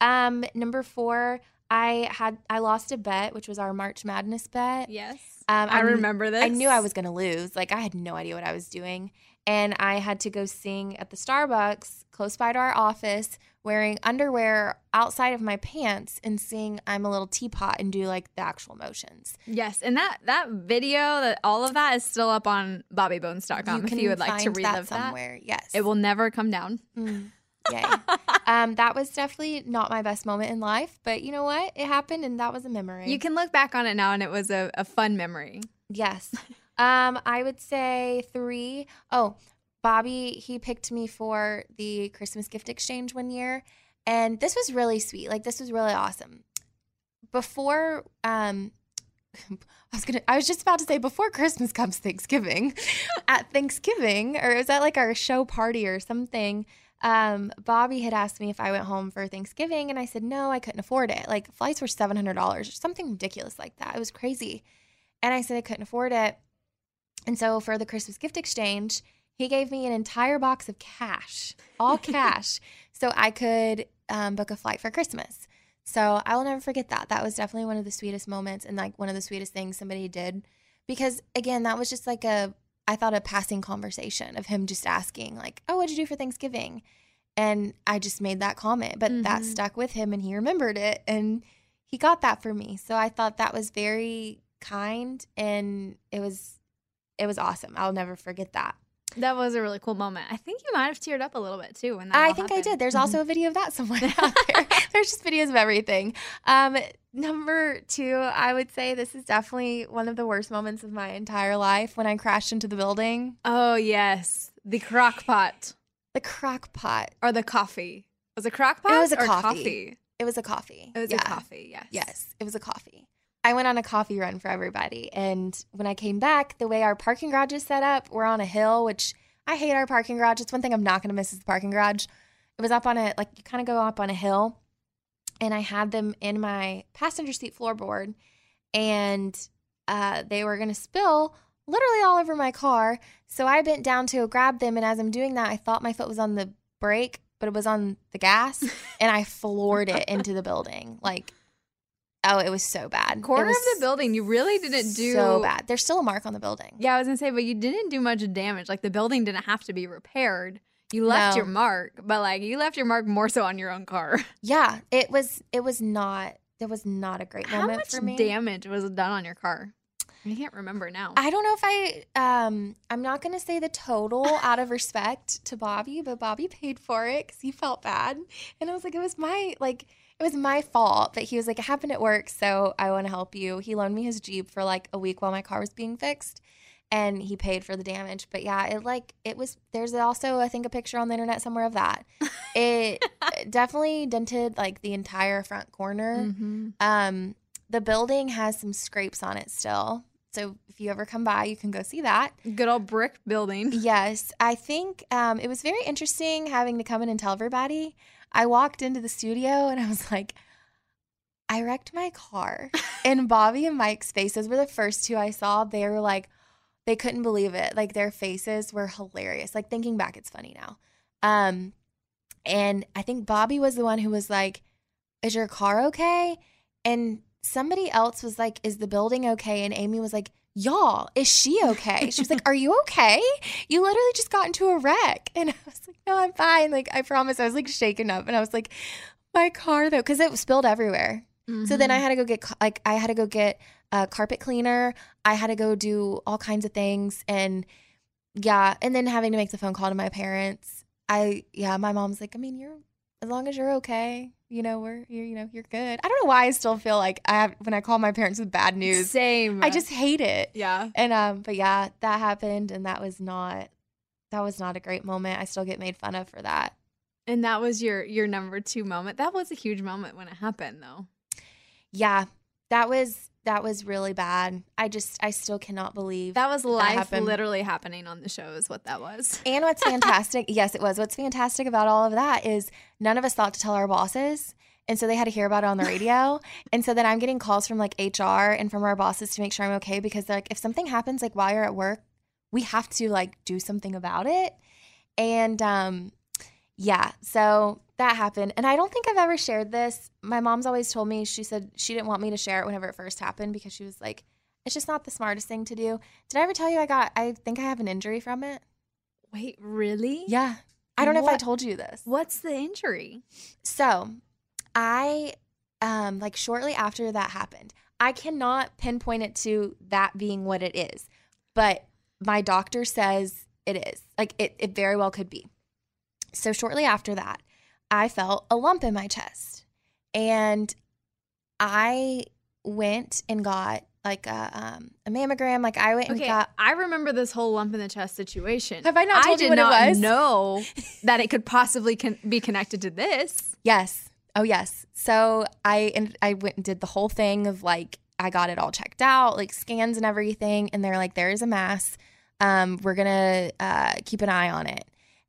Um, number four, I had I lost a bet, which was our March Madness bet.
Yes.
Um,
I
kn-
remember this.
I knew I was going to lose. Like, I had no idea what I was doing. And I had to go sing at the Starbucks close by to our office wearing underwear outside of my pants and sing I'm a Little Teapot and do like the actual motions.
Yes, and that that video, that all of that is still up on BobbyBones.com.
You
if
can
you would like to
find that
relive that,
somewhere, yes.
it will never come down.
Mm, yay. um, that was definitely not my best moment in life, but you know what? It happened and that was a memory.
You can look back on it now, and it was a, a fun memory.
Yes. Um, I would say three. Oh, Bobby, he picked me for the Christmas gift exchange one year. And this was really sweet. Like this was really awesome. Before um I was gonna I was just about to say before Christmas comes Thanksgiving. at Thanksgiving, or it was at like our show party or something. Um, Bobby had asked me if I went home for Thanksgiving, and I said no, I couldn't afford it. Like flights were seven hundred dollars or something ridiculous like that. It was crazy. And I said I couldn't afford it. And so for the Christmas gift exchange, he gave me an entire box of cash, all cash, so I could um, book a flight for Christmas. So I will never forget that. That was definitely one of the sweetest moments and like one of the sweetest things somebody did. Because again, that was just like a, I thought a passing conversation of him just asking, like, oh, what'd you do for Thanksgiving? And I just made that comment, but that
Mhm.
stuck with him and he remembered it. And he got that for me. So I thought that was very kind and it was it was awesome. I'll never forget that.
That was a really cool moment. I think you might have teared up a little bit too when that.
I
all
think
happened. Mm-hmm.
I did. There's also a video of that somewhere out there. There's just videos of everything. Um, number two, I would say this is definitely one of the worst moments of my entire life when I crashed into the building.
Oh yes, the crock pot.
The crock pot
or the coffee. Was it crock pot?
It was a
or
coffee. It was a coffee.
It was
Yeah.
a coffee. Yes.
Yes, it was a coffee. I went on a coffee run for everybody. And when I came back, the way our parking garage is set up, we're on a hill, which I hate our parking garage. It's one thing I'm not going to miss is the parking garage. It was up on a, like, you kind of go up on a hill. And I had them in my passenger seat floorboard. And uh, they were going to spill literally all over my car. So I bent down to grab them. And as I'm doing that, I thought my foot was on the brake, but it was on the gas. and I floored it into the building. Like, oh, it was so bad.
Corner
it was
of the building. You really didn't do
so bad. There's still a mark on the building.
Yeah, I was gonna say, but you didn't do much damage. Like the building didn't have to be repaired. You left
No.
your mark, but like you left your mark more so on your own car.
Yeah, it was. It was not. It was not a great
How
moment
much
for me.
damage was done on your car? I can't remember now.
I don't know if I. Um, I'm not gonna say the total out of respect to Bobby, but Bobby paid for it because he felt bad, and I was like, it was my like. It was my fault, but he was like, it happened at work, so I want to help you. He loaned me his Jeep for like a week while my car was being fixed, and he paid for the damage. But yeah, it like, it was, there's also, I think, a picture on the internet somewhere of that. It definitely dented like the entire front corner.
Mhm.
Um, the building has some scrapes on it still. So if you ever come by, you can go see that.
Good old brick building.
Yes. I think um, it was very interesting having to come in and tell everybody. I walked into the studio and I was like, I wrecked my car. and Bobby and Mike's faces were the first two I saw. They were like, they couldn't believe it. Like their faces were hilarious. Like thinking back, it's funny now. Um, and I think Bobby was the one who was like, Is your car okay? And somebody else was like, Is the building okay? And Amy was like, Y'all, is she okay? She was like, Are you okay? You literally just got into a wreck. And I was like, No, I'm fine. Like, I promise. I was like shaken up. And I was like, My car, though, because it spilled everywhere. So then I
Mhm.
had to go get ca- like I had to go get a carpet cleaner. I had to go do all kinds of things and yeah, and then having to make the phone call to my parents. I yeah, my mom's like, I mean, you're as long as you're okay, you know, we're you're you know you're good. I don't know why I still feel like I have when I call my parents with bad news.
Same.
I just hate it.
Yeah.
And um, but yeah, that happened, and that was not that was not a great moment. I still get made fun of for that.
And that was your your number two moment. That was a huge moment when it happened, though.
Yeah, that was that was really bad. I just I still cannot believe
That was life
happened.
literally happening on the show. Is what that was.
And what's fantastic, yes, it was. What's fantastic about all of that is none of us thought to tell our bosses. And so they had to hear about it on the radio. and so then I'm getting calls from like HR and from our bosses to make sure I'm okay because they're like, if something happens like while you're at work, we have to like do something about it. And um, yeah, so that happened. And I don't think I've ever shared this. My mom's always told me, she said she didn't want me to share it whenever it first happened because she was like, it's just not the smartest thing to do. Did I ever tell you I got, I think I have an injury from it?
Wait, really?
Yeah. I don't know if I
What-
told you this.
What's the injury?
So, I um like shortly after that happened. I cannot pinpoint it to that being what it is, but my doctor says it is. Like it it very well could be. So shortly after that, I felt a lump in my chest. And I went and got like a um a mammogram. Like I went and
Okay,
got
I remember this whole lump in the chest situation.
Have I not told
I
you
did
what it
not
was?
Know that it could possibly con- be connected to this.
Yes. Oh, yes. So I and I went and did the whole thing of like I got it all checked out, like scans and everything, and they're like, "There is a mass. Um, we're gonna uh, keep an eye on it."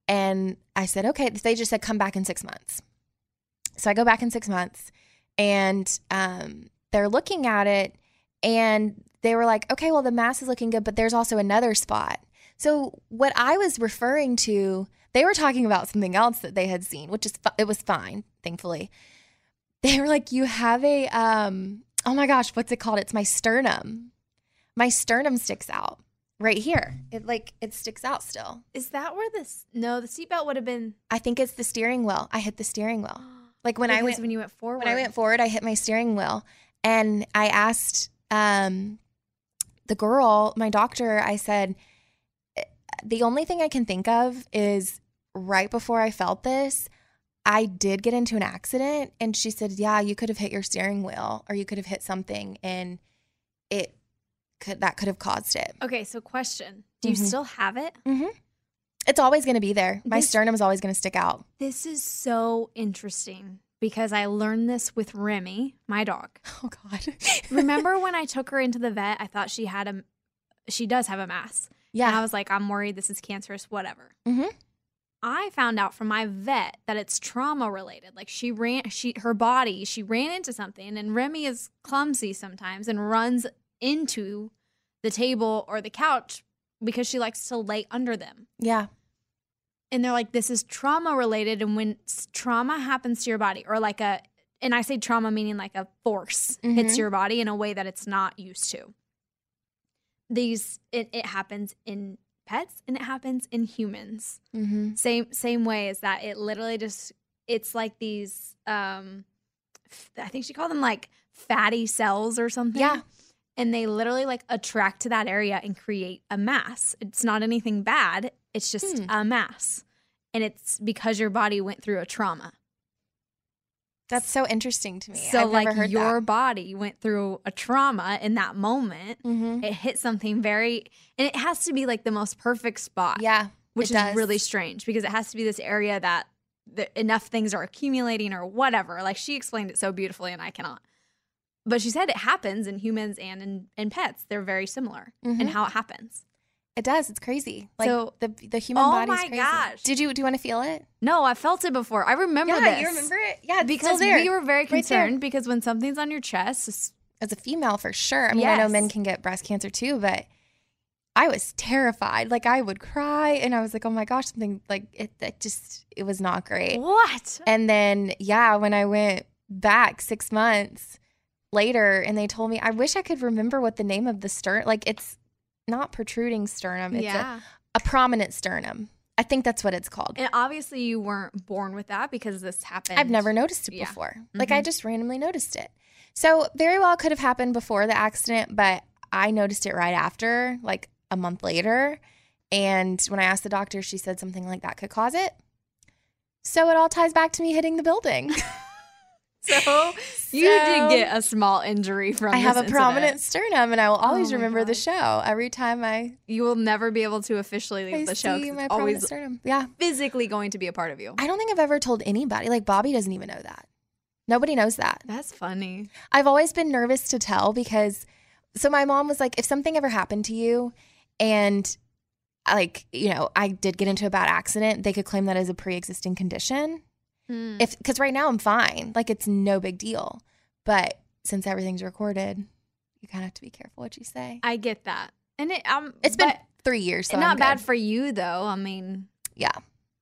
And I said, "Okay." They just said, "Come back in six months." So I go back in six months, and um, they're looking at it, and they were like, "Okay, well, the mass is looking good, but there's also another spot." So what I was referring to, they were talking about something else that they had seen, which is fi- it was fine, thankfully. They were like, "You have a um, oh my gosh, what's it called? It's my sternum. My sternum sticks out right here. It like it sticks out still.
Is that where this? No, the seatbelt would have been
I think it's the steering wheel. I hit the steering wheel. Like when I
Because
went
when you went forward.
when I went forward, I hit my steering wheel and I asked um, the girl, my doctor, I said, the only thing I can think of is right before I felt this, I did get into an accident. And she said, Yeah, you could have hit your steering wheel or you could have hit something. And it could, that could have caused it.
Okay, so question. Do you
Mhm.
still have it?
Mm-hmm. It's always going to be there. My
This-
sternum is always going to stick out.
This is so interesting because I learned this with Remy, my dog.
Oh God!
Remember when I took her into the vet? I thought she had a, she does have a mass.
Yeah.
And I was like, I'm worried this is cancerous, whatever.
Mm-hmm.
I found out from my vet that it's trauma related. Like she ran, she her body, she ran into something, and Remy is clumsy sometimes and runs into the table or the couch because she likes to lay under them
Yeah.
and they're like this is trauma related and when s- trauma happens to your body or like a and i say trauma meaning like a force hits
Mhm.
your body in a way that it's not used to these it, it happens in pets and it happens in humans
Mm-hmm.
same same way is that it literally just it's like these um f- i think she called them like fatty cells or something yeah and they literally like attract to that area and create a mass it's not anything bad it's just
Hmm.
a mass and it's because your body went through a trauma
That's so interesting to me.
so
I've
like
never heard
your
that.
body went through a trauma in that moment
Mm-hmm.
it hit something very and it has to be like the most perfect spot
yeah
which
it
is
does.
really strange because it has to be this area that the, enough things are accumulating or whatever like she explained it so beautifully and i cannot but she said it happens in humans and in, in pets they're very similar in
Mhm.
how it happens
It does. It's crazy. Like
So-
the the human
Oh
body's
my
crazy.
gosh.
Did you do you want to feel it?
no i felt it before i remember
Yeah, you
this.
remember it? Yeah, it's
because
still there.
we were very
Right there.
concerned because when something's on your chest it's-
As a female for sure. I mean, I know
Yes.
men can get breast cancer too, but I was terrified. Like I would cry and I was like, "Oh my gosh, something like it that just it was not great."
What?
And then yeah, when I went back 6 months later and they told me, "I wish I could remember what the name of the stern like it's not protruding sternum. It's
Yeah.
a, a prominent sternum. I think that's what it's called.
and obviously you weren't born with that because this happened
I've never noticed it
Yeah.
before. Like I
Mhm.
just randomly noticed it. So very well could have happened before the accident, but I noticed it right after, like a month later. And when I asked the doctor, she said something like that could cause it. So it all ties back to me hitting the building.
so you
So-
did get a small injury from
I have a
this
prominent
incident.
sternum, and I will always
Oh my
remember the show every time I.
you will never be able to officially leave
I
the show
see
'cause
my
it's
prominent
always
sternum. Yeah,
physically going to be a part of you
I don't think I've ever told anybody. Like Bobby doesn't even know that. Nobody knows that.
That's funny.
I've always been nervous to tell because so my mom was like, if something ever happened to you and like, you know, I did get into a bad accident, they could claim that as a pre existing condition.
Mm.
If because right now I'm fine. Like it's no big deal. But since everything's recorded, you kinda have to be careful what you say.
I get that. And it um
It's been three years, so
not
I'm
bad
good.
for you though. I mean,
Yeah.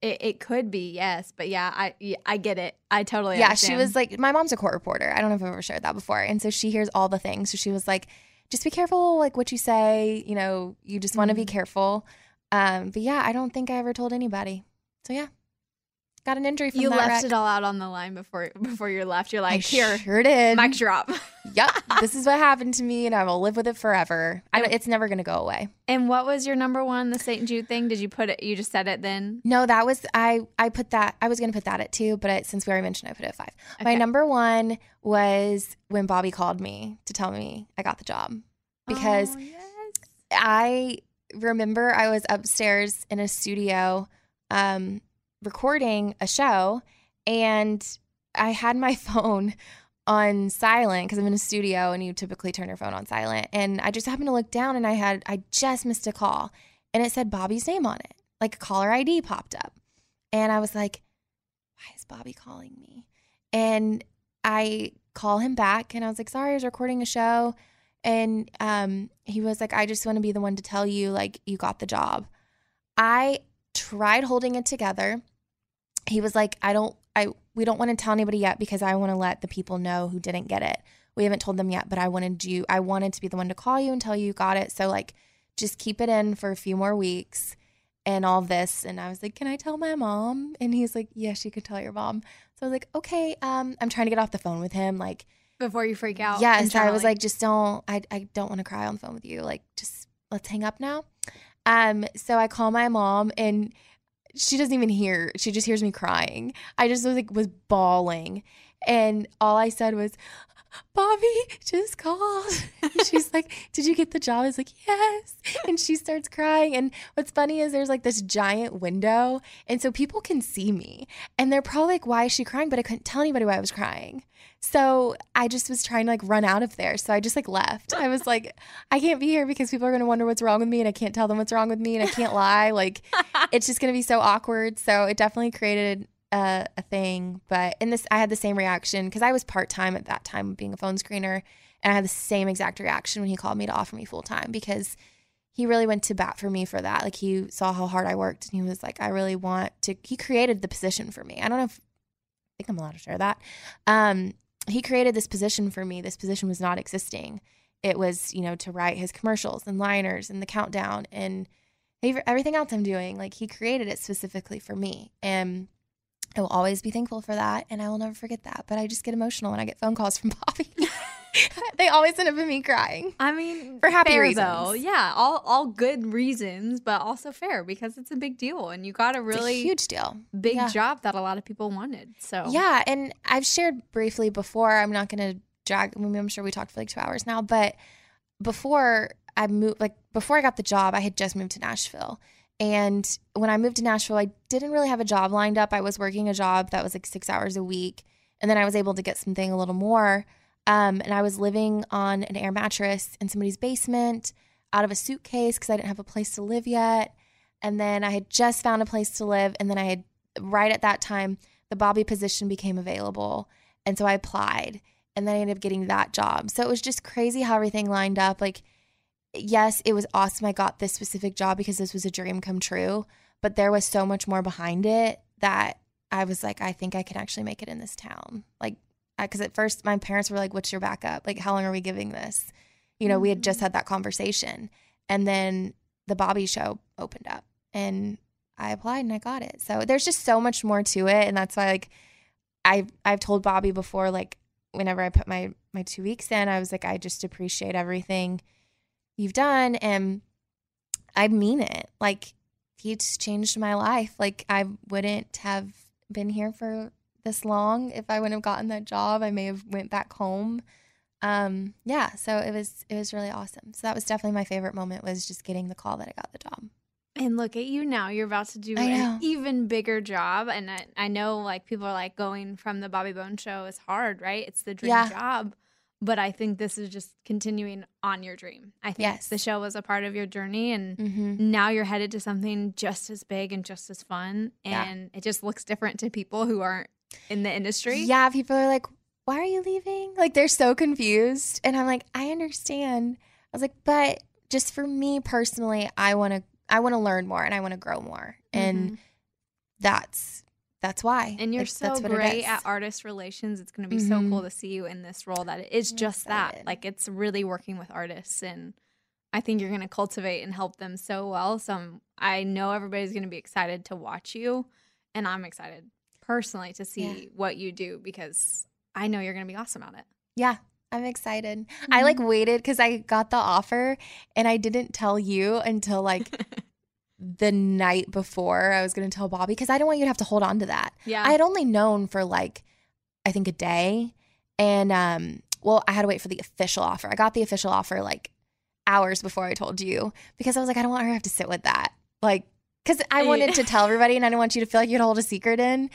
it, it could be, yes, but yeah, I yeah, I get it. I totally
yeah, she
understand.
was like, my mom's a court reporter. I don't know if I've ever shared that before. And so she hears all the things. So she was like, just be careful, like what you say. You know, you just want to be
Mm.
careful. Um, but yeah, I don't think I ever told anybody. So yeah, got an injury from
you
that
left
wreck.
it all out on the line before before you left. You're like, here,
sure did.
mic drop.
yep, this is what happened to me, and I will live with it forever. I, don't- it's never gonna go away.
And what was your number one, the St. Jude thing? Did you put it? You just said it then.
No, that was I. I put that. I was gonna put that at two, but I, since we already mentioned, I put it at five. My
Okay.
number one was when Bobby called me to tell me I got the job because I remember I was upstairs in a studio um, recording a show, and I had my phone on silent because I'm in a studio and you typically turn your phone on silent. And I just happened to look down and I had I just missed a call, and it said Bobby's name on it, like caller ID popped up, and I was like, "Why is Bobby calling me?" And I call him back, and I was like, "Sorry, I was recording a show." and um, he was like, "I just want to be the one to tell you, like, you got the job." I tried holding it together. He was like, "I don't, I, we don't want to tell anybody yet because I want to let the people know who didn't get it. We haven't told them yet, but I wanted you, I wanted to be the one to call you and tell you you got it. So like, just keep it in for a few more weeks." And all this, and I was like, "Can I tell my mom?" And he's like, "Yes, you could tell your mom." So I was like, "Okay." Um, I'm trying to get off the phone with him, like,
Before you freak out.
Yes, I was
Oh, internally.
like, just don't. I I don't want to cry on the phone with you. Like, just let's hang up now. Um, so I call my mom and she doesn't even hear. She just hears me crying. I just was like was bawling. And all I said was, Bobby just called. And she's like, Did you get the job? I was like, Yes. And she starts crying. And what's funny is there's like this giant window. And so people can see me. And they're probably like, Why is she crying? But I couldn't tell anybody why I was crying. So I just was trying to like run out of there. So I just like left. I was like, I can't be here because people are going to wonder what's wrong with me. And I can't tell them what's wrong with me. And I can't lie. Like, it's just going to be so awkward. So it definitely created a, a thing, but in this, I had the same reaction because I was part time at that time being a phone screener, and I had the same exact reaction when he called me to offer me full time because he really went to bat for me for that. Like he saw how hard I worked, and he was like, "I really want to." He created the position for me. I don't know if I think I'm allowed to share that. Um, he created this position for me. This position was not existing. It was, you know, to write his commercials and liners and the countdown and ev- everything else I'm doing. Like he created it specifically for me, and I will always be thankful for that, and I will never forget that. But I just get emotional when I get phone calls from Bobby. they always end up with me crying.
I mean,
for happy
fair,
reasons.
though. Yeah, all all good reasons, but also fair because it's a big deal, and you got a really
huge deal,
big
Yeah.
job that a lot of people wanted. So
Yeah, and I've shared briefly before. I'm not going to drag. I mean, I'm sure we talked for like two hours now, but before I moved, like before I got the job, I had just moved to Nashville. And when I moved to Nashville, I didn't really have a job lined up. I was working a job that was like six hours a week, and then I was able to get something a little more. Um, and I was living on an air mattress in somebody's basement, out of a suitcase because I didn't have a place to live yet. And then I had just found a place to live. And then I had, right at that time, the Bobby position became available. And so I applied and then I ended up getting that job. So it was just crazy how everything lined up. Like, yes, it was awesome. I got this specific job because this was a dream come true, but there was so much more behind it that I was like, I think I can actually make it in this town. Like, because at first my parents were like, What's your backup? Like, how long are we giving this? You know, we had just had that conversation. And then the Bobby show opened up and I applied and I got it. So there's just so much more to it. And that's why, like, I I've told Bobby before, like whenever I put my my two weeks in, I was like, I just appreciate everything you've done, and I mean it. Like he's changed my life. Like I wouldn't have been here for this long if I wouldn't have gotten that job. I may have went back home. Um, yeah, so it was it was really awesome. So that was definitely my favorite moment was just getting the call that I got the job.
And look at you now. You're about to do
I know.
an even bigger job. And I, I know like people are like going from the Bobby Bone show is hard, right? It's the dream
Yeah.
job. But I think this is just continuing on your dream. I think
Yes.
the show was a part of your journey and
Mhm.
now you're headed to something just as big and just as fun.
Yeah.
And it just looks different to people who aren't in the industry.
Yeah, people are like, why are you leaving? Like, they're so confused. And I'm like, I understand. I was like, but just for me personally, I want to, I want to learn more and I want to grow more. And that's, that's why.
Mm-hmm. And you're
Like,
so
it
great
is.
at artist relations. It's going to be so
Mhm.
cool to see you in this role that it is just that. Like it's really working with artists and I think you're going to cultivate and help them so well. So I'm- i know everybody's going to be excited to watch you and I'm excited personally to see
Yeah.
what you do because I know you're going to be awesome at it.
Yeah, I'm excited. I like waited because I got the offer and I didn't tell you until like the night before I was going to tell Bobby because I don't want you to have to hold on to that.
Yeah.
I had only known for like, I think a day. And, um, well, I had to wait for the official offer. I got the official offer like hours before I told you because I was like, I don't want her to have to sit with that. Like, because I
Yeah.
wanted to tell everybody and I didn't want you to feel like you had to hold a secret in.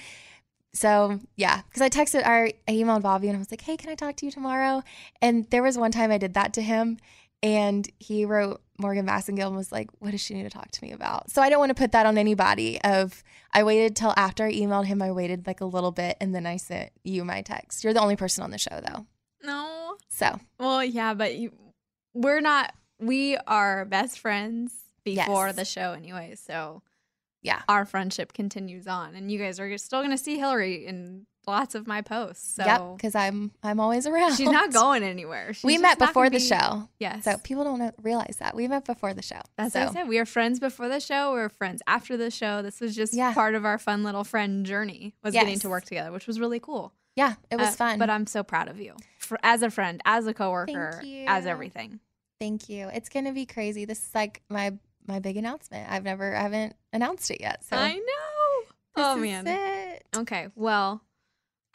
So yeah, because I texted, or I emailed Bobby, and I was like, "Hey, can I talk to you tomorrow?" And there was one time I did that to him, and he wrote Morgan Massengill and was like, "What does she need to talk to me about?" So I don't want to put that on anybody. Of I waited till after I emailed him, I waited like a little bit, and then I sent you my text. You're the only person on the show though,
No.
so
Well, yeah, but you, we're not, we are best friends before
Yes.
the show anyway. So
yeah,
our friendship continues on. And you guys are still going to see Hillary in lots of my posts. So
yep, because I'm I'm always around.
she's not going anywhere. She's
we
just
met
not
before the
gonna be-
show,
Yes.
So people don't know, realize that we met before the show.
That's
so.
what I said. We were friends before the show. We were friends after the show. This was just part of our fun little friend journey was getting
Yes.
to work together, which was really cool.
Yeah, it was
Uh,
fun.
But I'm so proud of you for, as a friend, as a coworker, as
you.
everything.
Thank you. It's going to be crazy. This is like my my big announcement. I've never, I haven't announced it yet. So
I know. oh
is
man. Okay. Well,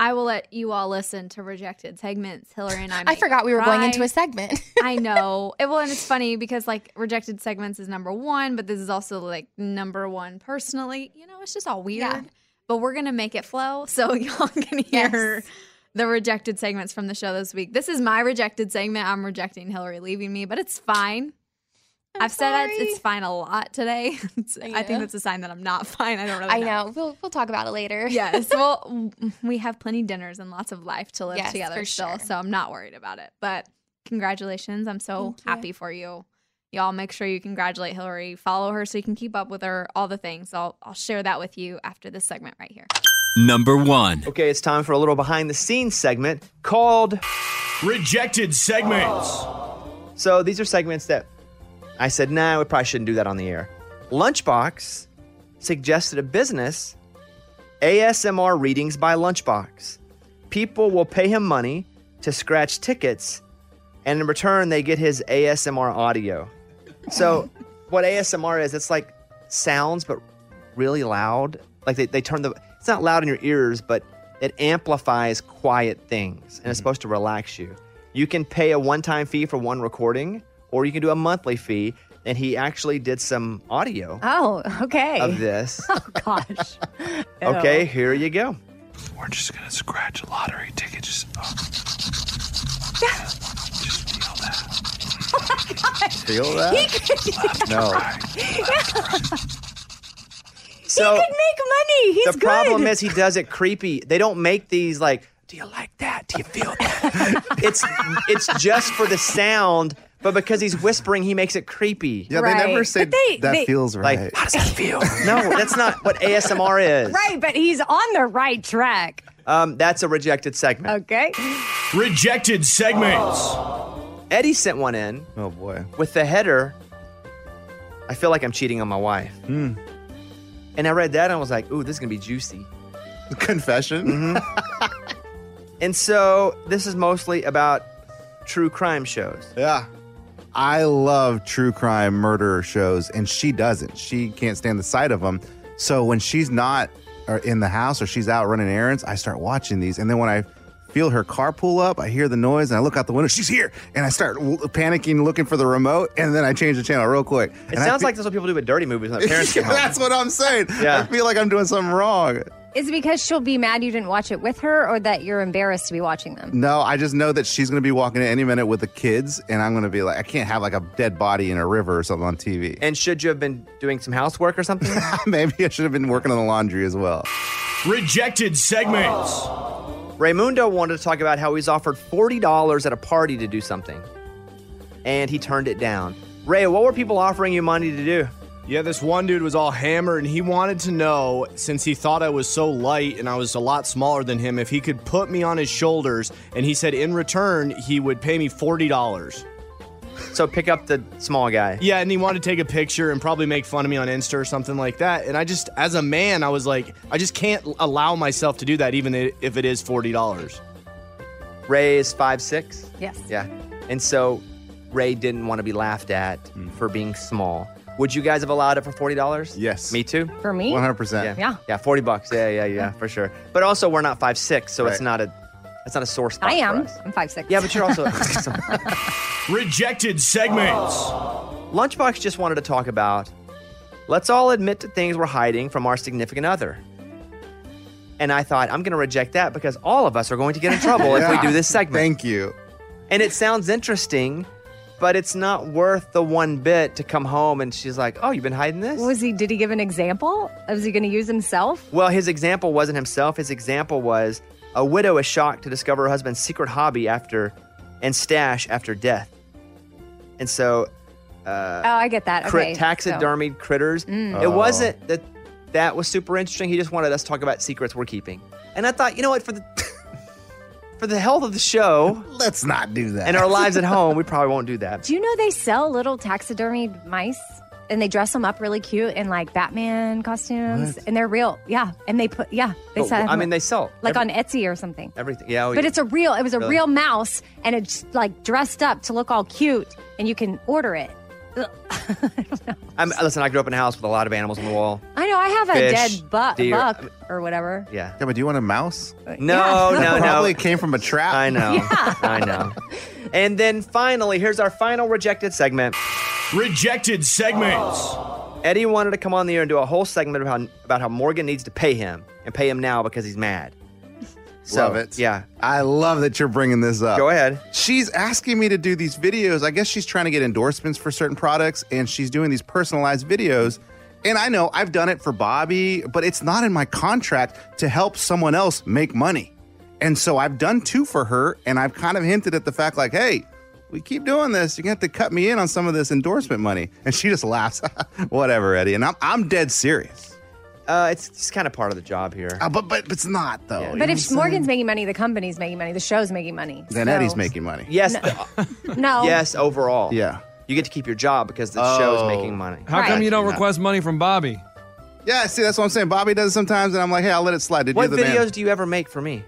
I will let you all listen to rejected segments. Hillary and I.
I forgot we were going into a
segment. I know. It, well, and it's funny because like rejected segments is number one, but this is also like number one personally. You know, it's just all weird. But we're gonna make it flow, so y'all can hear. The rejected segments from the show this week. This is my rejected segment. I'm rejecting Hillary leaving me, but it's fine. i have said it's,
sorry.
it's fine a lot today. It's- I think
know.
that's a sign that I'm not fine. I don't really.
I know. We'll we'll talk about it later.
yes. Well, w- we have plenty dinners and lots of life to live
Yes,
together
for
still,
sure.
so I'm not worried about it. But congratulations. I'm so
Thank you.
happy for you. Y'all make sure you congratulate Hillary. Follow her so you can keep up with her, all the things. I'll I'll share that with you after this segment right here.
Number one.
Okay, it's time for a little behind the scenes segment called
Rejected Segments.
So these are segments that I said, nah, we probably shouldn't do that on the air. Lunchbox suggested a business, ASMR Readings by Lunchbox. People will pay him money to scratch tickets, and in return, they get his ASMR audio. So, what ASMR is, it's like sounds, but really loud. Like they, they turn the, it's not loud in your ears, but it amplifies quiet things and it's supposed to relax you. You can pay a one time fee for one recording, or you can do a monthly fee. And he actually did some audio
Oh, okay.
of this.
Oh gosh.
Okay, here you go.
We're just gonna scratch a lottery ticket. Just, oh, just feel that.
Feel that?
He could-
no. So
he could make money. He's
the
good.
problem is he does it creepy. They don't make these like, do you like that? Do you feel that? it's it's just for the sound, but because he's whispering, he makes it creepy.
Yeah, they never say that feels right.
Like, how does that feel? no, that's not what ASMR is.
right, but he's on the right track.
Um, that's a rejected segment.
Okay.
Rejected segments. Eddie sent one in.
Oh boy.
With the header, I feel like I'm cheating on my wife.
Hmm.
And I read that and I was like, ooh, this is going to be juicy. Mm-hmm.
Confession?
and so this is mostly about true crime shows.
Yeah. I love true crime murder shows, and she doesn't. She can't stand the sight of them. So when she's not or in the house or she's out running errands, I start watching these. And then when I feel her car pull up, I hear the noise and I look out the window. She's here, and I start w- panicking, looking for the remote, and then I change the channel real quick.
It sounds like that's what people do with dirty movies when their parents get home.
that's what I'm saying.
Yeah.
I feel like I'm doing something wrong.
Is it because she'll be mad you didn't watch it with her or that you're embarrassed to be watching them?
No, I just know that she's going to be walking in any minute with the kids, and I'm going to be like, I can't have like a dead body in a river or something on TV.
And should you have been doing some housework or something?
Maybe I should have been working on the laundry as well.
Rejected segments. Raymundo wanted to talk about how he was offered $40 at a party to do something, and he turned it down. Ray, what were people offering you money to do?
Yeah, this one dude was all hammered and he wanted to know since he thought I was so light and I was a lot smaller than him if he could put me on his shoulders and he said in return he would pay me $40.
So pick up the small guy.
Yeah, and he wanted to take a picture and probably make fun of me on Insta or something like that. And I just as a man, I was like I just can't allow myself to do that even if it is $40.
Ray is five six.
Yes.
Yeah. And so Ray didn't want to be laughed at for being small. Would you guys have allowed it for forty dollars?
Yes.
Me too.
For me?
100%.
Yeah.
Yeah.
Yeah. Forty bucks. Yeah. Yeah. Yeah. For sure. But also, we're not five six, so it's
Right.
not a it's not a source.
I am. I'm five six.
Yeah, but you're also Rejected segments. Lunchbox just wanted to talk about let's all admit to things we're hiding from our significant other. And I thought, I'm going to reject that because all of us are going to get in trouble if
Yeah.
we do this segment.
Thank you.
And it sounds interesting, but it's not worth the one bit to come home and she's like, oh, you've been hiding this?
was he did he give an example? Was he gonna use himself?
Well, his example wasn't himself. His example was a widow is shocked to discover her husband's secret hobby after and stash after death. And so, uh,
Oh, I get that.
crit-
Okay.
taxidermied critters.
Mm.
It
Oh.
wasn't that that was super interesting. He just wanted us to talk about secrets we're keeping. And I thought, you know what, for the for the health of the show,
let's not do that.
And our lives at home, we probably won't do that.
Do you know they sell little taxidermied mice and they dress them up really cute in like Batman costumes and they're real. Yeah. And they put, yeah, they
But,
sell.
Oh, I mean, they sell
like on Etsy or something.
everything. Yeah, oh,
but
yeah.
it's a real, it was a
Really?
real mouse and it's like dressed up to look all cute and you can order it.
I'm, listen, I grew up in a house with a lot of animals on the wall.
I know. I have a
Fish,
dead buck,
deer.
buck or whatever.
Yeah.
Yeah, but do you want a mouse?
Uh,
No,
That
no, no.
Probably came from a trap.
I know. I know. And then finally, here's our final rejected segment.
Rejected segments.
Eddie wanted to come on the air and do a whole segment about about how Morgan needs to pay him and pay him now because he's mad.
love it.
Yeah.
I love that you're bringing this up.
Go ahead.
She's asking me to do these videos. I guess she's trying to get endorsements for certain products and she's doing these personalized videos. And I know I've done it for Bobby, but it's not in my contract to help someone else make money. And so I've done two for her and I've kind of hinted at the fact like, hey, we keep doing this. You're going to have to cut me in on some of this endorsement money. And she just laughs. Whatever, Eddie. And I'm, I'm dead serious. Uh,
Uh, it's just kind of part of the job here.
but, but but it's not though.
Oh,
You know
But
what I'm
if
saying?
Morgan's making money, the company's making money, the show's making money.
then
So-
Eddie's making money.
Yes. uh,
No.
Yes, overall.
Yeah.
You get to keep your job because the
Oh.
show's making money.
How come you don't
No.
request money from Bobby?
Yeah, see, that's what I'm saying. Bobby does it sometimes, and I'm like, hey, I'll let it slide. Dude,
What
you're the man.
videos do you ever make for me?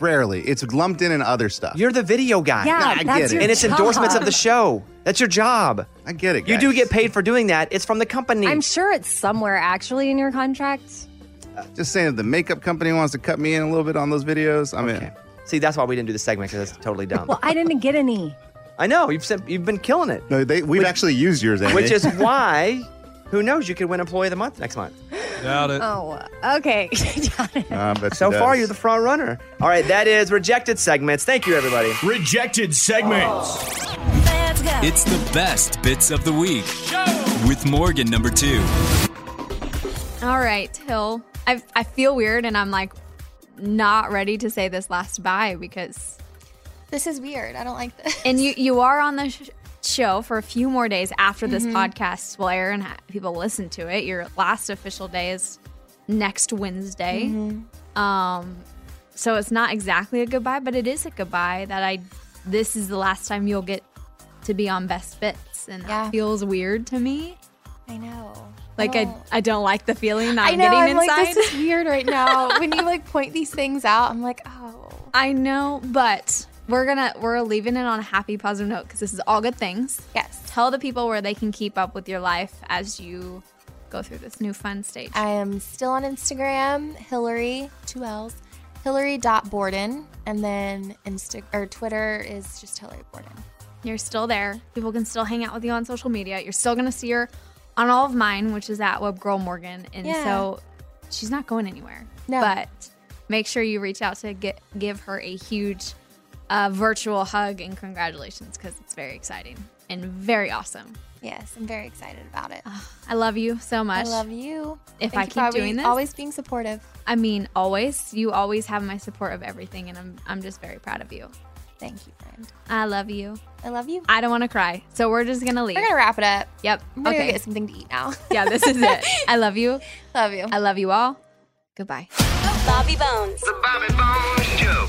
Rarely. It's lumped in in other stuff.
You're the video guy.
Nah, I get it.
And it's endorsements of the show. That's your job.
I get it.
You do get paid for doing that. It's from the company.
I'm sure it's somewhere actually in your contract.
Just saying, if the makeup company wants to cut me in a little bit on those videos, I'm in.
See, that's why we didn't do the segment because that's totally dumb.
Well, I didn't get any.
I know you've said, you've been killing it.
No, they, we've actually used yours, Andy.
Which is why, who knows, you could win Employee of the Month next month.
Doubt it.
Oh, okay.
so far, you're the front runner. All right, that is rejected segments. Thank you, everybody.
Rejected segments.
Let's go.
It's the best bits of the week with Morgan number two.
All right, Hill. I I feel weird and I'm like not ready to say this last bye because
This is weird. I don't like this.
and you you are on the sh- show for a few more days after this
Mhm.
podcast will air and ha- people listen to it. Your last official day is next Wednesday.
Mm-hmm.
Mm-hmm.
Um so it's not exactly a goodbye, but it is a goodbye that I this is the last time you'll get to be on best bits and that feels weird to me.
I know.
Like I,
Oh.
I don't like the feeling that
I
I'm
know.
getting
I'm
inside.
like, this is weird right now. when you like point these things out, I'm like, oh,
I know, but we're gonna we're leaving it on a happy positive note because this is all good things. Yes. Tell the people where they can keep up with your life as you go through this new fun stage.
I am still on Instagram, Hillary, two L's, Hillary.Borden. And then Insta or Twitter is just Hillary Borden.
You're still there. People can still hang out with you on social media. You're still gonna see her on all of mine, which is at WebGirl Morgan. And
Yeah.
so she's not going anywhere.
No.
But make sure you reach out to get, give her a huge uh, virtual hug and congratulations because it's very exciting and very awesome.
Yes, I'm very excited about it.
I love you so much.
I love you.
If
Thank
I
you
keep
for always-
doing this,
always being supportive.
I mean, always. You always have my support of everything, and I'm I'm just very proud of you.
Thank you, friend.
I love you.
I love you.
I don't want to cry, so we're just gonna leave.
We're gonna wrap it up.
Yep.
I'm gonna go
okay.
get something to eat now.
yeah, this is it. I love you.
Love you.
I love you all. Goodbye.
Bobby Bones. The Bobby Bones Show.